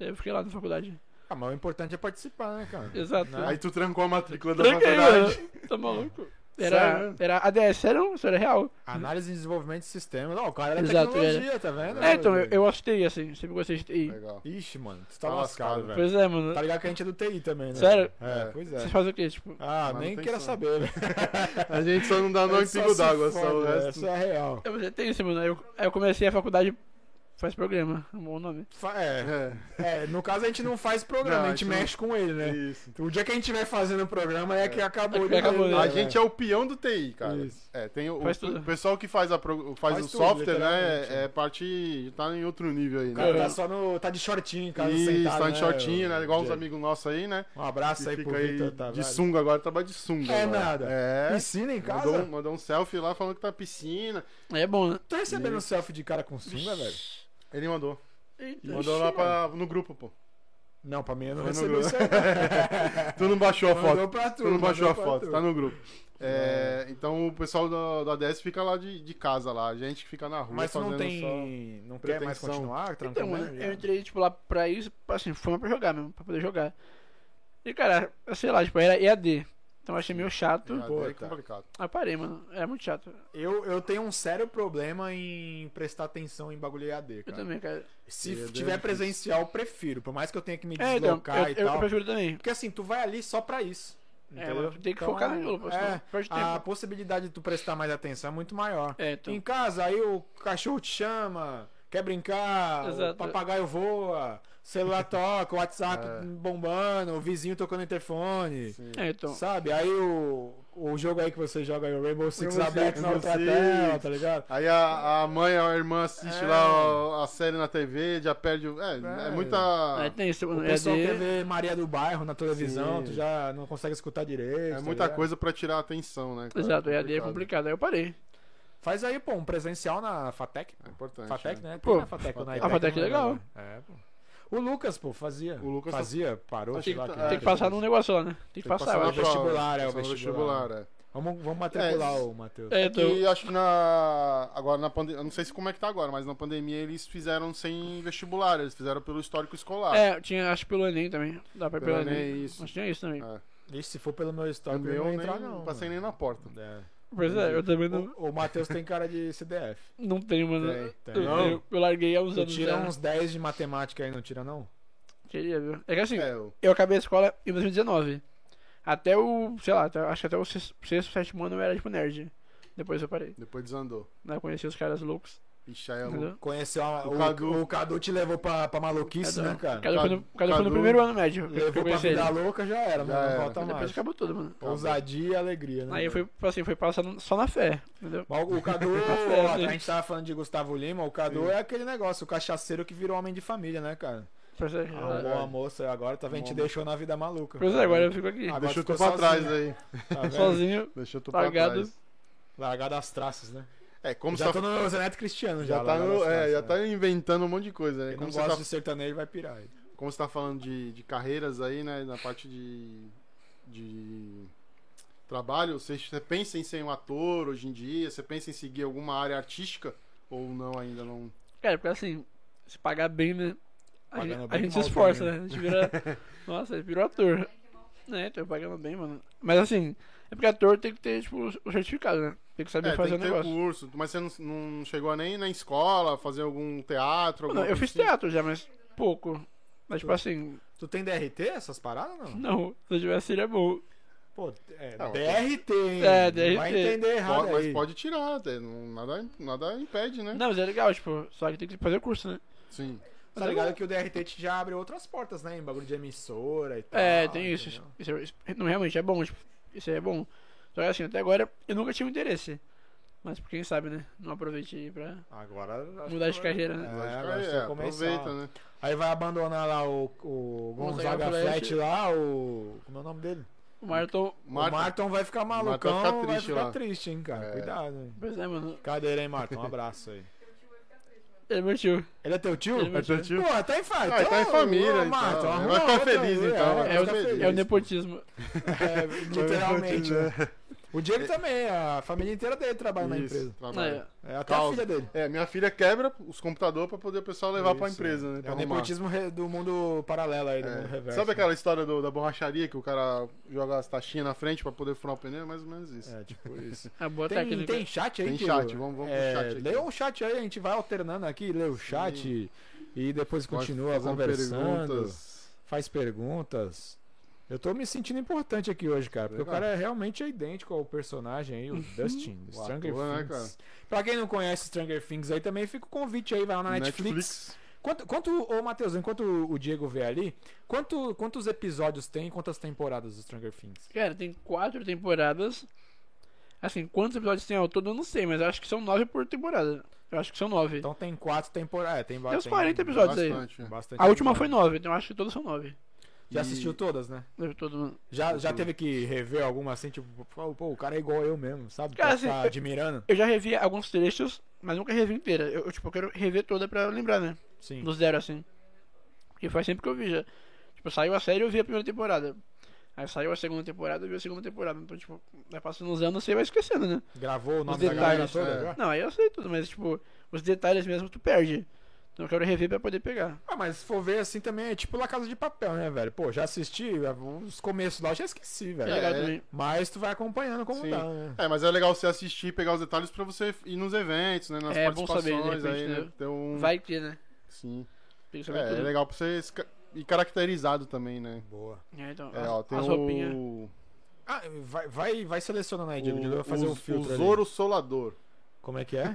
S4: aí eu fiquei lá na faculdade.
S2: Ah, mas o importante é participar, né, cara?
S4: Exato.
S2: Né?
S3: Aí tu trancou a matrícula da
S4: Tranquei,
S3: faculdade.
S4: mano. Tá maluco?
S3: Sério?
S4: Era, era ADS, era, um- isso era real.
S2: Análise e desenvolvimento de sistemas. Ó, o cara era
S4: Exato,
S2: tecnologia, tá vendo?
S4: É, então, eu, eu assustei, assim, sempre gostei de TI.
S3: Legal.
S2: Ixi, mano, tu tá
S3: Tá
S2: lascado,
S3: lascado,
S2: velho.
S4: Pois é, mano.
S2: Tá ligado que a gente é do TI também, né?
S4: Sério?
S2: É,
S3: É.
S2: pois
S4: Vocês
S2: é.
S4: fazem o quê? Tipo,
S2: Ah,
S3: Mas
S2: nem
S3: não tem
S2: queira
S3: som.
S2: saber, velho.
S3: A gente só não dá
S2: A
S3: no
S2: gente só
S3: empigo
S2: se
S3: d'água, só
S2: foda,
S3: o
S2: velho,
S3: resto.
S2: Isso é real.
S4: eu já tenho isso, mano. Aí Eu, aí eu comecei a faculdade faz programa, é um bom nome.
S2: Fa- É,
S3: É,
S2: é, no caso a gente não faz programa,
S3: Não,
S2: a gente
S3: a gente não-
S2: mexe com ele, né?
S3: isso.
S2: O dia que a gente vai fazendo o programa é que acabou.
S4: É que acabou,
S2: de-
S4: né?
S3: A
S4: É,
S3: gente é o peão do TI, cara.
S2: Isso.
S3: É, tem o,
S4: Faz
S3: o-
S4: tudo.
S3: o pessoal que faz, a pro- faz
S2: Faz
S3: o
S2: tudo,
S3: software,
S2: literalmente,
S3: né? É parte. tá em outro nível aí,
S2: O
S3: né?
S2: cara tá só no... Tá de shortinho, cara.
S3: Isso,
S2: sentado,
S3: tá em shortinho, né? Igual uns
S2: Gente.
S3: amigos nossos aí, né?
S2: Um abraço
S3: Que
S2: aí pro
S3: fica aí
S2: Vitor, tá?
S3: de sunga agora, trabalha de sunga.
S2: É
S3: agora.
S2: nada.
S3: É.
S2: Piscina em casa?
S3: Mandou, um- mandou um selfie lá falando que tá na piscina.
S4: Aí é bom, né?
S2: Tá recebendo um selfie de cara com sunga, velho?
S3: Ele mandou.
S4: Eita.
S3: Mandou lá pra, no grupo, pô.
S2: Não, pra mim eu não
S3: Foi no
S2: recebi isso
S3: grupo.
S2: aí. não.
S3: Tu não baixou a foto.
S2: Mandou pra tu.
S3: Tu não baixou a
S2: mandou pra
S3: foto,
S2: tu.
S3: tá no grupo. É, então o pessoal da, da ADS fica lá de, de casa lá. A gente que fica na rua.
S2: Mas tu não
S3: fazendo
S2: tem.
S3: só-
S2: Não quer mais
S3: pretensão.
S2: continuar?
S4: Então,
S2: Tranquilo? né?
S4: mano, eu entrei, tipo, lá pra isso, assim, fama pra jogar mesmo, pra poder jogar. E, cara, sei lá, tipo, era EAD. Então eu achei meio chato.
S3: Ah,
S2: Pô,
S3: daí é
S2: tá.
S3: complicado.
S4: Aí eu parei, mano. Era muito chato.
S2: Eu, eu tenho um sério problema em prestar atenção em bagulho EAD,
S4: Eu
S2: cara.
S4: também, cara.
S2: Se
S3: EAD é
S2: tiver
S3: difícil.
S2: presencial, eu prefiro. Por mais que eu tenha que me
S4: É, então,
S2: deslocar
S4: eu,
S2: e
S4: eu,
S2: tal.
S4: eu prefiro também.
S2: Porque assim, tu vai ali só pra isso.
S4: É,
S2: entendeu?
S4: mas tu tem que focar assim, naquilo, pô, senão
S2: é,
S4: perde tempo.
S2: A possibilidade de tu prestar mais atenção é muito maior.
S4: É, então.
S2: Em casa, aí o cachorro te chama, quer brincar, o
S4: Exato.
S2: papagaio voa, celular toca, o WhatsApp bombando, o vizinho tocando interfone.
S4: É, então.
S2: Sabe? Aí o, o jogo aí que você joga aí, o Rainbow Six
S3: Rainbow
S2: aberto
S3: Six,
S2: na outra
S3: Rainbow
S2: tela,
S3: Six.
S2: tá ligado?
S3: Aí a, a mãe, a irmã assiste
S2: É.
S3: lá a, a série na TV, já perde. o- É, é,
S2: É.
S3: muita.
S4: Aí tem esse,
S2: O
S4: é
S2: pessoal
S4: de-
S2: quer ver Maria do Bairro na televisão,
S3: Sim.
S2: tu já não consegue escutar direito.
S3: É
S2: tá
S3: muita
S2: ligado?
S3: coisa pra tirar a atenção, né? cara?
S4: Exato, EAD é complicado. Aí eu parei.
S2: Faz aí, pô, um presencial na Fatec.
S3: É importante.
S2: Fatec,
S3: é.
S2: né?
S4: Pô,
S2: Tem na Fatec, ou na
S3: a
S2: IPEC,
S4: Fatec é
S2: não lembro
S4: legal.
S2: agora. É, pô. O Lucas, pô, fazia.
S3: O Lucas tá-
S2: fazia, parou,
S3: Acho
S2: sei
S3: que
S2: lá.
S3: tá-
S2: que
S3: é,
S2: era.
S4: Tem que passar num negócio lá, né? Tem que passar, eu
S3: na
S4: acho.
S2: o
S3: prova,
S2: vestibular, é, o
S3: passar no
S2: vestibular.
S3: vestibular, é.
S2: Vamos, vamos matricular
S3: É,
S2: o Matheus.
S4: É, então.
S3: E acho que na. Agora na pandemia. Não sei se como é que tá agora, mas na pandemia eles fizeram sem vestibular, eles fizeram pelo histórico escolar.
S4: É, tinha, acho que pelo Enem também. Dá pra ir
S3: Pelo
S4: pelo,
S3: Enem,
S4: Enem.
S3: isso.
S4: Mas tinha isso
S2: Ah,
S4: também.
S3: É.
S2: Ixi, se for pelo meu
S3: O
S2: histórico,
S3: É meu
S2: eu não
S3: nem,
S2: ia entrar, não.
S3: passei nem
S2: mano.
S3: na porta.
S2: É.
S4: Pois é, eu também não,
S2: O, o Matheus tem cara de CDF.
S4: não tenho, mano.
S2: tem.
S3: Tem,
S2: um
S4: Eu,
S3: Não?
S4: eu- eu larguei há uns
S2: Tu
S4: anos.
S2: tira
S4: já.
S2: uns 10 de matemática aí, não tira, não?
S4: Queria, viu? É que assim,
S3: É, o-
S4: eu acabei a escola em 2019. Até o, sei lá, até- acho que até o sexto, sexto, sétimo ano eu era tipo nerd. Depois eu parei.
S3: depois desandou.
S4: Né? Eu Conheci os caras loucos,
S3: Ixi,
S2: um
S3: aí é louco.
S4: entendeu?
S2: Conheceu a-
S3: O
S2: o, o,
S3: Cadu.
S2: Cadu. te levou pra, pra maluquice,
S4: Cadu.
S2: né, cara? um
S4: Cada um foi no, cada foi
S3: Cadu-
S4: no primeiro ano médio. que Eu
S2: Levou pra
S4: conheci ele.
S2: vida louca, já era,
S3: Já
S2: mano,
S3: era.
S2: não volta
S4: Depois
S2: mais.
S4: acabou tudo, mano.
S2: Ousadia e alegria, né?
S4: Aí eu fui, assim, fui passando só na fé, entendeu?
S2: Mas O o Cadu, ó, a gente tava falando de Gustavo Lima, o Cadu
S3: Sim.
S2: é aquele negócio, o cachaceiro que virou homem de família, né, cara?
S4: Percebe?
S2: Arrumou a moça agora, tá vendo, te deixou na vida maluca.
S4: Pois é, agora eu fico aqui,
S2: Agora
S3: Deixou tu
S2: ficou
S3: pra trás né?
S2: sozinho,
S3: aí.
S2: tá vendo?
S4: sozinho.
S3: Deixou tu
S4: Largado.
S3: pra trás.
S2: Largado as traças, né?
S3: É, como
S2: já tô
S3: você
S2: no Zeneto Cristiano, já.
S3: já, tá,
S2: largado
S3: no-
S2: as traças,
S3: é, já
S2: né?
S3: tá inventando um monte de coisa, né?
S2: Quem
S3: Como
S2: não
S3: você, tá,
S2: gosta de sertanejo vai pirar. aí.
S3: como você tá falando de, de carreiras aí, né? Na parte de, de trabalho, você, você pensa em ser um ator hoje em dia? Você pensa em seguir alguma área artística? Ou não, ainda não?
S4: Cara, porque assim, se pagar bem, né? A
S2: Pagando
S4: gente,
S2: bem
S4: a
S2: que
S4: gente se
S2: mal
S4: esforça,
S2: também,
S4: né? A gente vira. Nossa, virou ator. né? Tô pagando bem, mano. Mas assim, é porque ator tem que ter, tipo, o certificado, né? Tem que saber
S3: É,
S4: fazer
S3: tem
S4: o
S3: que ter
S4: negócio.
S3: curso. Mas você não, não chegou nem na escola, fazer algum teatro?
S4: Não,
S3: alguma
S4: eu
S3: coisa
S4: fiz
S3: assim?
S4: teatro já, mas pouco. Mas tipo assim,
S2: Tu tem DRT, essas paradas, não?
S4: não, se eu tivesse seria bom.
S2: Pô, é,
S3: Não,
S2: DRT, hein?
S4: É,
S2: Vai
S4: DRT.
S2: entender errado
S3: Pode- mas
S2: aí.
S3: pode tirar, até, não- nada, nada impede, né?
S4: Não, mas é legal, tipo, só que tem que fazer o curso, né?
S3: Sim.
S2: Tá
S3: um-
S2: ligado que o DRT te já abre outras portas, né? Em bagulho de emissora e tal.
S4: É, tem isso.
S2: Ah, entendeu?
S4: isso, é- isso- não, realmente é bom, tipo, isso aí é bom. Só que assim, até agora eu nunca tive interesse. Mas quem sabe, né? Não aproveitei aí pra
S2: Agora. acho
S4: mudar
S2: que
S4: de
S2: vai-
S4: carreira, né?
S2: É,
S3: Acho que
S2: agora
S3: é,
S2: você tem que começar.
S3: aproveita, né?
S2: Aí vai abandonar lá o, o
S4: Gonzaga
S2: Gonzaga Flat,
S4: Flat
S2: lá, o. Como é o nome dele?
S4: O Marton.
S3: Marta,
S2: O Marton vai ficar
S3: Marton vai
S2: malucão, vai
S3: ficar
S2: ficar
S3: triste
S2: triste,
S3: lá.
S2: hein, cara.
S3: É.
S2: Cuidado, hein.
S4: Pois é, mano.
S2: Cadeira, hein, Marton? Um abraço aí.
S4: Ele é meu tio.
S2: Ele é teu tio?
S4: Ele é meu tio.
S2: Pô, tá em família.
S3: Ah, ele tá em família, então.
S2: Marton,
S3: Vai
S2: arruma
S3: ficar
S2: outra
S3: feliz,
S2: aí,
S3: então, vai
S2: vai
S4: É
S2: ficar
S3: o-
S2: feliz.
S4: o, é o nepotismo.
S2: É, literalmente.
S3: É,
S2: né? O Diego também, a família inteira dele trabalha na
S3: Isso,
S2: empresa.
S3: trabalha.
S2: É, até
S3: Causa.
S2: a filha dele.
S3: É, minha filha quebra os computadores pra poder o pessoal levar pra
S2: Isso,
S3: empresa, né?
S2: É
S3: pra
S2: o
S3: arrumar.
S2: nepotismo re- do mundo paralelo aí, do mundo
S3: É.
S2: reverso. né?
S3: Sabe aquela história do- da borracharia que o cara joga as taxinhas na frente pra poder furar o pneu? É mais ou menos isso.
S2: É, tipo isso.
S4: É boa
S2: Tem,
S4: técnica.
S2: tem chat aí,
S3: Tem
S2: Tiro?
S3: chat, vamos- vamos pro
S2: É,
S3: chat aqui.
S2: Lê um chat aí, a gente vai alternando aqui, lê o chat e depois
S3: Pode
S2: continua
S3: fazer
S2: conversando,
S3: perguntas.
S2: faz perguntas. Eu tô me sentindo importante aqui hoje, cara, porque
S3: Legal.
S2: o cara é, realmente é idêntico ao personagem aí,
S4: Uhum.
S2: o Dustin, do
S3: O
S2: Stranger
S3: ator, né,
S2: Things.
S3: cara?
S2: pra quem não conhece Stranger Things aí, também fica o convite aí, vai lá na Netflix. Quanto, quanto ô Matheus, enquanto o Diego vê ali, quanto, quantos episódios tem, quantas temporadas do Stranger Things?
S4: Cara, tem quatro temporadas. Assim, quantos episódios tem ao todo eu não sei, mas eu acho que são nove por temporada. Eu acho que são nove.
S2: Então tem quatro temporadas, é, tem
S4: Tem uns
S2: bastante.
S4: 40 episódios aí.
S3: Bastante. é.
S2: Bastante
S4: A última foi
S2: episódio.
S4: nove, então eu acho que todas são nove.
S2: Já
S3: E-
S2: assistiu todas, né?
S4: Deve Todo mundo.
S2: Já, já teve que rever alguma assim, tipo, pô, pô, o cara é igual eu mesmo, sabe? Pra
S4: Cara,
S2: ficar
S4: assim, eu-
S2: admirando.
S4: Eu já revi alguns trechos, mas nunca revi inteira. Eu, eu, tipo, eu quero rever toda pra lembrar, né?
S2: Sim.
S4: Do zero, assim. Porque faz sempre que eu vi já. Tipo, saiu a série eu vi a primeira temporada. Aí saiu a segunda temporada, eu vi a segunda temporada. Então, tipo, vai passando uns anos, você vai esquecendo, né?
S2: Gravou o nome
S4: Os
S2: da galera
S4: detalhes,
S2: toda
S3: é.
S2: já?
S4: Não, aí eu sei tudo, mas, tipo, os detalhes mesmo tu perde. Então eu quero rever pra poder pegar.
S2: Ah, mas se for ver assim também é tipo La Casa de Papel, né, velho? Pô, já assisti, é, os começos lá eu já esqueci,
S4: É,
S2: velho.
S4: legal
S3: é.
S4: também.
S2: Mas tu vai acompanhando como
S3: Sim.
S2: dá, né?
S3: É, mas é legal você assistir e pegar os detalhes pra você ir nos eventos, né? Nas
S4: É bom saber, de
S3: participações aí,
S4: repente,
S3: né?
S4: né?
S3: Ter um...
S4: Vai ter, né?
S3: Sim.
S4: Tem que
S3: É,
S4: saber tudo.
S3: é legal pra você esca- ir caracterizado também, né?
S2: Boa.
S4: É, então,
S3: É,
S4: as,
S3: ó, tem
S4: as roupinhas.
S3: o...
S2: Ah, vai, vai, vai selecionando aí, Diego. Diego vai fazer
S3: o,
S2: um filtro.
S3: o
S2: ali.
S3: Zoro Solador.
S2: Como é que é?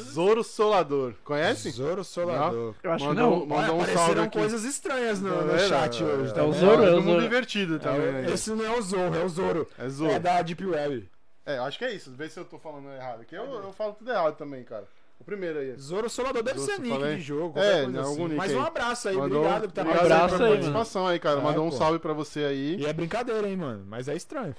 S3: Zoro Solador. Conhece?
S2: Zoro Solador.
S4: Eu acho que
S3: Mandou- Mandou
S4: não.
S3: um
S2: Olha,
S3: salve
S2: apareceram
S3: aqui.
S2: coisas estranhas no, no
S3: Galera,
S2: chat hoje.
S3: É,
S4: o
S2: também.
S4: Zoro, é
S3: é
S4: o
S3: todo mundo
S4: Zoro.
S3: divertido também. né?
S2: Esse não é o Zoro, é o Zoro.
S3: É Zoro.
S2: É da Deep Web.
S3: É, eu acho que é isso. Vê se eu tô falando errado aqui. Eu, eu falo tudo errado também, cara. O primeiro aí.
S2: Zoro Solador deve
S3: Zoro,
S2: ser
S3: você
S2: nick
S3: falei?
S2: de jogo. qualquer
S3: É,
S2: coisa
S3: né, algum nick
S2: Mas
S3: aí.
S2: um abraço aí,
S3: Mandou-
S2: obrigado por estar
S3: obrigado aí né?
S4: participando. Abraço
S3: pela
S4: aí, mano.
S3: participação aí, cara.
S2: É,
S3: Mandou um
S2: pô.
S3: salve pra você aí.
S2: E é brincadeira, hein, mano. Mas é estranho.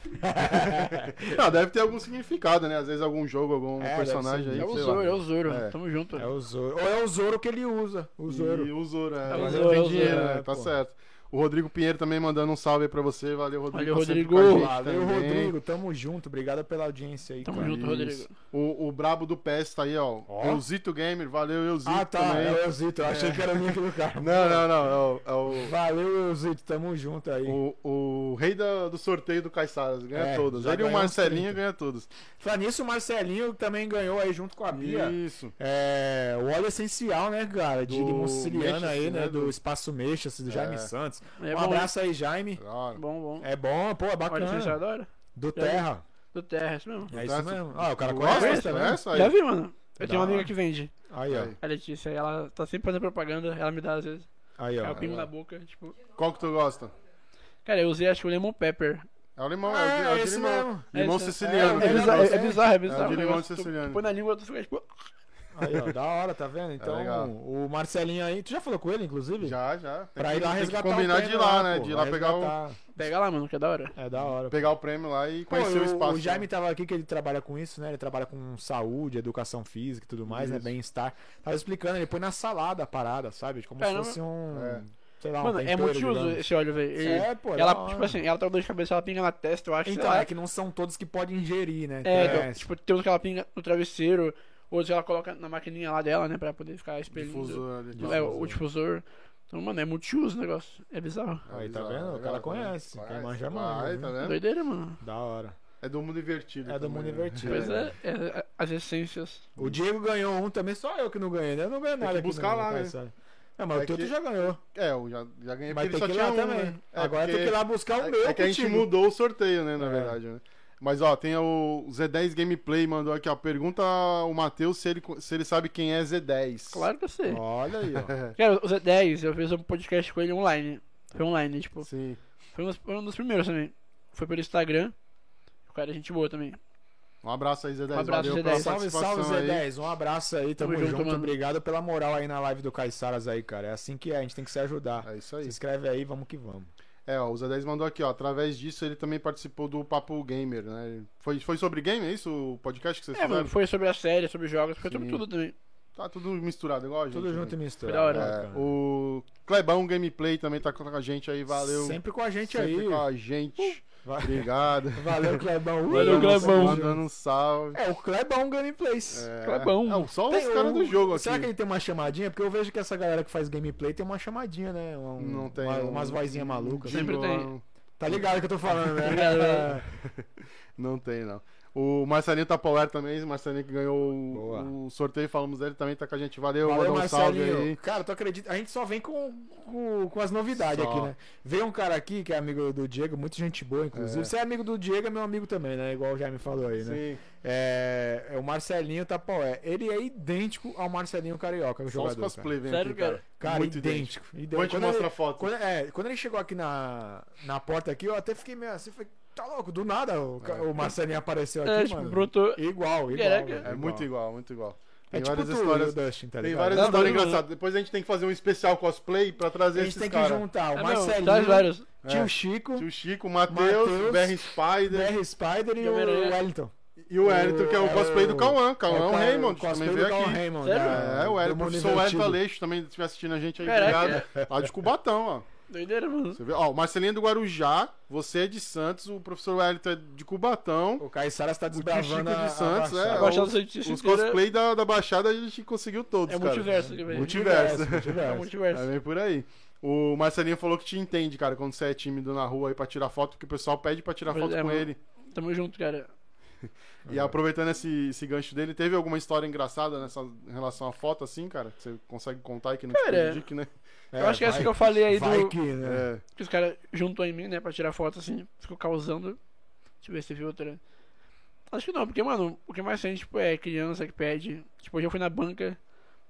S3: Não, Ah, deve ter algum significado, né? Às vezes algum jogo, algum
S2: É, deve
S3: personagem
S2: ser.
S3: aí.
S4: É o
S3: sei
S4: Zoro,
S3: lá.
S4: é o Zoro.
S3: É.
S4: Tamo junto.
S2: É o Zoro. Ou é o Zoro que ele usa. O Zoro.
S3: E o Zoro, é.
S4: É o
S3: Mas
S4: Zoro,
S3: ele
S4: é
S3: tem
S4: o
S3: dinheiro,
S2: Zoro,
S3: né?
S2: é, pô.
S3: Tá certo. O Rodrigo Pinheiro também mandando um salve aí pra você. Valeu, Rodrigo.
S4: Valeu,
S3: tá sempre
S4: Rodrigo.
S3: com a gente
S2: Valeu,
S3: também.
S2: Rodrigo. Tamo junto. Obrigado pela audiência aí,
S4: Tamo
S2: cara.
S4: junto, Rodrigo.
S3: O, o brabo do PES tá aí, ó.
S2: Ó.
S3: Eusito Gamer. Valeu, Eusito
S2: Ah, tá.
S3: também.
S2: É o Zito. Eu achei que era o nick do cara.
S3: Não, não, não. É o, é o-
S2: Valeu, Zito. Tamo junto aí.
S3: O, o rei da- do sorteio do Caissaras ganha
S2: É,
S3: todas.
S2: já
S3: Ele e o
S2: ganhou uns
S3: Marcelinho
S2: 30.
S3: ganha todas.
S2: Falando nisso, o Marcelinho também ganhou aí junto com a Bia.
S3: Isso.
S2: É, o óleo essencial, né, cara? De
S3: Do
S2: limão siciliano
S3: Mexas,
S2: aí, né?
S3: né,
S2: Do
S3: do-
S2: Espaço Mexas, do Jaime Santos.
S4: É
S2: um
S4: bom,
S2: abraço aí, Jaime.
S3: Claro.
S4: Bom, bom.
S2: É bom, pô, é
S4: Olha, vocês
S2: bacana.
S4: adoram?
S2: Do Terra.
S4: Do Terra, é isso mesmo.
S2: É isso
S3: Tá,
S2: mesmo. Ah, o cara
S3: Tu
S2: conhece
S3: conhece,
S2: também.
S3: conhece aí?
S4: Já vi, mano. Eu
S2: Da
S4: tenho uma amiga
S2: hora.
S4: que vende.
S2: Aí, ó.
S3: é Aí.
S4: A Letícia, ela tá sempre fazendo propaganda, ela me dá às vezes.
S2: Aí,
S4: É
S2: ó.
S4: o pingo na boca, tipo.
S3: Qual que tu gosta?
S4: Cara, eu usei acho que o Lemon Pepper.
S3: É o limão,
S2: Ah,
S3: é, o de- é o de
S2: esse
S3: limão.
S2: mesmo.
S3: Limão
S4: É esse-
S3: siciliano.
S2: é
S3: né?
S4: É bizarro, é, é bizarro, é bizarro.
S3: É o de
S4: o
S3: limão
S4: negócio, tu-
S3: siciliano.
S4: Tu põe na língua, tu fica tipo.
S2: Aí, ó. Da hora, tá vendo?
S3: É
S2: Então,
S3: legal.
S2: o Marcelinho aí. Tu já falou com ele, inclusive?
S3: Já, já. Tem
S2: Pra
S3: que-
S2: ir lá
S3: tem que
S2: resgatar o
S3: combinar de ir
S2: prêmio
S3: lá, né?
S2: pô.
S3: De ir lá
S2: Vai
S3: pegar o,
S2: resgatar.
S4: Pega lá, mano, que é da hora.
S2: É da hora.
S3: pegar o prêmio lá e
S2: Pô,
S3: conhecer o
S2: o-
S3: espaço.
S2: O Jaime
S3: né?
S2: tava aqui que ele trabalha com isso, né? Ele trabalha com saúde, educação física e tudo mais, né?
S3: Isso.
S2: Bem-estar. Tava explicando, ele põe na salada a parada, sabe? Como
S4: É,
S2: se
S4: não-
S2: fosse um.
S3: É.
S2: Sei lá, um
S4: Mano, é
S2: tempero,
S4: multiuso
S2: digamos.
S4: esse óleo, velho. Ele-
S2: É, pô, é da
S4: Ela,
S2: hora.
S4: tipo assim, ela tá com dor de cabeça, ela pinga na testa, eu acho. sei
S2: Então,
S4: lá.
S2: é que não são todos que podem ingerir, né?
S4: É,
S2: Tem
S4: então,
S2: essa.
S4: tipo, tem uns que ela pinga no travesseiro, outros ela coloca na maquininha lá dela, né, pra poder ficar
S2: tá
S4: espelhando.
S3: Difusor
S2: né?
S3: ali.
S4: É, o difusor. Então, mano, é multiuso o negócio. É bizarro.
S3: Ah,
S2: Aí, tá vendo? O cara conhece. Quem manja,
S3: é
S2: manja.
S3: Vai,
S2: né?
S3: tá
S2: viu?
S3: vendo?
S4: Doideira, mano.
S2: Da hora.
S3: É do mundo invertido.
S2: É do mundo
S3: também, né?
S2: invertido.
S4: Pois é, é, é, as essências.
S2: O Diego ganhou um também, só eu que não ganhei, né? Eu não ganhei nada.
S3: que
S2: aqui
S3: buscar
S2: no-
S3: lá,
S2: no
S3: né?
S2: Caissara. Não, mas
S3: É
S2: o teu tu
S3: que-
S2: já ganhou.
S3: É, eu já, já ganhei
S2: Mas
S3: porque
S2: tem
S3: só
S2: que ir lá
S3: tinha um,
S2: também.
S3: né? É,
S2: Agora tem
S3: porque-
S2: que ir lá buscar o
S3: É-
S2: meu.
S3: É que a gente
S2: contigo.
S3: mudou o sorteio, né, na
S2: É.
S3: verdade, né? Mas ó, tem o Z10 Gameplay mandou aqui, ó. Pergunta ao Matheus se ele, co- se ele sabe quem é Z10.
S4: Claro que eu sei.
S2: Olha aí, ó.
S4: Cara, o Z10, eu fiz um podcast com ele online. Foi online, tipo.
S3: Sim.
S4: Foi um dos, foi um dos primeiros também. Foi pelo Instagram. O cara é gente boa também.
S3: Um abraço aí, Z10.
S4: Um abraço,
S3: Valeu
S4: Z10.
S3: pela
S2: Salve, salve,
S3: participação aí.
S2: Z10. Um abraço aí, tamo,
S4: Tamo junto,
S2: junto.
S4: mano.
S2: Obrigado pela moral aí na live do Caiçaras aí, cara. É assim que é, a gente tem que se ajudar.
S3: É isso
S2: Se
S3: aí.
S2: inscreve aí, vamos que vamos.
S3: É, ó, o Z10 mandou aqui, ó. Através disso, ele também participou do Papo Gamer, né? Foi, foi sobre game, é isso? O podcast que vocês
S4: É, mano,
S3: fizeram?
S4: foi sobre a série, sobre jogos, foi sobre
S3: Sim.
S4: tudo também.
S3: Tá tudo misturado, igual a gente.
S2: Tudo junto e
S3: né?
S2: misturado.
S4: Da hora.
S2: né,
S3: É,
S2: cara?
S3: o Clebão Gameplay também tá com a gente aí, valeu.
S2: Sempre com a gente
S3: Sempre
S2: aí.
S3: com a gente.
S2: Va-
S3: Obrigado.
S2: Valeu, Clebão. Ui,
S4: Valeu,
S2: nossa,
S4: Clebão.
S2: mano.
S3: Mandando um salve.
S2: É, o Clebão Gameplays.
S3: É.
S4: Clebão.
S3: É, só os
S2: Tem
S3: caras
S2: um-
S3: do jogo aqui.
S2: Será que ele tem uma chamadinha? Porque eu vejo que essa galera que faz gameplay tem uma chamadinha, né? Um-
S3: Não tem.
S2: uma-
S3: um-
S2: umas vozinhas malucas.
S4: Sempre
S3: Não,
S4: tem.
S2: Tá ligado que eu tô falando, né?
S4: Obrigado.
S3: Não tem, não. O Marcelinho Tapower também, o Marcelinho que ganhou o-
S2: Boa.
S3: o sorteio, falamos dele também, tá com a gente. Valeu,
S2: Valeu,
S3: mandou um salve
S2: Marcelinho.
S3: aí.
S2: Cara, tu acredita? A gente só vem com, com, com as novidades
S3: Só.
S2: aqui, né? Veio um cara aqui que é amigo do Diego, muito gente boa, inclusive.
S3: É.
S2: Você é amigo do Diego, é meu amigo também, né? Igual o Jaime falou aí, né?
S3: Sim,
S2: É, é o Marcelinho Tapoé. Ele é idêntico ao Marcelinho Carioca, o
S3: só os
S2: jogador.
S3: cosplay vem
S4: Sério,
S3: aqui, cara.
S2: Cara, cara
S3: Muito
S2: idêntico. idêntico.
S3: Vou te
S2: Quando
S3: mostrar
S2: ele,
S3: a foto.
S2: Quando, é, quando ele chegou aqui na, na porta aqui, eu até fiquei meio assim, falei, tá louco, do nada o, ca- o Marcelinho apareceu aqui,
S4: É, tipo,
S2: mano.
S4: brotou.
S2: Igual, igual.
S4: Caraca.
S2: velho,
S3: É. É muito igual, muito igual.
S2: É
S3: Tem
S2: tipo
S3: várias
S2: tu e
S3: histórias.
S2: o Dustin, tá
S3: Tem
S2: ligado?
S3: várias
S4: Não,
S3: histórias
S4: não, não.
S3: engraçadas. Depois a gente tem que fazer um especial cosplay pra
S2: A
S3: trazer
S2: gente
S3: esses
S2: tem que
S3: caras.
S2: juntar o
S4: É, meu,
S2: Marcelinho,
S4: traz vários.
S2: tio
S3: É.
S2: Chico,
S3: Tio Chico, o Matheus, o
S2: Matheus,
S3: BR Spider
S2: BR Spider e
S4: E o
S2: o
S4: Homem-Aranha.
S2: Wellington.
S3: e o Wellington, que é o cosplay do Cauã.
S2: É
S3: Cauã
S2: o
S3: é, Raymond,
S2: cosplay
S3: também
S2: do
S3: veio
S2: Cauã um
S3: aqui.
S2: Raymond,
S4: Sério?
S2: da-
S3: É, o Hélio,
S2: do mundo
S3: professor Hélio
S2: invertido.
S3: Aleixo também estiver assistindo a gente aí,
S4: Caraca.
S3: obrigado. Lá de Cubatão, ó.
S4: Doideira, mano.
S3: Você vê? Ó, o Marcelinho do Guarujá, você é de Santos, o professor Wellington é de Cubatão.
S2: O Caissara está
S3: tio
S2: desbravando
S3: Chico de
S2: a- a
S3: Santos,
S2: Baixada.
S3: é,
S4: A Baixada
S3: os-
S4: Santista
S3: Os
S4: inteira
S3: cosplay da, da Baixada a gente conseguiu todos,
S4: É
S3: cara.
S4: multiverso aqui, velho.
S3: Multiverso.
S4: É
S2: multiverso.
S3: É
S4: multiverso.
S3: bem por aí. O Marcelinho falou que te entende, cara, quando você é tímido na rua aí pra tirar foto, porque o pessoal pede pra tirar
S4: Pois
S3: foto
S4: é,
S3: com
S4: mano.
S3: ele.
S4: Tamo junto, cara.
S3: E aproveitando esse, esse gancho dele, teve alguma história engraçada nessa, em relação à foto, assim, cara? Que você consegue contar e que não te
S4: Cara,
S3: prejudique, né?
S2: É,
S4: eu acho que é essa
S2: vai-
S4: que eu falei aí
S2: vai
S4: do.
S2: que, né?
S3: É.
S4: Que os caras juntou em mim, né, pra tirar foto assim. Ficou causando. Deixa eu ver se teve outra. Acho que não, porque, mano, o que mais tem, tipo, é criança que pede. Tipo, hoje eu fui na banca,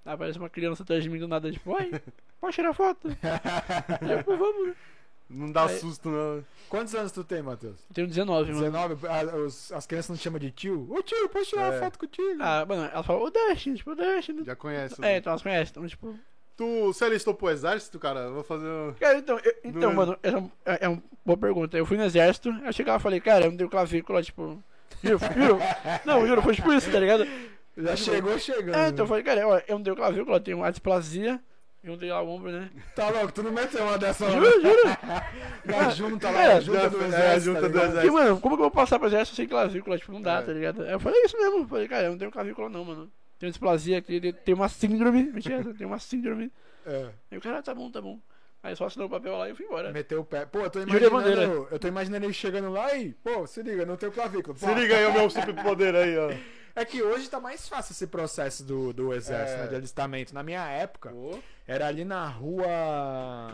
S4: aparece uma criança atrás de mim do nada, tipo, ai, pode tirar foto. tipo, vamos. né?
S3: Não dá
S4: Aí-
S3: susto, não.
S2: Quantos anos tu tem, Matheus?
S4: Eu tenho 19, mano.
S2: 19? A- os- as crianças não te chamam de tio? Ô tio, posso tirar
S3: É.
S2: uma foto contigo?
S4: Ah, mano, ela fala, ô Dustin, tipo, Dustin. né?
S3: Já conhece.
S4: É,
S3: né?
S4: então elas conhecem, então, tipo.
S3: Tu se alistou pro exército, cara? Eu Vou fazer. um-
S4: Cara, então, eu- então
S3: Não é.
S4: mano, essa é um- é, é uma boa pergunta. Eu fui no exército, eu chegava e falei, cara, eu não tenho clavícula, tipo. Juro, juro. Não, juro, foi tipo isso, tá ligado?
S2: Já chegou chegando.
S4: É, então eu falei, cara, ó, eu não tenho clavícula, eu tenho a displasia, juntei lá o ombro, né?
S2: Tá louco, tu não meteu uma dessa lá.
S4: Juro, juro.
S2: Na junta lá,
S4: É,
S2: na junta do
S3: Ah. é,
S2: exército.
S3: junta
S2: tá
S3: do
S2: ligado?
S3: exército.
S4: Porque, mano, como que eu vou passar pro exército sem clavícula? Tipo, não dá,
S3: É.
S4: tá ligado? Aí eu falei, é isso mesmo. Eu Falei, cara, eu não tenho clavícula não, mano. Tenho displasia aqui, de- tem uma síndrome. Mentira, tem uma síndrome.
S2: É.
S4: Aí o cara, tá bom, tá bom. Aí só assinou o papel lá e eu fui embora.
S2: Meteu o pé. Pô, eu tô
S4: Júlia
S3: é
S2: imaginando. Eu tô imaginando ele chegando lá e. Pô, se liga, não tem clavícula.
S3: Se
S2: Pá.
S3: liga aí, o meu superpoder aí, ó.
S2: É que hoje tá mais fácil esse processo do, do exército,
S3: É.
S2: né, de alistamento. Na minha época, era ali na rua.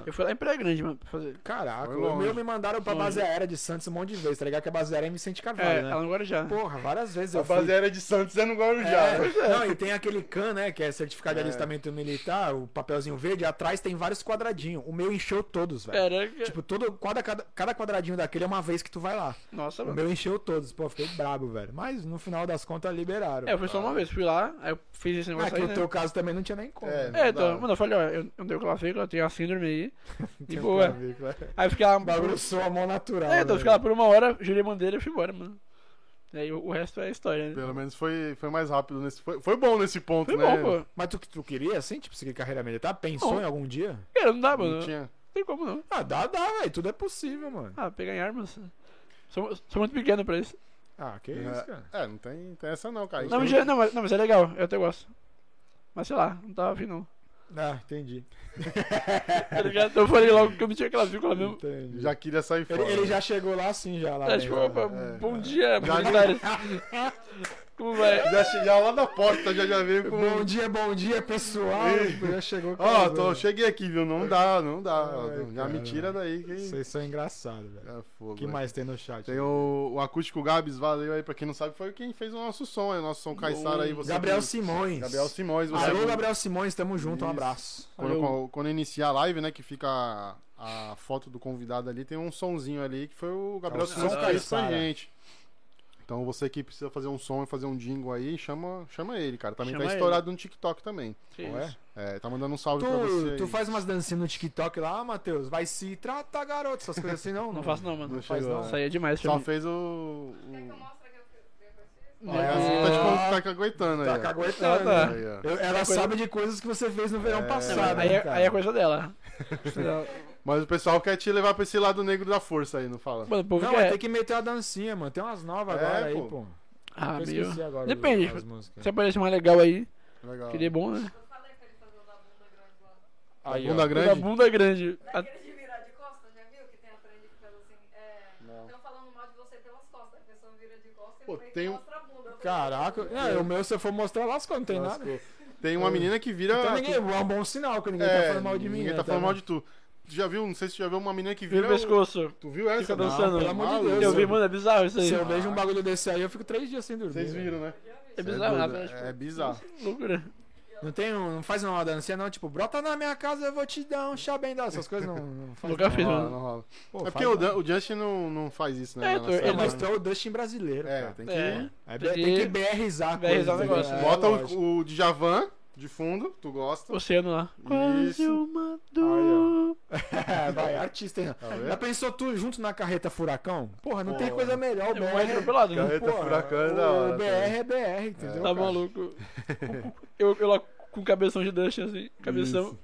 S4: Eu fui lá em Praia Grande, mano, pra fazer.
S2: Caraca,
S3: Foi
S2: o
S3: longe.
S2: meu me mandaram pra
S4: Longe.
S2: base aérea de Santos um monte de vezes, tá ligado? Que a base aérea é em Vicente Carvalho,
S4: É,
S2: né?
S4: ela agora já.
S2: Porra, várias vezes
S3: A
S2: eu
S3: base
S2: fui.
S3: era de Santos, é no
S2: É,
S3: Guarujá.
S2: não, e tem aquele CAN, né? Que é certificado
S3: É.
S2: de alistamento militar, o papelzinho verde, e atrás tem vários quadradinhos. O meu encheu todos, velho.
S4: Caraca.
S2: Tipo, todo, quadra- cada, cada quadradinho daquele é uma vez que tu vai lá.
S4: Nossa,
S2: O
S4: mano.
S2: meu encheu todos, pô, fiquei brabo, velho. Mas no final das contas liberaram.
S4: É, eu fui só uma vez, fui lá, aí eu fiz esse
S2: Ah,
S4: negócio
S2: que
S4: aí,
S2: no
S4: né?
S2: teu caso também não tinha nem como.
S3: É,
S2: né?
S4: É, então,
S3: Dá.
S4: mano, eu falei, ó, eu eu não tenho clavícula, eu tenho a síndrome aí. De
S2: Tem
S4: boa.
S2: clavícula.
S4: Aí eu fiquei lá,
S2: O bagulho soa mó natural.
S4: É, então, eu
S2: né?
S4: fiquei lá por uma hora, jurei bandeira e fui embora, mano. E aí o, o resto é história, né?
S3: Pelo menos foi, foi mais rápido. Nesse, foi, foi bom nesse ponto,
S4: Foi
S3: né?
S4: bom, pô.
S2: Mas tu, tu queria, assim, tipo, seguir carreira militar? Pensou
S4: Não.
S2: em algum dia?
S4: Cara, não dá, mano.
S3: Não
S4: Não,
S3: tinha.
S4: tem como não.
S2: Ah, dá, dá, velho. Tudo é possível, mano.
S4: Ah, pegar em armas. Sou, sou muito pequeno pra isso.
S2: Ah, que isso, cara.
S3: É, é, não tem, tem essa não, cara.
S4: Não, mas, é- não, mas, não, mas é legal, eu até gosto. Mas sei lá, não tava afim não.
S2: Ah, entendi.
S4: Tá ligado? Então eu falei logo que eu não tinha clavícula mesmo.
S2: entendi.
S3: Já queria sair fora.
S2: Ele, ele já chegou lá assim, já lá.
S4: Aí,
S2: dentro.
S4: tipo, opa,
S3: é.
S4: bom dia, militares. Como vai?
S3: já, che- já lá da porta, já, já veio com.
S2: Bom dia, bom dia, pessoal. Tipo,
S3: Ih.
S2: já chegou com
S3: Ó,
S2: as
S3: tô-
S2: outras.
S3: cheguei aqui, viu? Não dá, não dá.
S2: Ai,
S3: já
S2: É,
S3: me
S2: cara.
S3: tira daí. Que...
S2: Vocês são engraçados,
S4: Tá
S2: velho.
S3: É fogo.
S2: O que
S3: né?
S2: mais tem no chat?
S3: Tem o, o Acústico Gabs, valeu aí. Pra quem não sabe, foi quem fez o nosso som aí. O nosso som Caissara aí. Você
S2: Gabriel
S3: que-
S2: Simões.
S3: Gabriel Simões. Você
S2: Alô,
S3: que-
S2: Gabriel Simões, tamo junto, um
S3: Isso.
S2: abraço.
S3: Quando,
S4: Valeu.
S3: quando, quando iniciar a live, né, que fica a, a foto do convidado ali, tem um sonzinho ali que foi o Gabriel
S2: É o
S3: Simões
S2: som
S3: que fez
S2: Caissara.
S3: pra gente. Então você que precisa fazer um som e fazer um jingle aí, chama, chama ele, cara. Também
S4: Chama
S3: tá
S4: ele.
S3: estourado no TikTok também.
S4: Que
S2: Ué?
S4: isso?
S3: É, tá mandando um salve pra você.
S2: Tu,
S3: aí.
S2: tu faz umas dancinhas no TikTok lá, Matheus? Vai se tratar, garoto, essas coisas assim, não?
S4: Não faço não, mano.
S3: Não
S4: faz
S3: chegou,
S4: não.
S3: né?
S4: Isso aí é demais pra
S3: Só
S4: mim.
S3: fez o.
S5: Quer que eu
S3: o...
S5: mostre que eu depois fiz?
S3: Ó, ela
S4: É,
S3: tá, tipo, tá caguetando aí.
S2: Ah. Tá
S3: ó.
S2: caguetando.
S4: Ah, tá.
S2: né?
S3: Aí, ó.
S2: Eu- ela
S4: coisa-
S2: sabe de coisas que você fez no verão
S3: É.
S2: passado.
S4: Aí,
S2: né,
S4: é-
S2: cara?
S4: aí é coisa dela. Não,
S3: Mas o pessoal quer te levar pra esse lado negro da força aí, não fala?
S4: Mano, o povo
S2: Não, vai
S4: quer.
S2: ter que meter a dancinha, mano. Tem umas novas
S3: É,
S2: agora
S3: pô.
S2: aí, pô.
S4: Ah,
S2: Eu
S4: meu.
S2: esqueci agora
S4: Depende.
S2: as músicas.
S4: Se aparecer uma legal aí,
S3: Legal.
S4: seria bom, né?
S5: Eu falei pra ele fazer o da bunda grande lá.
S2: Aí, ó.
S3: Bunda
S4: Da
S3: grande?
S4: é bunda grande. A-
S5: Daquele de virar de costas, já viu? Que tem a trend que faz assim. É. Estão falando mal de você pelas costas. A pessoa vira de costas
S3: Pô,
S5: e meio
S3: tem
S5: que
S3: um-
S5: mostra a bunda. Eu falei,
S2: Caraca, é, o meu, se eu for mostrar, lascou, não tem nada.
S3: Lascou. Tem uma menina Ah, que vira.
S2: Então ninguém, é um bom sinal que ninguém tá falando mal de mim.
S3: Ninguém
S2: né,
S3: tá falando mal
S2: vendo?
S3: de tu. Tu já viu, não sei se tu já viu uma menina que
S4: Vira
S3: vira.
S4: o
S3: o-
S4: pescoço.
S3: Tu viu essa?
S4: Fica dançando.
S3: Não,
S4: Pelo
S2: amor de Deus,
S4: Eu vi,
S2: mano.
S4: mano, é bizarro isso aí.
S2: Se eu vejo um bagulho desse aí, eu fico três dias sem dormir.
S3: Vocês viram, né?
S4: É bizarro,
S3: é,
S4: nada,
S3: doido,
S4: tipo,
S2: né?
S3: é bizarro.
S4: loucura.
S2: Não tem um, não faz uma dancinha, não, tipo, brota na minha casa, eu vou te dar um chá bem dado. Essas coisas não, não faz.
S4: Nunca
S2: não.
S4: fiz,
S3: Não rola,
S4: mano.
S3: não rola.
S2: Pô,
S3: É
S2: faz um
S3: porque o,
S2: não.
S3: Dan- o Justin não, não faz isso, né?
S4: É,
S3: na
S4: tu-
S3: nossa
S4: ele
S2: É,
S3: live.
S2: mas tu é o Dustin brasileiro.
S3: É,
S2: cara.
S3: tem que.
S4: É.
S2: É,
S4: Tem
S2: tem
S4: que-
S2: que BRizar a
S4: BRizar
S2: coisa,
S4: o negócio,
S2: né?
S4: né?
S3: Bota
S2: Lógico.
S3: o, o Djavan de fundo, tu gosta.
S4: Oceano lá. Quase
S3: Isso.
S4: uma
S2: Aí,
S4: dor.
S2: É, vai, artista, hein?
S3: Tá vendo?
S2: Já pensou tu junto na carreta furacão? Porra, não tem
S3: Pô.
S2: coisa melhor, o
S4: Eu vou
S2: BR.
S4: atropelado, né?
S3: um Carreta
S2: Porra,
S3: furacão é
S2: o
S3: da hora.
S2: BR é BR, entendeu?
S4: Tá
S2: cara?
S4: maluco. Eu, eu lá com o cabeção de Dustin, assim. Cabeção.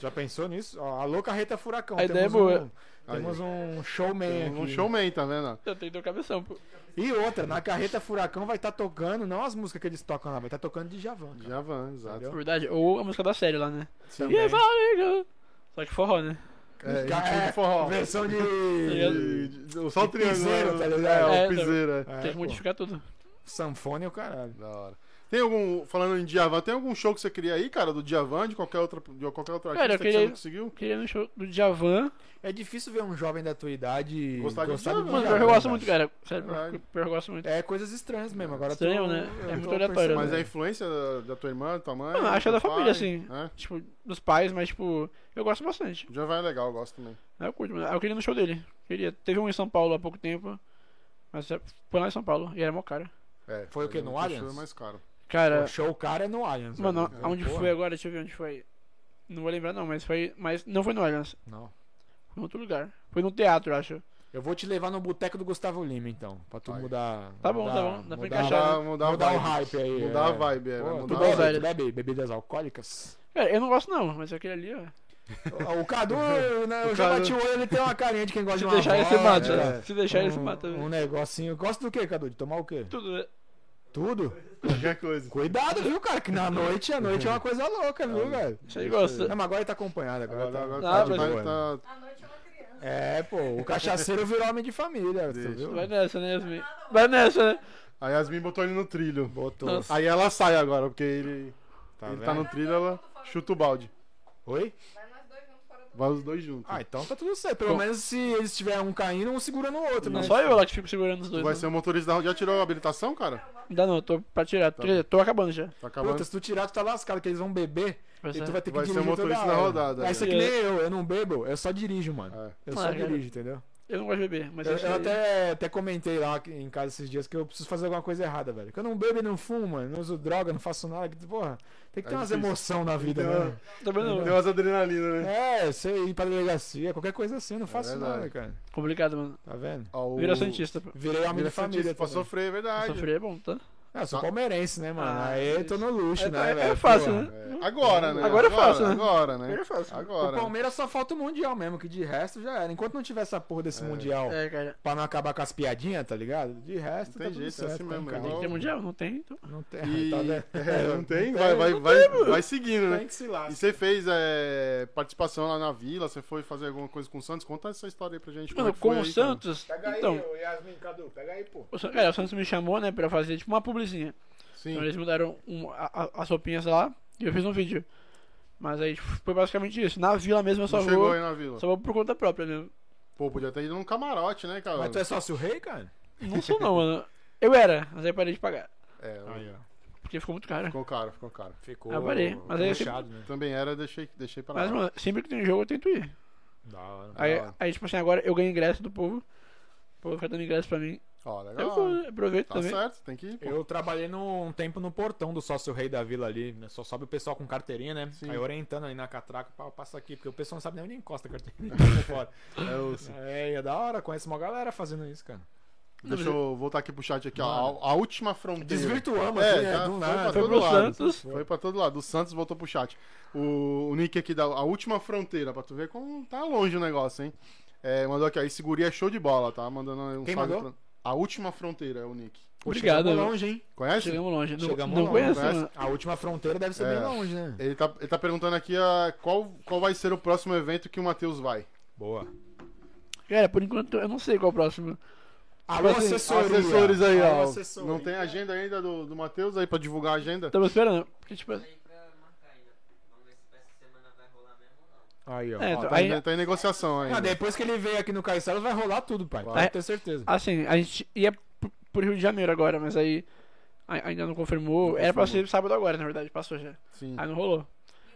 S2: Já pensou nisso? Ó, alô, carreta furacão.
S4: A
S2: temos
S4: ideia é boa.
S2: Um, temos um showman
S3: Um
S2: aqui.
S3: showman, tá vendo?
S4: Eu tenho que ter o cabeção, pô.
S2: E outra, na carreta furacão vai estar tocando, não as músicas que eles tocam lá, vai estar tocando de Javan.
S3: Djavan, exato.
S2: Entendeu?
S4: Verdade. Ou a música da série lá, né?
S2: Também.
S4: E vai, Só que forró, né?
S3: É, ritmo de forró.
S2: Versão de.
S3: E- de- Só o triângulo. né?
S2: piseiro, tá ligado?
S3: É, o
S4: É,
S3: piseiro, é.
S2: É,
S4: Tem que
S2: pô,
S4: modificar tudo.
S2: sanfone é o caralho.
S3: Da hora. Tem algum, falando em Djavan, tem algum show que você queria aí, cara, do Djavan, de qualquer outra, de qualquer outra artista
S4: Cara,
S3: que
S4: eu
S3: você
S4: queria-
S3: não conseguiu?
S4: Queria é no show do Djavan.
S2: É difícil ver um jovem da tua idade
S3: Gostar de né? Djavan.
S4: Mano,
S2: Djavan,
S4: eu gosto
S2: eu
S4: muito,
S2: acho.
S4: cara. Sério,
S3: Caralho.
S4: eu gosto muito.
S2: É coisas estranhas mesmo. Agora
S4: Estranho,
S2: tô-
S4: né?
S2: eu
S4: É
S2: tô
S4: muito aleatório,
S2: percebendo.
S3: Mas
S4: né?
S3: é influência da, da tua irmã, do tamanho?
S4: Mano, acho
S3: do
S4: da
S3: teu pai,
S4: família, assim.
S3: né?
S4: Tipo, dos pais, mas, tipo, eu gosto bastante. É,
S3: Djavan é legal, eu gosto também.
S4: Eu curto, mano. Eu queria ir no show dele. Queria. Teve um em São Paulo há pouco tempo. Mas é- foi lá em Sno São Paulo. E era mó cara.
S3: É,
S2: Foi o quê,
S3: mas
S2: no
S3: o show
S2: Allianz?
S3: É mais caro.
S4: Cara,
S2: O show cara é no Allianz.
S4: mano,
S2: velho.
S4: aonde
S2: Porra.
S4: foi agora? Deixa eu ver onde foi. Não vou lembrar, não, mas foi. Mas não foi no Allianz.
S2: Não.
S4: Foi em outro lugar. Foi no teatro, eu acho.
S2: Eu vou te levar no boteco do Gustavo Lima, então. Pra tu
S3: Vai.
S2: mudar.
S4: Tá bom,
S2: mudar-
S4: tá bom, dá pra
S2: mudar-
S4: encaixar.
S3: Mudar,
S4: Achar-
S3: Ah, mudar,
S2: mudar
S3: a
S2: o
S3: vibe.
S2: hype aí.
S3: Mudar
S2: é.
S3: a vibe, é.
S2: Pô,
S3: vai
S2: tu,
S3: mudar a
S4: bem,
S2: bebe,
S3: vibe.
S4: velho.
S2: tu bebe bebidas alcoólicas?
S4: Cara, eu não gosto não, mas aquele ali, ó.
S2: o Cadu, né, eu já
S3: Cadu-
S2: bati o olho, ele tem uma carinha de quem gosta
S4: Se
S2: de uma
S4: deixar ele se mata,
S2: vodka,
S4: né? Se deixar ele se
S2: um-
S4: mata, velho.
S2: Um negocinho. Gosta do quê, Cadu? De tomar o quê?
S4: Tudo, né?
S2: Tudo?
S3: Qualquer coisa.
S2: Cuidado, viu, cara? Que na noite, a noite é uma coisa louca, viu, velho?
S4: Isso aí gosta.
S2: Não, mas agora ele tá acompanhado. Agora,
S3: Agora,
S2: tá-
S3: agora
S4: Não,
S3: tá,
S2: tá de
S3: de-
S2: boa, né?
S3: tá-
S5: À noite é uma criança.
S2: É, pô, o cachaceiro virou homem de família, tu
S3: Deixa.
S2: viu?
S4: Vai nessa, né, Yasmin? Vai nessa, né?
S3: A Yasmin botou ele no trilho.
S2: Botou.
S4: Nossa.
S3: Aí ela sai agora, porque ele
S2: Tá
S3: ele
S2: vendo?
S3: tá no trilho, ela chuta o balde.
S2: Oi?
S5: Vai nós dois juntos fora do
S3: Vai os dois juntos.
S2: Ah, então tá tudo certo. Pelo
S4: Bom.
S2: menos se eles tiverem um caindo, um segurando o outro,
S4: Não
S2: né?
S4: só eu lá que fico segurando os
S3: Tu
S4: dois.
S3: vai
S4: né?
S3: ser um- o motorista da... Já tirou a habilitação, cara?
S4: Não dá não, eu tô pra tirar. Quer dizer, tô acabando já.
S3: Tá acabando.
S2: Puta, se tu tirar, tu tá lascado, que eles vão beber.
S4: Vai
S2: E
S4: ser.
S2: tu vai ter que
S3: Vai ser
S2: dirigir
S3: o motorista
S2: toda
S3: da
S2: hora.
S3: rodada,
S2: Aí
S3: é.
S2: você que nem eu, eu não bebo, eu só dirijo, mano.
S3: É.
S2: Eu
S4: Ah,
S2: só
S4: cara.
S2: dirijo, entendeu?
S4: Eu não gosto de beber, mas
S2: Eu,
S4: esse
S2: eu
S4: aí-
S2: até, até comentei lá que- em casa esses dias que eu preciso fazer alguma coisa errada, velho. Que eu não bebo e não fumo, mano. Não uso droga, não faço nada. Que, porra, tem que ter
S3: É
S2: umas
S3: difícil.
S2: emoções na vida,
S3: Então,
S2: né?
S4: Também não.
S3: Deu umas adrenalina, né?
S2: É, você ir pra delegacia, qualquer coisa assim, eu não faço
S3: É verdade.
S2: nada, cara.
S4: Complicado, mano.
S2: Tá vendo?
S3: Ó, Ah, o-
S4: Vira Santista. pô.
S2: Virei homem
S3: Vira
S2: de
S3: Santista.
S2: família.
S3: Pra
S2: também.
S3: sofrer, é verdade.
S4: Sofrer é bom, tá?
S2: Ah, eu sou palmeirense, né, mano?
S4: Ah,
S2: Aí eu tô no luxo,
S4: É,
S2: né,
S4: é
S2: velho?
S4: fácil,
S2: Porra.
S4: né?
S3: Agora, né?
S4: Agora é fácil, né?
S3: Agora, né?
S4: Agora é fácil.
S3: Agora. né?
S2: O Palmeiras só falta o Mundial mesmo, que de resto já era. Enquanto não tiver essa porra desse Mundial
S4: É, cara.
S2: pra não acabar com as piadinhas, tá ligado? De resto,
S3: Não tem
S2: tá tudo
S3: jeito, é
S2: certo, tá
S3: assim mesmo,
S2: encarado.
S3: igual-
S4: Tem mundial? Não tem, então.
S2: Não tem,
S3: E-
S2: tá vendo?
S3: É, não tem?
S4: Tá
S3: Vai, vai, vai, vai seguindo, né?
S2: Tem que se lascar.
S3: E você fez é, participação lá na vila, você foi fazer alguma coisa com o Santos? Conta essa história aí pra gente. como é
S4: Mano,
S3: que
S4: com
S3: foi
S4: o
S3: aí,
S4: Santos.
S2: Pega
S4: Então,
S2: aí, ô Yasmin, Cadu, pega aí, pô.
S4: o San- cara, o Santos me chamou, né, pra fazer tipo uma
S3: cara?
S4: publizinha. Então
S3: Sim.
S4: eles mudaram um- a- a- as roupinhas lá e eu fiz um vídeo. Mas aí tipo, foi basicamente isso. Na vila mesmo eu só
S3: Não chegou aí
S4: vou.
S3: na vila.
S4: Só vou por conta própria né? mesmo.
S3: Pô, podia ter ido num camarote, né, cara?
S2: Mas tu é sócio rei, cara?
S4: Não sou não, mano. Eu era, mas aí parei de pagar.
S3: É,
S2: Aí, ó.
S4: Porque ficou muito caro.
S3: ficou caro, ficou caro.
S2: Ficou
S4: Ah, parei, mas aí eu
S2: puxado, né?
S3: Também era, deixei, deixei pra lá.
S4: Mas, mano, sempre que tem jogo eu tento ir.
S2: Da hora.
S4: Aí,
S3: Da hora.
S4: aí tipo assim, agora eu ganho ingresso do povo. O povo fica dando ingresso pra mim.
S3: Ó,
S4: Eu
S3: legal.
S4: vou, né, aproveito
S3: Tá
S4: também.
S3: certo, tem que ir. pô.
S2: né? Eu trabalhei num um tempo no portão do sócio rei da vila ali. né? Só sobe o pessoal com carteirinha, né? Aí orientando ali na catraca, pá, passa aqui, porque o pessoal não sabe nem onde encosta a carteirinha. tá fora.
S3: É, eu-
S2: É, e é da hora, conhece uma galera fazendo isso, cara.
S3: Deixa eu voltar aqui pro chat aqui, ó. A, a última fronteira.
S2: Desvirtuamos,
S3: É,
S2: assim, é,
S3: já
S2: do
S3: foi
S2: nada.
S3: pra
S4: Foi
S3: todo
S4: pro
S3: lado.
S4: Santos.
S3: Foi pra todo lado. O Santos voltou pro chat. O, o Nick aqui da A Última Fronteira, pra tu ver como tá longe o negócio, hein? É, mandou aqui, ó. Esse guri é show de bola, tá? Mandando um
S2: Quem
S3: salve
S2: mandou?
S3: pra- A Última Fronteira é o Nick.
S4: Obrigado.
S2: Chegamos longe, hein?
S3: Conhece?
S4: Chegamos longe. Não,
S2: Chegamos
S4: não
S2: longe,
S4: conheço, né?
S3: conhece?
S4: mano.
S2: A última fronteira deve ser
S3: É.
S2: bem longe, né?
S3: Ele tá, ele tá perguntando aqui ah, qual, qual vai ser o próximo evento que o Matheus vai.
S2: Boa.
S4: Cara, por enquanto eu não sei qual é o próximo.
S2: Alô,
S4: assim,
S2: assessoria.
S3: Assessores aí,
S2: Alô,
S3: ó.
S2: assessoria.
S3: Não tem agenda ainda do, do Matheus aí pra divulgar a agenda?
S4: Tamo esperando. Porque, tipo,
S6: aí pra marcar ainda. Vamos ver se essa semana vai rolar mesmo ou não.
S2: Aí, ó.
S4: É,
S3: Ó,
S4: então,
S3: tá,
S4: aí-
S3: em, tá em negociação
S2: Ah,
S3: ainda.
S2: depois que ele veio aqui no Caissara, vai rolar tudo, pai.
S3: Vai.
S2: Pode ter certeza.
S4: assim, a gente ia pro- pro Rio de Janeiro agora, mas aí a- ainda não confirmou. Era pra ser sábado agora, na verdade, passou já.
S3: Sim.
S2: Ah,
S4: Aí não rolou.
S5: E o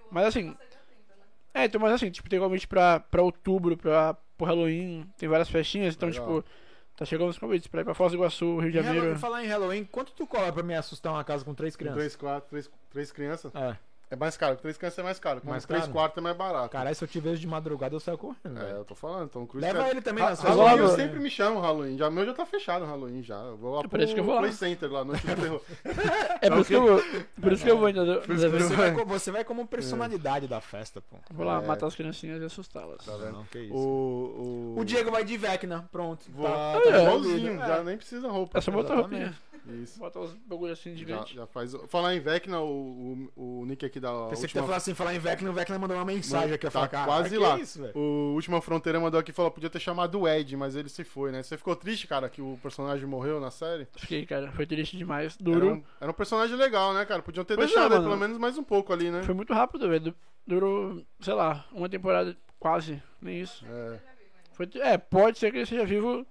S5: outro
S4: Mas assim,
S5: passa dia 30, né?
S4: é, então, mas assim, tipo, tem convite pra, pra outubro, pra, pro Halloween, tem várias festinhas, então,
S3: Legal.
S4: tipo, tá chegando os convites pra ir pra Foz do Iguaçu, Rio de
S2: Em Halloween,
S4: Janeiro.
S2: falar em Halloween, quanto tu cobra pra me assustar uma casa com três
S3: Com
S2: crianças?
S3: três, quatro, três, três crianças.
S2: É.
S3: É mais caro. Três crianças é mais caro. Com
S2: Mais
S3: três
S2: caro?
S3: quartos é mais barato.
S2: Caralho, se eu te vejo de madrugada, eu saio correndo.
S3: É,
S2: velho.
S3: eu tô falando, Tom Cruise.
S2: Leva
S3: cara.
S2: ele É também né?
S3: Ha-
S2: na sua
S3: é- Ah, Halloween
S4: logo.
S3: eu sempre me chamo Halloween. Já, meu já tá fechado o Halloween já. Eu vou lá pro
S4: por isso que eu vou lá.
S3: Play Center lá, Noite do Terror.
S4: É por isso que eu vou. Por isso que eu vou ainda. nos eventos.
S2: Você vai, co- você vai como personalidade da festa, pô.
S4: Vou lá
S3: É.
S4: matar as criancinhas e assustá-las.
S2: Não, que isso.
S3: Tá O,
S2: O Diego vai de Vecna, pronto.
S3: Vou lá,
S4: Ah,
S3: tá
S4: é.
S3: igualzinho,
S2: É.
S3: já nem precisa roupa.
S4: É só botar a roupinha.
S2: Exatamente.
S3: Isso.
S4: Bota uns bagulho assim de
S3: Já,
S4: gigante.
S3: já faz. Falar em Vecna, o, o, o Nick aqui da.
S2: Pensei que tu
S3: última-
S2: ia falar assim, falar em Vecna, o Vecna mandou uma mensagem aqui, eu
S3: tá
S2: falar, cara,
S3: quase
S2: que
S3: lá.
S2: isso, velho?
S3: o Última Fronteira mandou aqui e falou: podia ter chamado o Ed, mas ele se foi, né? Você ficou triste, cara, que o personagem morreu na série?
S4: Fiquei, cara. Foi triste demais.
S3: Era
S4: Duro.
S3: um, era um personagem legal, né, cara? Podiam ter
S4: Pois
S3: deixado ele
S4: é, mano.
S3: pelo menos mais um pouco ali, né?
S4: Foi muito rápido, velho. Du- Durou, sei lá, uma temporada quase. Nem isso.
S3: É.
S4: Foi, é, pode ser que ele seja vivo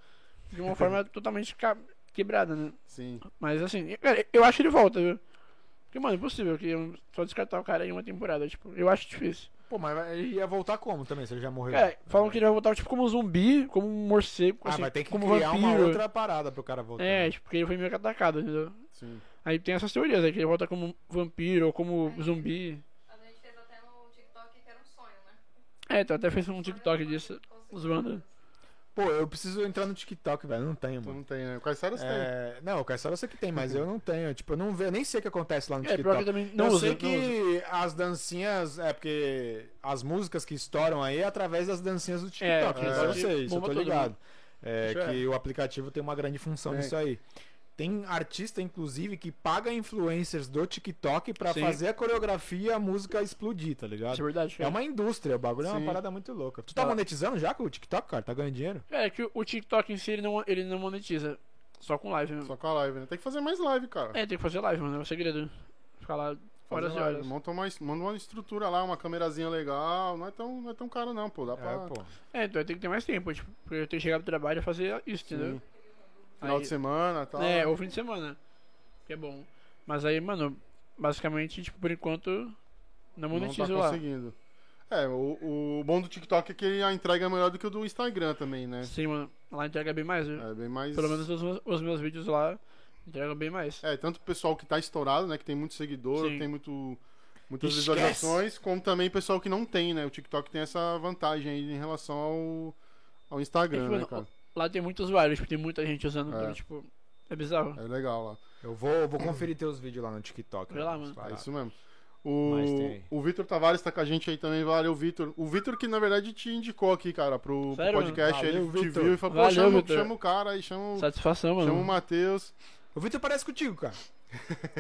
S4: de uma forma totalmente ca- quebrada, né?
S3: Sim.
S4: Mas assim, eu- cara, eu acho que ele volta, viu? Porque, mano, é impossível que eu só descartar o cara em uma temporada. Tipo, eu acho difícil.
S2: Pô, mas vai- ele ia voltar como também, se ele já morreu?
S4: Cara, falam que ele vai voltar tipo como um zumbi, como um morcego,
S2: é. Ah,
S4: assim,
S2: vai ter que
S4: como
S2: criar
S4: vampiro.
S2: uma outra parada pro cara voltar.
S4: É, tipo, porque ele foi meio que atacado, entendeu?
S3: Sim.
S4: Aí tem essas teorias, aí que ele volta como vampiro ou como zumbi.
S5: A gente fez até no TikTok que era um sonho, né?
S4: É, então até fez um TikTok disso, zoando.
S2: Pô, eu preciso entrar no TikTok, velho, eu não tenho,
S3: Tu
S2: mano.
S3: não tem, né? Quais séries tem?
S2: É, não, o Caissara eu sei que tem, mas eu não tenho. Tipo, eu não vejo, eu nem sei o que acontece lá no
S4: É, pior que eu
S2: Um TikTok.
S4: também não
S2: eu
S4: uso,
S2: sei
S4: não uso.
S2: que as dancinhas, é porque as músicas que estouram aí é através das dancinhas do TikTok.
S4: é,
S2: isso eu
S4: é.
S2: sei, isso eu
S4: Bomba
S2: tô
S4: todo
S2: ligado. É,
S4: Isso é.
S2: que o aplicativo tem uma grande função
S3: É.
S2: nisso aí. Tem artista, inclusive, que paga influencers do TikTok pra
S4: Sim.
S2: fazer a coreografia e a música explodir, tá
S4: Isso é
S2: ligado?
S4: verdade,
S2: É
S4: cara.
S2: uma indústria, o bagulho é uma
S3: Sim.
S2: parada muito louca. Tu tá
S4: Tá.
S2: monetizando já com o TikTok, cara? Tá ganhando dinheiro?
S4: Cara, é que o- o TikTok em si ele não, ele não monetiza. Só com live mesmo.
S3: Só com a live, né? Tem que fazer mais live, cara.
S4: É, tem que fazer live, mano. É o segredo. Ficar lá horas e
S3: Fazer live.
S4: horas.
S3: Monta uma, es- manda uma estrutura lá, uma câmerazinha legal. Não é tão, não é tão caro, não, pô. Dá pra.
S2: É, pô.
S4: É, então tem que ter mais tempo, tipo, porque eu tenho que chegar pro trabalho e fazer isso, entendeu?
S3: Final
S4: Aí-
S3: de semana e tal.
S4: É, ou fim de semana. Que é bom. Mas aí, mano, basicamente, tipo, por enquanto,
S3: não tá
S4: não monetizo lá.
S3: conseguindo. É, o, o bom do TikTok é que a entrega é melhor do que o do Instagram também, né?
S4: Sim, mano. Lá entrega bem mais, viu?
S3: É bem mais.
S4: Pelo menos os, meus- os meus vídeos lá entregam bem mais.
S3: É, tanto o pessoal que tá estourado, né? Que tem muito seguidor,
S4: Sim.
S3: tem muito, muitas
S2: Esquece.
S3: visualizações, como também o pessoal que não tem, né? O TikTok tem essa vantagem aí em relação ao, ao Instagram,
S4: É que,
S3: né,
S4: mano,
S3: cara?
S4: Lá tem muitos usuários, tipo, tem muita gente usando,
S3: É.
S4: então, tipo, é bizarro.
S3: É legal lá.
S2: Eu vou, vou conferir teus vídeos lá no TikTok. né?
S4: Vai lá, mano.
S3: É
S2: Parado.
S3: isso mesmo.
S2: Mas
S3: O,
S2: tem-
S3: o Vitor Tavares tá com a gente aí também. Valeu, Vitor. O Vitor que, na verdade, te indicou aqui, cara, pro, pro
S4: Sério, mano?
S3: podcast.
S2: Valeu,
S3: ele te
S2: Vitor.
S3: viu e falou, pô,
S4: Valeu,
S3: chama,
S4: Vitor.
S3: chama o cara aí, chama, o-
S4: Satisfação, mano.
S3: chama o Matheus.
S2: O Vitor parece contigo, cara.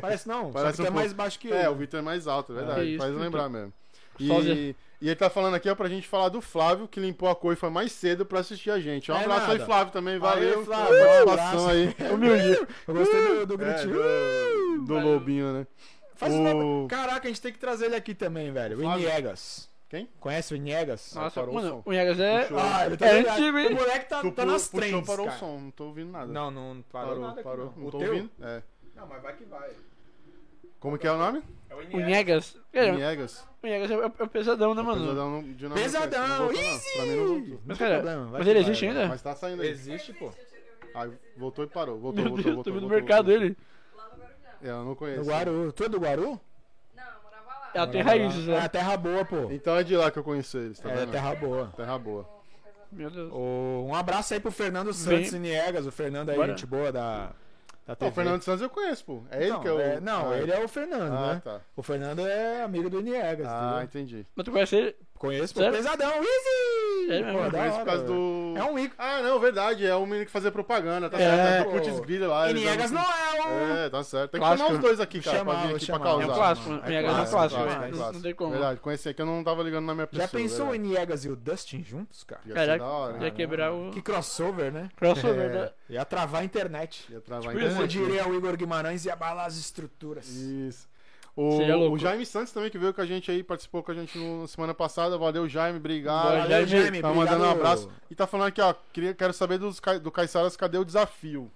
S2: Parece não.
S3: Parece
S2: só que
S3: um
S2: tu é
S3: pouco.
S2: mais baixo que eu.
S3: É, o Vitor é mais alto, é verdade.
S4: É isso,
S3: faz
S4: Vitor.
S3: lembrar mesmo.
S4: Sósia.
S3: E, e ele tá falando aqui ó, pra gente falar do Flávio, que limpou a coifa mais cedo pra assistir a gente. Um
S2: É
S3: abraço aí,
S2: nada.
S3: Flávio, também.
S2: Valeu,
S3: Valeu,
S2: Flávio.
S3: pela
S2: Um
S3: participação
S2: abraço.
S3: aí.
S2: humilde. Eu gostei do, do
S3: É,
S2: gritinho.
S3: do, do
S4: Valeu.
S3: Lobinho, né?
S2: Faz
S3: o-
S2: um negócio. Caraca, a gente tem que trazer ele aqui também, velho. O
S3: Flávio.
S2: Iniegas.
S3: Quem?
S2: Conhece o Iniegas?
S4: Nossa,
S3: parou o
S4: mano,
S3: som.
S4: o Iagas é.
S3: Puxou. Ah,
S2: ele
S4: É
S2: ligado.
S4: antigo, hein?
S2: O moleque tá,
S3: Tu
S2: tá
S3: pu-
S2: nas
S3: puxou,
S2: trends,
S3: parou
S2: cara.
S3: o som, não tô ouvindo nada.
S2: Não, não parou.
S3: parou,
S2: nada aqui,
S3: parou.
S2: não.
S3: Não
S2: O
S3: tô
S2: teu?
S3: ouvindo? É.
S2: Não, mas vai que vai.
S3: Como que é o nome?
S4: O Niegas.
S2: É.
S4: Cara,
S3: Niegas.
S4: o Niegas é, é o pesadão, né, mano?
S3: Pesadão. não- de nome
S2: Tá Pesadão,
S3: não voltou, não.
S2: easy!
S3: Pra mim não voltou.
S4: Mas,
S2: Não tem
S4: cara,
S2: problema, vai
S4: mas
S2: que
S4: ele
S2: vai,
S4: existe
S2: vai.
S4: ainda?
S3: Mas tá saindo aí.
S2: Existe, pô.
S3: Aí, voltou e parou. Voltou,
S4: Meu
S3: voltou,
S4: Deus,
S3: voltou.
S4: tô
S3: voltou,
S4: vendo no mercado
S3: voltou.
S4: dele.
S5: Lá no Guarujá.
S3: É, eu não
S2: Do
S3: conheço.
S2: Guaru. Tu é do Guaru?
S5: Não, eu morava lá.
S4: Ela tem
S2: Morava lá.
S4: raízes, né?
S2: Ah, terra boa, pô.
S3: Então é de lá que eu conheço eles, tá
S2: É,
S3: vendo?
S2: terra boa.
S3: Terra boa.
S4: Meu Deus.
S2: O- um abraço aí pro Fernando Santos
S4: Vem.
S2: e Niegas. O Fernando aí,
S4: Bora.
S2: gente boa da, da
S3: Não,
S2: TV.
S3: o Fernando Santos eu conheço, pô. É ele
S2: Então,
S3: que é o.
S2: não, ele é o Fernando,
S3: Ah,
S2: né?
S3: tá.
S2: O Fernando é amigo do Niegas,
S3: Ah,
S2: entendeu?
S3: entendi.
S4: Mas tu conhece ele?
S2: Conheço pô,
S4: Sério?
S2: pesadão, easy!
S4: Sério mesmo?
S2: Pô, da
S3: Conheço por
S2: hora,
S3: causa
S2: velho.
S3: do.
S2: É um ícone.
S3: Ah, não, verdade. É o menino que fazia propaganda, tá
S2: É,
S3: certo? É do
S2: pô.
S3: Curtis Griller lá.
S2: E
S3: eles
S2: Niegas
S3: eram-
S2: não é um...
S3: É, tá certo. Tem que
S4: Clássico.
S3: chamar os dois aqui, cara, pra
S2: chamar,
S3: vir
S2: vou
S3: aqui pra
S2: chamar.
S3: causar.
S4: É um clássico,
S2: mano.
S4: o
S2: É
S4: Niegas é um
S2: clássico,
S4: clássico,
S2: clássico, é
S4: mano. Não
S2: clássico.
S4: tem como.
S3: Verdade, conheci aqui, eu não tava ligando na minha pessoa.
S2: Já pensou
S3: É, verdade.
S2: em Niegas e o Dustin juntos, cara?
S3: Ia ser
S4: Caraca, é
S3: da hora.
S4: ia
S3: né?
S4: quebrar o
S2: Que crossover, né?
S4: crossover,
S2: É,
S4: né?
S2: ia travar a internet.
S3: Ia travar
S4: Tipo
S3: a
S2: Como
S3: internet.
S2: diria o Igor Guimarães, ia abalar as estruturas.
S3: Isso. O,
S4: Seria louco.
S3: o Jaime Santos também que veio com a gente aí, participou com a gente no- na semana passada. Valeu, Jaime. Obrigado.
S4: Valeu, Jaime.
S3: Tá mandando um abraço. E tá falando aqui, ó. Queria, quero saber dos, Ca- do Caissaras, cadê o desafio?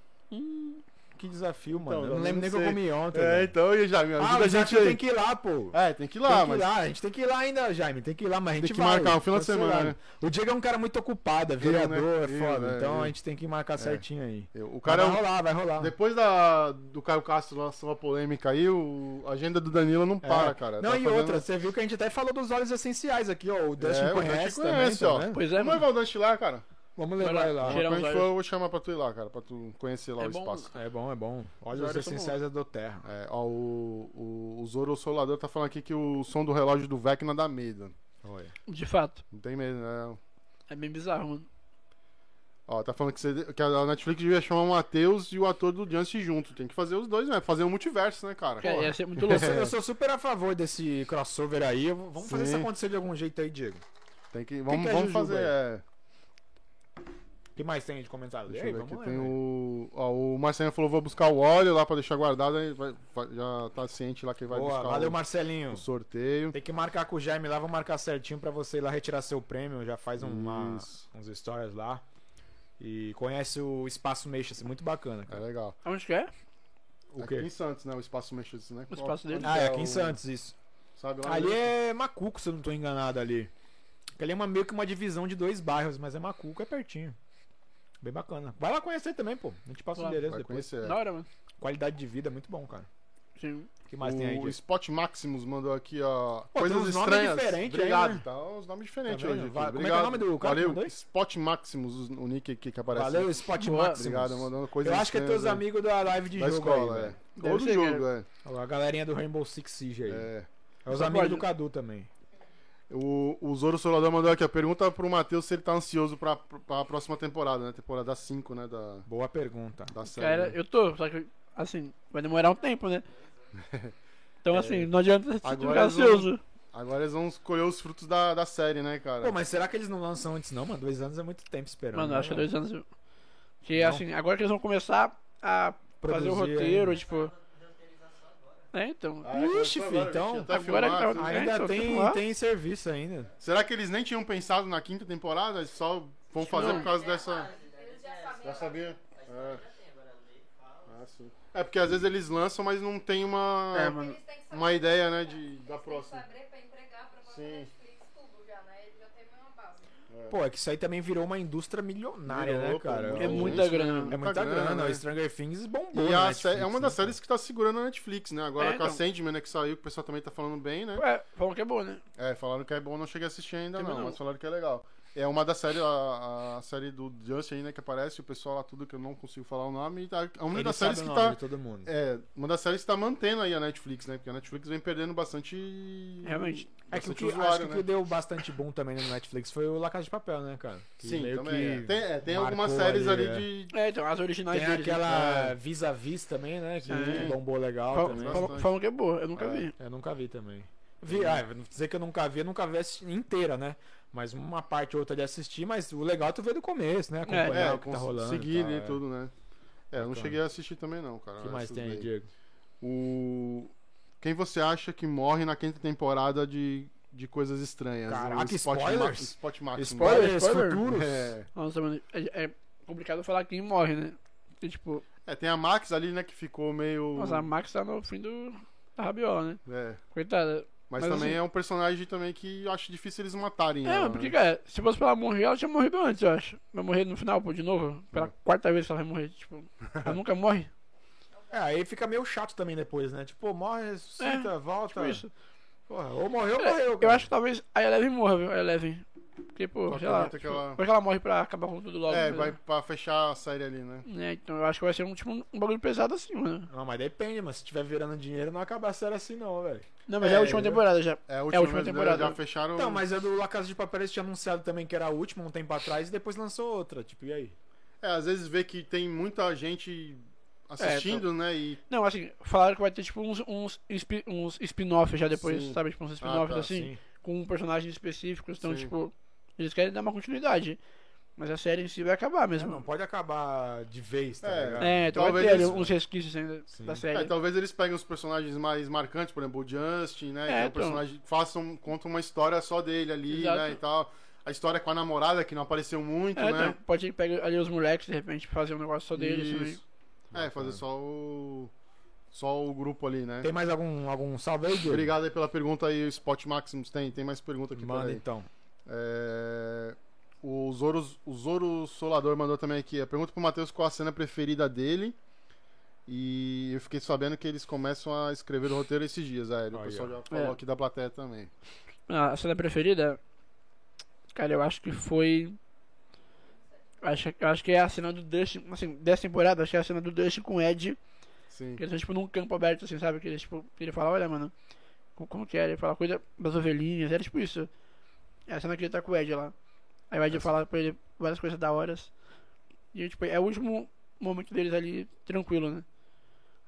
S2: Que desafio, mano.
S3: Então,
S2: eu não
S3: eu
S2: lembro
S3: não
S2: nem o que eu
S3: sei.
S2: comi ontem.
S3: É,
S2: velho.
S3: então, e Jaime, ajuda
S2: Ah,
S3: a
S2: o
S3: gente
S2: Jaime
S3: aí.
S2: tem que ir lá, pô.
S3: É, tem que ir
S2: Tem
S3: lá,
S2: que ir
S3: mas.
S2: lá, a gente tem que ir lá ainda, Jaime. Tem que ir lá, mas a gente
S3: que
S2: vai,
S3: marcar um final de
S2: tá
S3: semana,
S2: sossegado. O Diego é um cara muito ocupado, é vereador,
S3: né?
S2: é foda.
S3: Eu, é,
S2: então
S3: eu.
S2: a gente tem que marcar certinho aí.
S3: O cara é
S2: vai
S3: um-
S2: rolar, vai rolar.
S3: Depois da, do Caio Castro lançou a polêmica aí, o, a agenda do Danilo não
S2: É.
S3: para, cara.
S2: Não,
S3: Tá
S2: e
S3: fazendo-
S2: outra, você viu que a gente até falou dos óleos essenciais aqui, ó. O Dustin
S3: É, o
S2: conhece,
S3: Dustin conhece,
S2: também,
S3: ó.
S2: tá vendo?
S4: Pois é,
S3: Vamos
S4: mano.
S3: levar o Dante lá, cara?
S2: Vamos levar ele lá.
S4: Tirar
S3: Quando a
S4: uns
S3: gente
S4: olhos.
S3: for, eu vou chamar pra tu ir lá, cara, pra tu conhecer lá
S4: Ah. É
S3: o
S4: bom-
S3: espaço.
S2: É bom, é bom.
S3: Os
S2: Óleos
S3: óleos são
S2: essenciais é do terra.
S3: É, ó, o, o, o Zoro Solador tá falando aqui que o som do relógio do Vecna dá medo.
S2: Olha.
S4: De fato.
S3: Não tem medo, né?
S4: É bem bizarro, mano.
S3: Ó, tá falando que, você- que a Netflix devia chamar o Matheus e o ator do Justice junto. Tem que fazer os dois, né? Fazer um multiverso, né, cara?
S4: Cara,
S3: Porra.
S4: ia ser muito
S2: Eu
S4: louco.
S2: sou, eu sou super a favor desse crossover aí. Eu- Vamos fazer
S3: Sim.
S2: isso acontecer de algum jeito aí, Diego.
S3: Tem que, vamos
S2: que é
S3: vamos
S2: Jujuba
S3: fazer.
S2: aí?
S3: é,
S2: O que mais tem de comentário?
S3: deixa
S2: Ei,
S3: eu ver
S2: vamos
S3: aqui.
S2: lá, né?
S3: Tem
S2: velho.
S3: o. Ó, o Marcelinho falou: vou buscar o óleo lá pra deixar guardado. Aí vai- vai- já tá ciente lá quem vai
S2: Boa,
S3: buscar
S2: valeu,
S3: o,
S2: Marcelinho.
S3: o sorteio.
S2: Tem que marcar com o Jaime lá, vou marcar certinho pra você ir lá retirar seu prêmio. Já faz um, uma,
S3: Isso.
S2: uns stories lá. E conhece o Espaço Mexa, assim, muito bacana.
S3: É
S2: Cara.
S3: legal.
S4: Onde que é?
S2: O
S3: Aqui
S2: quê?
S3: em Santos, né? O espaço mexido, né?
S4: O espaço dele.
S2: Ah, é aqui
S3: o-
S2: em Santos, isso.
S3: Sabe lá? né?
S2: Ali é Macuco, se eu não tô enganado ali. Porque ali é uma, meio que uma divisão de dois bairros, mas é Macuco, é pertinho. Bem bacana. Vai lá conhecer também, pô. A gente passa o
S4: Claro.
S2: endereço
S3: Vai
S2: depois.
S3: conhecer.
S4: Da hora, mano.
S2: Qualidade de vida é muito bom, cara.
S4: Sim.
S2: O que mais tem aí,
S3: o
S2: Diego?
S3: Spot Maximus mandou aqui, ó.
S2: Pô,
S3: coisas
S2: tem uns nomes
S3: estranhas.
S2: diferentes aí,
S3: Obrigado.
S2: né?
S3: Tá uns nomes diferentes
S2: Tá vendo?
S3: hoje. Aqui.
S2: Va- como é que é o
S3: Obrigado.
S2: nome do cara que mandou
S3: Valeu,
S2: isso?
S3: Spot Maximus, o nick aqui que aparece.
S2: Valeu, Spot
S4: Boa.
S2: Max.
S3: Obrigado, mandando coisas
S2: Eu acho que é
S3: estranhas
S2: teus
S3: aí.
S2: amigos da live de
S3: né, da
S2: jogo
S3: escola,
S2: aí,
S3: é.
S2: velho.
S3: Ou do
S4: ser,
S3: jogo, é.
S2: Olha lá, A galerinha do Rainbow Six Siege aí.
S3: é.
S2: É os
S4: Só
S2: amigos
S4: pode-
S2: do Cadu também.
S3: O, o Zoro Solador mandou aqui, ó. Pergunta pro Matheus se ele tá ansioso pra, pra próxima temporada, né? Temporada 5, né? Da,
S2: Boa pergunta.
S3: da série.
S4: Cara,
S3: né?
S4: eu tô, só que, assim, vai demorar um tempo, né?
S2: É.
S4: Então, assim, não adianta você
S3: Agora
S4: ficar
S3: eles vão-
S4: ansioso.
S3: Agora eles vão escolher os frutos da, da série, né, cara?
S2: Pô, mas será que eles não lançam antes, não, mano? Dois anos é muito tempo esperando.
S4: Mano,
S2: né,
S4: acho que é
S2: mano?
S4: dois anos. viu? Que
S2: Não.
S4: assim, agora que eles vão começar a fazer
S2: Produzir
S4: o
S2: né?
S4: roteiro,
S2: ainda.
S4: tipo. É, então.
S3: Ah, é, começou
S2: Ixi, filho,
S3: agora,
S2: então,
S3: tinha até
S4: agora que
S3: filmado,
S4: tá-
S3: né?
S4: Ai.
S2: Ainda
S4: então,
S2: tem,
S4: vamos lá.
S2: tem serviço ainda.
S3: Será que eles nem tinham pensado na quinta temporada? Eles Só vão fazer
S4: não.
S3: por causa dessa.
S5: Eles já
S3: Já
S5: sabiam.
S3: sabia? É. Ah, sim. É porque às vezes eles lançam, mas não tem uma,
S4: É, mano.
S5: Eles têm que saber.
S3: uma ideia, né, de, da
S5: Eles têm que
S3: próxima.
S5: saber pra empregar pra própria
S3: Sim.
S5: Netflix tudo já, né? Ele já teve uma base.
S2: Pô, é que isso aí também virou uma indústria milionária,
S3: Virou,
S2: né,
S3: pô,
S2: cara?
S3: virou
S4: É
S2: Gente,
S4: muita grana.
S2: É muita grana,
S3: né?
S2: O Stranger Things bombou.
S3: E
S2: na
S3: a sé-
S2: Netflix,
S3: é uma
S2: né?
S3: das séries que tá segurando a Netflix, né? Agora
S4: É,
S3: com a
S4: então.
S3: Sandman, né, que saiu, que o pessoal também tá falando bem, né?
S4: Ué, falam que é boa, né?
S3: É, falaram que é bom, não cheguei a assistir ainda,
S4: Também
S3: não,
S4: não.
S3: mas falaram que é legal. É uma das séries, a, a série do Justin aí, né, que aparece, o pessoal lá tudo que eu não consigo falar o nome. e tá- É uma
S2: Ele
S3: das
S2: sabe
S3: séries
S2: o
S3: que
S2: nome
S3: tá.
S2: de todo mundo. É,
S3: É, uma das séries que tá mantendo aí a Netflix, né? Porque a Netflix vem perdendo bastante.
S4: Realmente.
S2: É que o
S3: bastante
S2: que, acho
S3: usuário,
S2: que o
S3: né?
S2: que deu bastante boom também no Netflix foi o La Casa de Papel, né, cara? Que
S3: Sim,
S2: meio
S3: também. é.
S2: que
S3: Tem, é, tem
S2: marcou
S3: algumas séries ali,
S2: é.
S3: de.
S4: É, então, as originais
S2: Tem
S4: deles. né?
S2: aquela Vis-a-Vis também, né? Que
S3: Sim.
S2: bombou legal
S4: Falam,
S2: também.
S4: falam- falam que é boa, eu nunca
S3: né? É.
S4: vi.
S2: Eu nunca vi também. Vi, ah, não dizer que eu nunca vi, eu nunca vi assisti- inteira, né? Mas uma parte ou outra de assistir, mas o legal é tu ver do começo, né?
S3: É,
S2: Acompanhar o que
S3: cons-
S2: tá rolando.
S3: seguir
S2: tal,
S3: e
S2: é.
S3: tudo, Ah, né? É, eu não
S2: Bacana.
S3: cheguei a assistir também, não, cara.
S2: O que mais
S3: Essas
S2: tem aí,
S3: daí.
S2: Diego?
S3: O. Quem você acha que morre na quinta temporada de, de Coisas Estranhas?
S2: Caraca,
S3: O Spot
S2: spoilers?
S3: Ma- Spot né? Maximus.
S2: Spoilers,
S4: spoiler.
S2: futuros.
S3: É.
S4: Nossa, mano, é, é complicado falar quem morre, né? E, tipo,
S3: É, tem a Max ali, né, que ficou meio.
S4: nossa, a Max tá no fim do. da Rabiol, né?
S3: É.
S4: Coitada.
S3: Mas,
S4: Mas
S3: também
S4: assim-
S3: é um personagem também que eu acho difícil eles matarem.
S4: É,
S3: ela,
S4: mas porque,
S3: né?
S4: cara, se fosse pra ela morrer, ela tinha morrido antes, eu acho. Vai morrer no final, pô, de novo. Pela
S3: É.
S4: quarta vez que ela vai morrer, tipo. Ela nunca morre.
S2: É, aí fica meio chato também depois, né? Tipo, morre, ressuscita, volta.
S3: Tá.
S4: Tipo isso.
S2: Porra, ou morreu ou
S4: É,
S2: morreu.
S4: Eu
S2: cara.
S4: acho que talvez a Eleven morra, viu? A Eleven. Porque, pô,
S3: Só
S4: sei lá.
S3: aproveita que ela-
S4: Como é que ela morre pra acabar com tudo logo?
S3: É,
S4: né?
S3: vai pra fechar a série ali, né?
S4: Né, então eu acho que vai ser um, tipo, um bagulho pesado assim, mano.
S2: Não, mas depende, mas se tiver virando dinheiro, não acaba a série assim, não, velho.
S4: Não, mas é, a
S3: É,
S4: última
S3: eu-
S4: temporada já.
S3: É a
S4: última
S3: última, mas
S4: temporada.
S3: Já fecharam.
S2: Então, mas a do La Casa de Papel eles tinham anunciado também que era a última um tempo atrás e depois lançou outra. Tipo, e aí?
S3: É, às vezes vê que tem muita gente assistindo, né? E
S4: Não, assim, falaram que vai ter, tipo, uns, uns, inspi- uns spin-offs já depois,
S3: Sim.
S4: sabe? Tipo, uns spin-offs
S3: tá,
S4: assim, com personagens específicos. Então,
S3: Sim.
S4: tipo, eles querem dar uma continuidade. Mas a série em si vai acabar
S2: É, não
S4: mesmo.
S2: pode acabar de vez, tá
S3: É.
S2: ligado?
S4: É, então
S3: Talvez
S4: vai ter ali
S3: eles-
S4: uns resquícios ainda
S2: Sim.
S4: da
S3: É,
S4: série.
S3: talvez eles peguem os personagens mais marcantes, por exemplo, o Justin, né? que é um
S4: então.
S3: personagem, façam, contam uma história só dele ali,
S4: Exato.
S3: né? E tal. A história com a namorada, que não apareceu muito,
S4: É, então,
S3: né?
S4: pode ir pegar ali os moleques, de repente, fazer um negócio só assim, né? deles também.
S3: Isso. É, fazer só o. Só o grupo ali, né?
S2: Tem mais algum, algum salve aí, Diego?
S3: Obrigado aí pela pergunta aí, o Spot Maximus tem, tem mais pergunta aqui
S2: Manda
S3: peraí.
S2: então.
S3: É, O Zoro, o Zoro Solador mandou também aqui. A pergunta pro Matheus qual a cena preferida dele. E eu fiquei sabendo que eles começam a escrever o roteiro esses dias, é, O
S2: Aí,
S3: pessoal
S2: ó.
S3: já falou
S4: É.
S3: aqui da plateia também.
S4: Ah, A cena preferida? Cara, eu acho que foi. Acho, eu acho que é a cena do Dustin, assim, dessa temporada, acho que é a cena do Dustin com o Ed.
S3: Sim.
S4: Que eles estão, tipo, num campo aberto, assim, sabe? Que eles, tipo, ele fala, olha, mano, co- como que era? Ele fala, cuida das ovelhinhas, era tipo É isso. É a cena que ele tá com o Ed lá. Aí o Ed fala pra ele várias coisas da horas. E tipo, é o último momento deles ali tranquilo, né?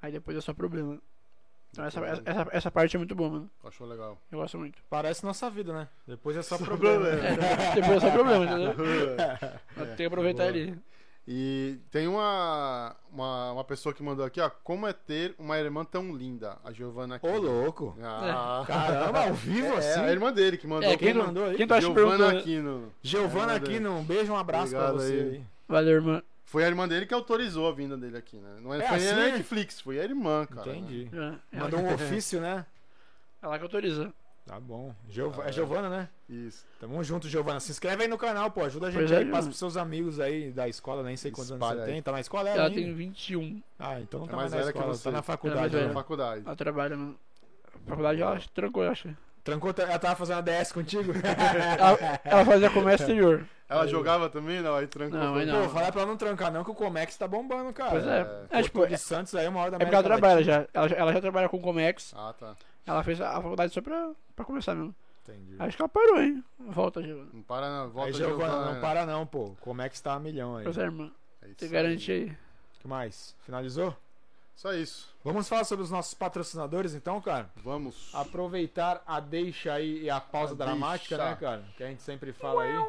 S4: Aí depois é só problema. Então essa, essa, essa- essa parte é muito boa, mano.
S3: Achou legal.
S4: Eu gosto muito.
S2: Parece nossa vida, né? Depois é só problema.
S4: É, depois é só problema, entendeu? Tem que aproveitar ali.
S3: É. E tem uma, uma, uma pessoa que mandou aqui, ó. Como é ter uma irmã tão linda? A Giovana aqui.
S2: Ô, louco.
S3: Ah,
S2: Caramba, ao vivo
S3: é,
S2: assim.
S3: a irmã dele que mandou.
S4: É,
S2: quem
S4: quem, tu-
S2: mandou aí?
S4: quem tu acha que perguntou?
S3: Giovana
S4: né?
S3: Aquino.
S2: Giovana
S3: É,
S2: aqui,
S3: verdade.
S2: um beijo, um abraço pra
S3: Obrigado
S2: você
S3: aí.
S2: aí.
S4: Valeu, irmã.
S3: Foi a irmã dele que autorizou a vinda dele aqui, né? Não é,
S2: É
S3: foi nem
S2: assim,
S3: a
S2: é?
S3: Netflix, foi a irmã, cara. né?
S2: Entendi.
S4: É, ela,
S2: Mandou um ofício, né?
S4: ela que autoriza.
S2: Tá bom. Giov... É Giovana, né?
S3: Isso.
S2: Tamo junto, Giovana. Se inscreve aí no canal, pô. Ajuda a gente
S4: Pois é,
S2: aí. Passa
S4: Giovana.
S2: pros seus amigos aí da escola, nem sei quantos anos
S3: Espalha
S2: você
S3: aí.
S2: tem. Tá na escola, é?
S4: Ela
S2: ainda?
S4: tem 21.
S2: Ah, então não
S3: É
S2: tá mais
S3: mais
S2: na
S3: velha que
S2: escola.
S3: você.
S2: Tá na faculdade.
S4: É mais
S3: Na
S2: né?
S3: faculdade.
S4: Ela trabalha, mano. A faculdade ela trancou, eu acho.
S2: Trancou? Ela tava fazendo a DS contigo?
S4: Ela, ela fazia comércio exterior.
S3: Ela jogava também, não? Aí trancou.
S4: Não, aí não.
S2: Pô, falar pra ela não trancar, não, que o Comex tá bombando, cara.
S4: Pois é. É, tipo,
S2: Porto
S4: é,
S2: de Santos aí, uma hora da
S4: é porque ela
S2: América
S4: trabalha já. Ela, já- ela já trabalha com Comex.
S3: Ah, tá.
S4: Ela fez a a faculdade só pra, pra começar mesmo.
S2: Entendi.
S4: Acho que ela parou, hein? Volta, Giovana.
S3: Não para, não. Volta né?
S2: Aí, Giovana, não para não, pô. Comex tá a milhão aí.
S4: Pois é, irmã.
S3: É isso
S4: Você
S3: aí.
S4: garante aí.
S2: O que mais? Finalizou?
S3: Só isso.
S2: Vamos falar sobre os nossos patrocinadores, então, cara?
S3: Vamos.
S2: Ah. Aproveitar a deixa aí e a pausa
S3: A
S2: dramática,
S3: deixa.
S2: né, cara? Que a gente sempre fala aí.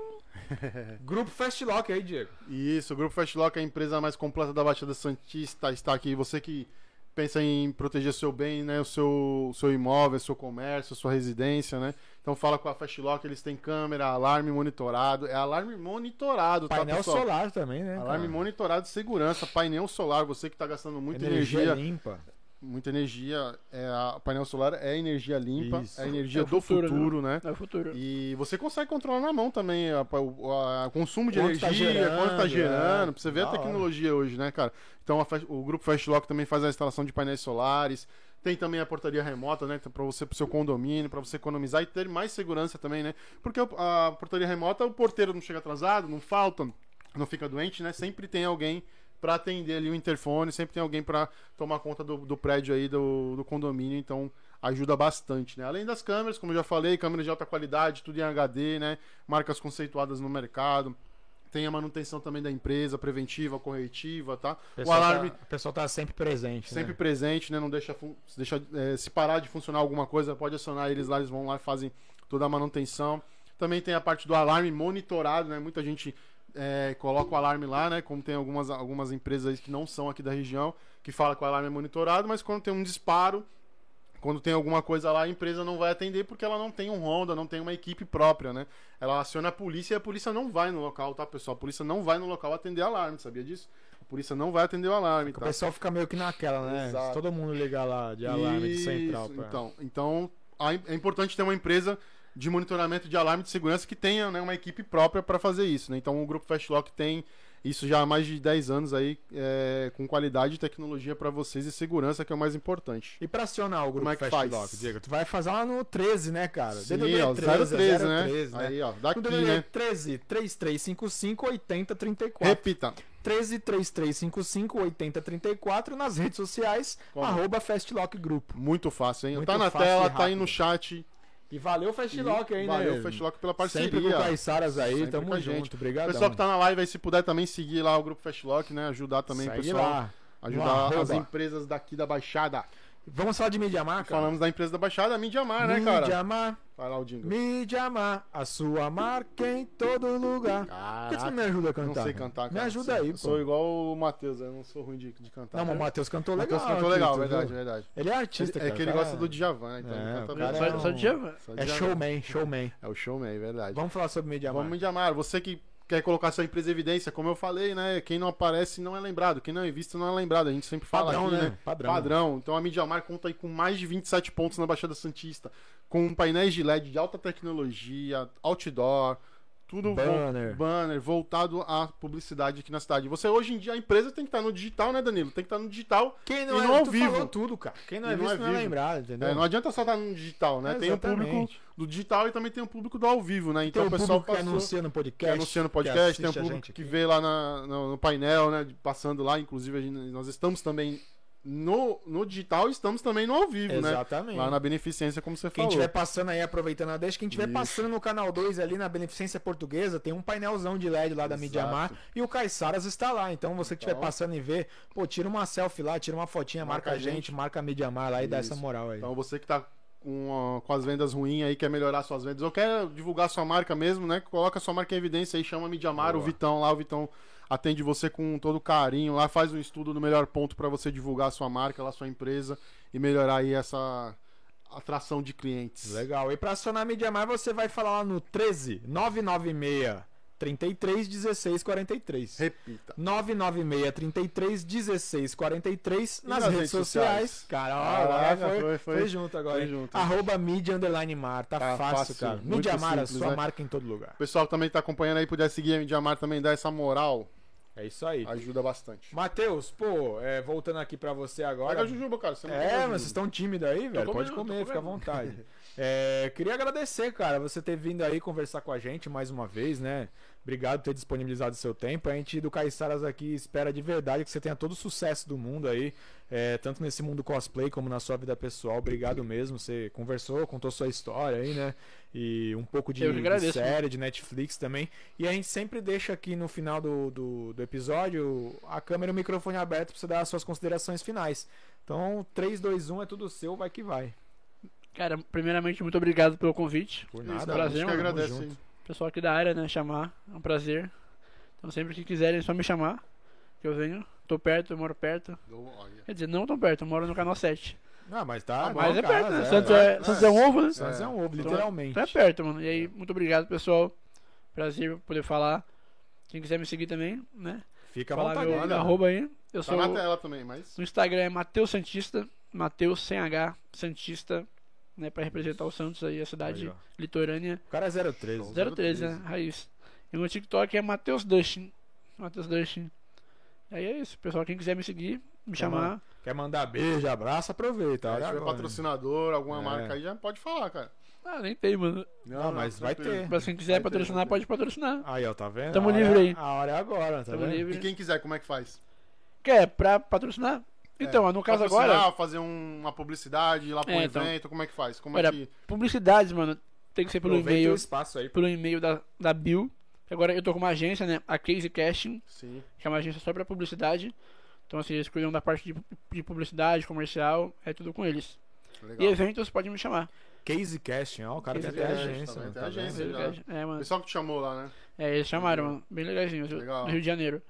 S2: Grupo Fastlock aí, Diego.
S3: Isso, o Grupo Fastlock é a empresa mais completa da Baixada Santista, está aqui. Você que pensa em proteger seu bem, né, o seu, o seu imóvel, seu comércio, sua residência, né? Então fala com a Fastlock, eles têm câmera, alarme monitorado, é alarme monitorado, tá,
S2: Painel
S3: pessoal?
S2: solar também, né? cara?
S3: Alarme monitorado de segurança, painel solar, você que está gastando muita
S2: energia,
S3: energia,
S2: limpa.
S3: muita energia, é, a- painel solar é energia limpa,
S2: Isso.
S3: é energia
S4: É o
S3: do
S4: futuro,
S3: futuro, né?
S4: É o futuro.
S3: E você consegue controlar na mão também a- o a- o consumo de
S2: Quanto tá
S3: energia,
S2: gerando,
S3: quanto tá gerando.
S2: é.
S3: Pra você ver
S2: Da
S3: a
S2: hora.
S3: tecnologia hoje, né, cara? Então a Fast- o grupo Fastlock também faz a instalação de painéis solares. Tem também a portaria remota, né? Pra você, pro seu condomínio, pra você economizar e ter mais segurança também, né? Porque o- a portaria remota, o porteiro não chega atrasado, não falta, não fica doente, né? Sempre tem alguém pra atender ali o interfone, sempre tem alguém pra tomar conta do, do prédio aí, do, do condomínio. Então ajuda bastante, né? Além das câmeras, como eu já falei, câmeras de alta qualidade, tudo em HD, né? Marcas conceituadas no mercado. Tem a manutenção também da empresa, preventiva, corretiva, tá? O alarme
S2: Tá, o pessoal tá sempre presente.
S3: sempre
S2: né?
S3: presente, né? Não deixa, fun- se deixa eh, se parar de funcionar alguma coisa, pode acionar eles lá, eles vão lá e fazem toda a manutenção. Também tem a parte do alarme monitorado, né? Muita gente eh, coloca o alarme lá, né? Como tem algumas, algumas empresas aí que não são aqui da região, que fala que o alarme é monitorado, mas quando tem um disparo, quando tem alguma coisa lá, a empresa não vai atender porque ela não tem um Honda, não tem uma equipe própria, né? Ela aciona a polícia e a polícia não vai no local, tá, pessoal? A polícia não vai no local atender alarme, sabia disso? A polícia não vai atender o alarme,
S2: O
S3: tá?
S2: pessoal fica meio que naquela, né?
S3: Exato.
S2: Se Todo mundo ligar lá de alarme de central.
S3: Isso,
S2: pá.
S3: Então, então a- é importante ter uma empresa de monitoramento de alarme de segurança que tenha né, uma equipe própria para fazer isso. né? Então o grupo Fastlock tem isso já há mais de 10 anos aí é, com qualidade e tecnologia para vocês e segurança que é o mais importante.
S2: E pra acionar o grupo
S3: Como é que
S2: Fast
S3: faz?
S2: Lock, Diego? Tu vai fazer lá no 13, né, cara?
S3: Sim,
S2: DDD
S3: ó,
S2: 13,
S3: 013, né?
S2: 013,
S3: Aí, ó,
S2: No
S3: daqui,
S2: DDD
S3: né?
S2: 13 3355 8034.
S3: Repita.
S2: 13 3355 8034 nas redes sociais,
S3: Como?
S2: arroba Fastlock Grupo.
S3: Muito fácil, hein?
S2: Muito
S3: tá na
S2: fácil e
S3: tela, tá aí
S2: rápido.
S3: no chat.
S2: E valeu Fastlock aí, né?
S3: Valeu, Fastlock, pela parceria.
S2: Sempre com o Caissaras aí,
S3: Sempre com
S2: tamo
S3: a gente.
S2: junto. Obrigado.
S3: Pessoal que tá na live aí, se puder também seguir lá o grupo Fastlock, né? Ajudar também o pessoal.
S2: lá. No
S3: Ajudar
S2: arroba.
S3: as empresas daqui da Baixada.
S2: Vamos falar de Midiamar, cara?
S3: Falamos da empresa da Baixada, a Midiamar, né, cara?
S2: Midiamar,
S3: Vai lá o jingle.
S2: Midiamar, a sua marca em todo lugar. Por que você
S3: Caraca,
S2: não me ajuda a cantar?
S3: não sei
S2: cara?
S3: cantar, cara.
S2: Me ajuda
S3: Eu
S2: aí, pô.
S3: Sou igual o Matheus, eu não sou ruim de, de cantar.
S2: Não, mas o Matheus cantou
S3: O
S2: legal.
S3: Tá, Matheus cantou
S2: aqui,
S3: legal,
S2: tu viu?
S3: verdade, verdade.
S2: Ele é artista,
S3: é
S2: cara.
S3: que ele
S2: o cara
S3: gosta do Djavan, então
S2: É,
S3: ele canta
S2: o cara
S3: bem.
S2: é um-
S4: Só, só de Giovana.
S3: Só
S2: É
S3: Djavan.
S2: showman, showman.
S3: É o showman, é verdade.
S2: Vamos falar sobre Midiamar.
S3: Vamos me chamar. Você que quer colocar sua empresa em evidência, como eu falei, né? Quem não aparece não é lembrado. Quem não é visto não é lembrado. A gente sempre fala
S2: Padrão,
S3: aqui,
S2: né?
S3: né?
S2: Padrão.
S3: Então a Midiamar conta aí com mais de 27 pontos na Baixada Santista. Com painéis de LED de alta tecnologia, outdoor, tudo vo-
S2: Banner.
S3: banner voltado à publicidade aqui na cidade. Você hoje em dia, a empresa tem que estar no digital, né, Danilo? Tem que estar no digital.
S2: Quem
S3: E
S2: não é
S3: não ao
S2: tu
S3: vivo.
S2: falou tudo, cara. Quem não é
S3: E não
S2: visto
S3: é
S2: não é
S3: vivo.
S2: lembrado, entendeu?
S3: É, não adianta só estar no digital, né?
S2: É,
S3: tem o público
S2: exatamente.
S3: do digital e também tem o público do ao vivo, né?
S2: Tem
S3: Então
S2: o
S3: o pessoal
S2: público que
S3: passou...
S2: anuncia no podcast.
S3: que anuncia no
S2: que
S3: podcast, tem
S2: assiste
S3: um
S2: a
S3: público
S2: gente
S3: que
S2: aqui.
S3: vê lá na- no, no painel, né? de- Passando lá, inclusive a gente- nós estamos também no, no digital estamos também no ao vivo,
S2: Exatamente.
S3: né? Lá na Beneficência, como você
S2: Quem
S3: falou.
S2: estiver passando aí, aproveitando a deixa, quem estiver
S3: Isso.
S2: passando no canal 2 ali na Beneficência Portuguesa, tem um painelzão de LED lá da
S3: Exato.
S2: Midiamar e o Caiçaras está lá. Então você que estiver
S3: Então.
S2: passando e ver, pô, tira uma selfie lá, tira uma fotinha, marca,
S3: Marca
S2: a
S3: a
S2: gente,
S3: gente.
S2: marca a Midiamar lá e dá
S3: Isso.
S2: essa moral aí.
S3: Então você que tá com, a- com as vendas ruins aí, quer melhorar suas vendas, ou quer divulgar sua marca mesmo, né? Coloca sua marca em evidência aí, chama a Midiamar, o
S2: Boa.
S3: Vitão lá, o Vitão atende você com todo carinho lá, faz um estudo no melhor ponto para você divulgar sua marca, lá sua empresa e melhorar aí essa atração de clientes.
S2: Legal. E pra acionar a Midiamar, você vai falar lá no 13 996 33 16 43.
S3: Repita.
S2: 996 33 16 43
S3: E
S2: nas, redes, sociais. Cara, ó,
S3: Caraca,
S2: agora foi, foi,
S3: Ah, foi- foi-
S2: junto agora.
S3: foi
S2: hein?
S3: junto.
S2: Arroba mídia underline mar, tá,
S3: Tá
S2: fácil,
S3: fácil,
S2: cara.
S3: muito
S2: Mídia Mar, a
S3: simples,
S2: sua
S3: né?
S2: marca em todo lugar.
S3: O pessoal que também tá acompanhando aí, puder seguir a Midiamar também, dar essa moral,
S2: É isso aí.
S3: ajuda bastante.
S2: Matheus, pô, é, voltando aqui pra você agora.
S3: Pega a Jujuba, cara. Você não
S2: É,
S3: pega a
S2: mas
S3: Jujuba.
S2: vocês estão tímidos aí, velho. Pode
S4: comendo, tô
S2: comer, fica à
S4: comendo.
S2: vontade. É, queria agradecer, cara, você ter vindo aí conversar com a gente mais uma vez, né? Obrigado por ter disponibilizado seu tempo. A gente do Caiçaras aqui espera de verdade que você tenha todo o sucesso do mundo aí, é, tanto nesse mundo cosplay como na sua vida pessoal. Obrigado mesmo. Você conversou, contou sua história aí, né? E um pouco de,
S4: Eu que
S2: de
S4: agradeço,
S2: série, de Netflix também. E a gente sempre deixa aqui no final do, do, do episódio a câmera e o microfone aberto pra você dar as suas considerações finais. Então, 3, 2, 1 é tudo seu, vai que vai.
S4: Cara, primeiramente, muito obrigado pelo convite.
S2: Por
S3: Isso,
S2: nada,
S3: cara, a gente
S4: prazer,
S3: que
S4: mano,
S3: agradece,
S2: tamo junto.
S3: hein?
S4: Pessoal aqui da área, né? Chamar, é um prazer. Então, sempre que quiserem, é só me chamar, que eu venho. Tô perto, eu moro perto.
S3: Olha.
S4: Quer dizer, não tão perto, eu moro no canal 7.
S2: Ah, mas tá.
S3: Ah,
S2: bom,
S4: Mas é
S2: cara,
S4: perto, né? Santos é,
S3: é,
S4: Santos
S3: é.
S4: é um ovo, né?
S2: Santos é um ovo,
S4: Então,
S2: literalmente.
S4: Então é perto, mano. E aí, muito obrigado, pessoal. Prazer poder falar. Quem quiser me seguir também, né?
S2: Fica à
S4: falar
S2: vontade.
S4: meu
S3: olha.
S4: arroba aí.
S3: Tá
S4: Eu sou.
S3: na tela também, mas.
S4: No Instagram é Matheus Santista. Matheus sem H, Santista. Né, pra representar o Santos aí, a cidade
S2: Aí, ó.
S4: litorânea.
S2: O cara é 013.
S4: 013, né? Raiz. E no TikTok é Matheus Dustin. Matheus Dustin. E aí é isso, pessoal. Quem quiser me seguir, me chamar.
S2: Quer mandar beijo, abraço, aproveita.
S3: Se
S2: olha
S3: tiver
S2: agora,
S3: patrocinador, alguma
S2: É.
S3: marca aí, já pode falar, cara.
S4: Ah, nem tem, mano.
S2: Não, mas vai
S3: tranquilo.
S4: Mas quem quiser
S3: Vai ter,
S4: patrocinar,
S3: vai
S4: pode patrocinar.
S2: né? Aí, ó, tá vendo?
S4: Tamo
S2: A hora-
S4: livre aí.
S2: A hora é agora, tá
S4: Tamo
S2: vendo?
S4: livre.
S3: E quem quiser, como é que faz?
S4: Quer, pra patrocinar? Então,
S3: É,
S4: no caso
S3: patrocinar,
S4: agora.
S3: fazer um- uma publicidade, ir lá pro
S4: É, então.
S3: evento, como é que faz? Como
S4: Olha,
S3: é que.
S4: Publicidades, mano, tem que ser pelo
S2: Aproveita o
S4: e-mail,
S2: espaço aí.
S4: pelo e-mail da, da Bill. Agora eu tô com uma agência, né? A Case Casting,
S3: Sim.
S4: que é uma agência só pra publicidade. Então, assim, eles cuidam da parte de, de publicidade, comercial, é tudo com eles. E
S3: Legal.
S4: eventos, pode me chamar.
S2: Case Casting, ó, o cara tem
S4: Case
S2: até
S4: Casting,
S2: agência.
S3: tá
S2: mano,
S3: vendo? Tem
S2: tá
S3: agência.
S2: vendo?
S4: Case
S3: legal.
S4: Casting. É,
S3: O
S4: mano.
S3: pessoal que te chamou lá, né?
S4: É, eles chamaram, mano. Bem legalzinho. do-
S3: Legal.
S4: Do Rio de Janeiro.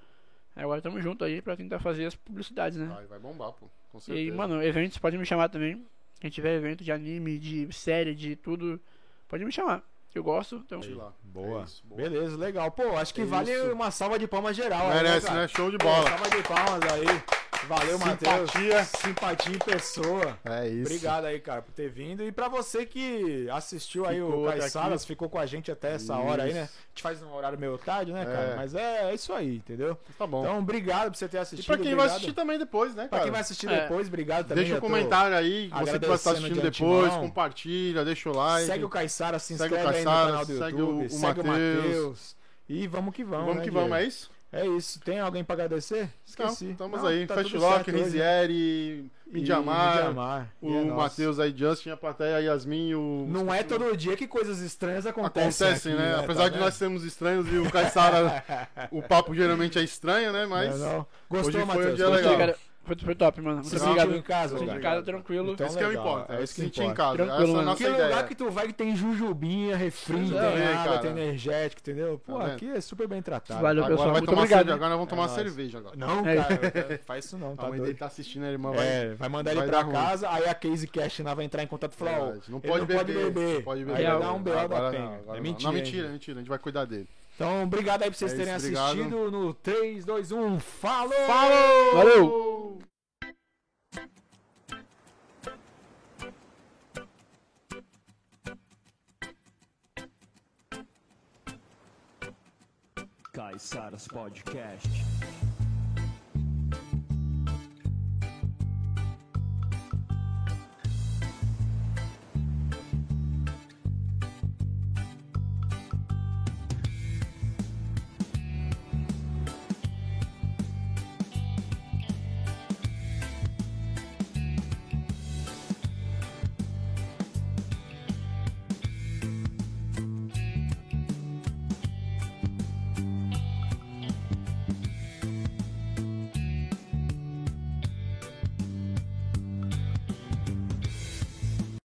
S4: Agora tamo junto aí pra tentar fazer as publicidades, né?
S3: Vai, vai bombar, pô. Ah, Com
S4: E
S3: certeza.
S4: aí, mano, eventos, pode me chamar também. Quem tiver evento de anime, de série, de tudo, pode me chamar. Eu gosto, então.
S3: Sei lá.
S2: Boa.
S3: É isso, boa.
S2: Beleza, legal. Pô, acho que
S3: É
S2: vale
S3: isso.
S2: uma salva de palmas geral. aí,
S3: Merece,
S2: cara?
S3: né? Show de
S2: Pô,
S3: bola.
S2: Salva de palmas aí. Valeu, Matheus.
S3: Simpatia.
S2: Simpatia em pessoa.
S3: É isso.
S2: Obrigado aí, cara, por ter vindo. E pra você que assistiu aí o
S3: Ficou até
S2: Caissaras, ficou com a gente até essa hora aí, né?
S3: Isso.
S2: A gente faz um horário meio tarde, né, cara?
S3: É.
S2: Mas é, é isso aí, entendeu?
S3: Tá bom.
S2: Então, obrigado por você ter
S3: e
S2: assistido.
S3: pra quem vai
S2: obrigado.
S3: assistir também depois, né,
S2: Pra
S3: cara?
S2: quem vai assistir
S4: É.
S2: depois, obrigado também.
S3: Deixa
S2: já
S3: um
S2: tô-
S3: comentário aí, você que vai estar
S2: agradecendo
S3: assistindo
S2: de
S3: depois,
S2: antemão.
S3: compartilha, deixa o like.
S2: Segue o Caissara, se
S3: Segue o
S2: inscreve aí no
S3: Caissara,
S2: canal do
S3: segue
S2: YouTube,
S3: o- o
S2: segue o
S3: Matheus.
S2: Matheus. E vamos que vamos.
S3: Vamos
S2: né,
S3: que vamos,
S2: Diego?
S3: é isso?
S2: É isso. Tem alguém pra agradecer?
S3: Então,
S2: Esqueci.
S3: estamos
S2: Não,
S3: aí.
S2: tá
S3: Fast
S2: tudo
S3: Lock,
S2: certo hoje, né?
S3: Rizieri,
S2: E
S3: Midiamar,
S2: Midiamar. E
S3: o
S2: é nosso.
S3: Matheus aí, Justin, a plateia, a Yasmin, o...
S2: Não é todo dia que coisas estranhas acontecem.
S3: Acontecem,
S2: aqui,
S3: né? Apesar
S2: Tá
S3: de
S2: vendo?
S3: nós sermos estranhos e o Caissara, o papo geralmente é estranho, né? Mas
S2: Não, não. Gostou,
S3: foi um
S2: Matheus?
S3: dia
S2: Gostou?
S3: legal.
S4: Gostei, cara. Foi, foi top, mano. Muito
S2: Se
S4: obrigado.
S2: sentiu em casa,
S4: Fica em
S2: cara.
S4: casa, tranquilo.
S2: Então,
S3: isso que eu
S2: legal,
S3: importa.
S2: é
S3: É
S2: isso que
S3: sentir em
S2: importa. né?
S3: casa.
S4: Tranquilo,
S3: Essa é a
S4: mano.
S3: nossa
S2: Que
S3: ideia.
S2: lugar que tá, tu vai que tem jujubinha, refri, tem
S3: Também,
S2: água,
S3: cara.
S2: tem energético, entendeu? Pô,
S3: Tá vendo?
S2: aqui é super bem tratado.
S4: Valeu,
S3: Agora,
S4: pessoal.
S3: vai
S4: Muito
S3: tomar
S4: obrigado.
S3: cerveja, agora nós vamos
S2: É
S3: tomar
S2: nóis.
S3: cerveja agora.
S2: Não,
S4: É.
S2: cara, faz isso não,
S3: a
S2: tá
S3: mãe dele
S2: doido.
S3: tá assistindo, a irmã vai...
S2: É, vai mandar ele
S3: Vai
S2: pra
S3: dar ruim.
S2: casa, aí a Casey Cash vai entrar em contato e falar, ó,
S3: Verdade. Não
S2: ele
S3: pode
S2: não
S3: beber.
S2: pode beber.
S3: não pode
S2: Aí
S3: beber.
S2: vai dar um BO da
S3: Agora
S2: penha.
S3: não,
S2: É
S3: agora não.
S2: mentira,
S3: Não,
S2: hein,
S3: mentira,
S2: gente.
S3: mentira. A gente vai cuidar dele.
S2: Então, obrigado aí pra vocês
S3: É isso,
S2: terem
S3: obrigado.
S2: assistido no 3, 2, 1, falou!
S3: Falou!
S4: Valeu!
S1: Caissaras Podcast.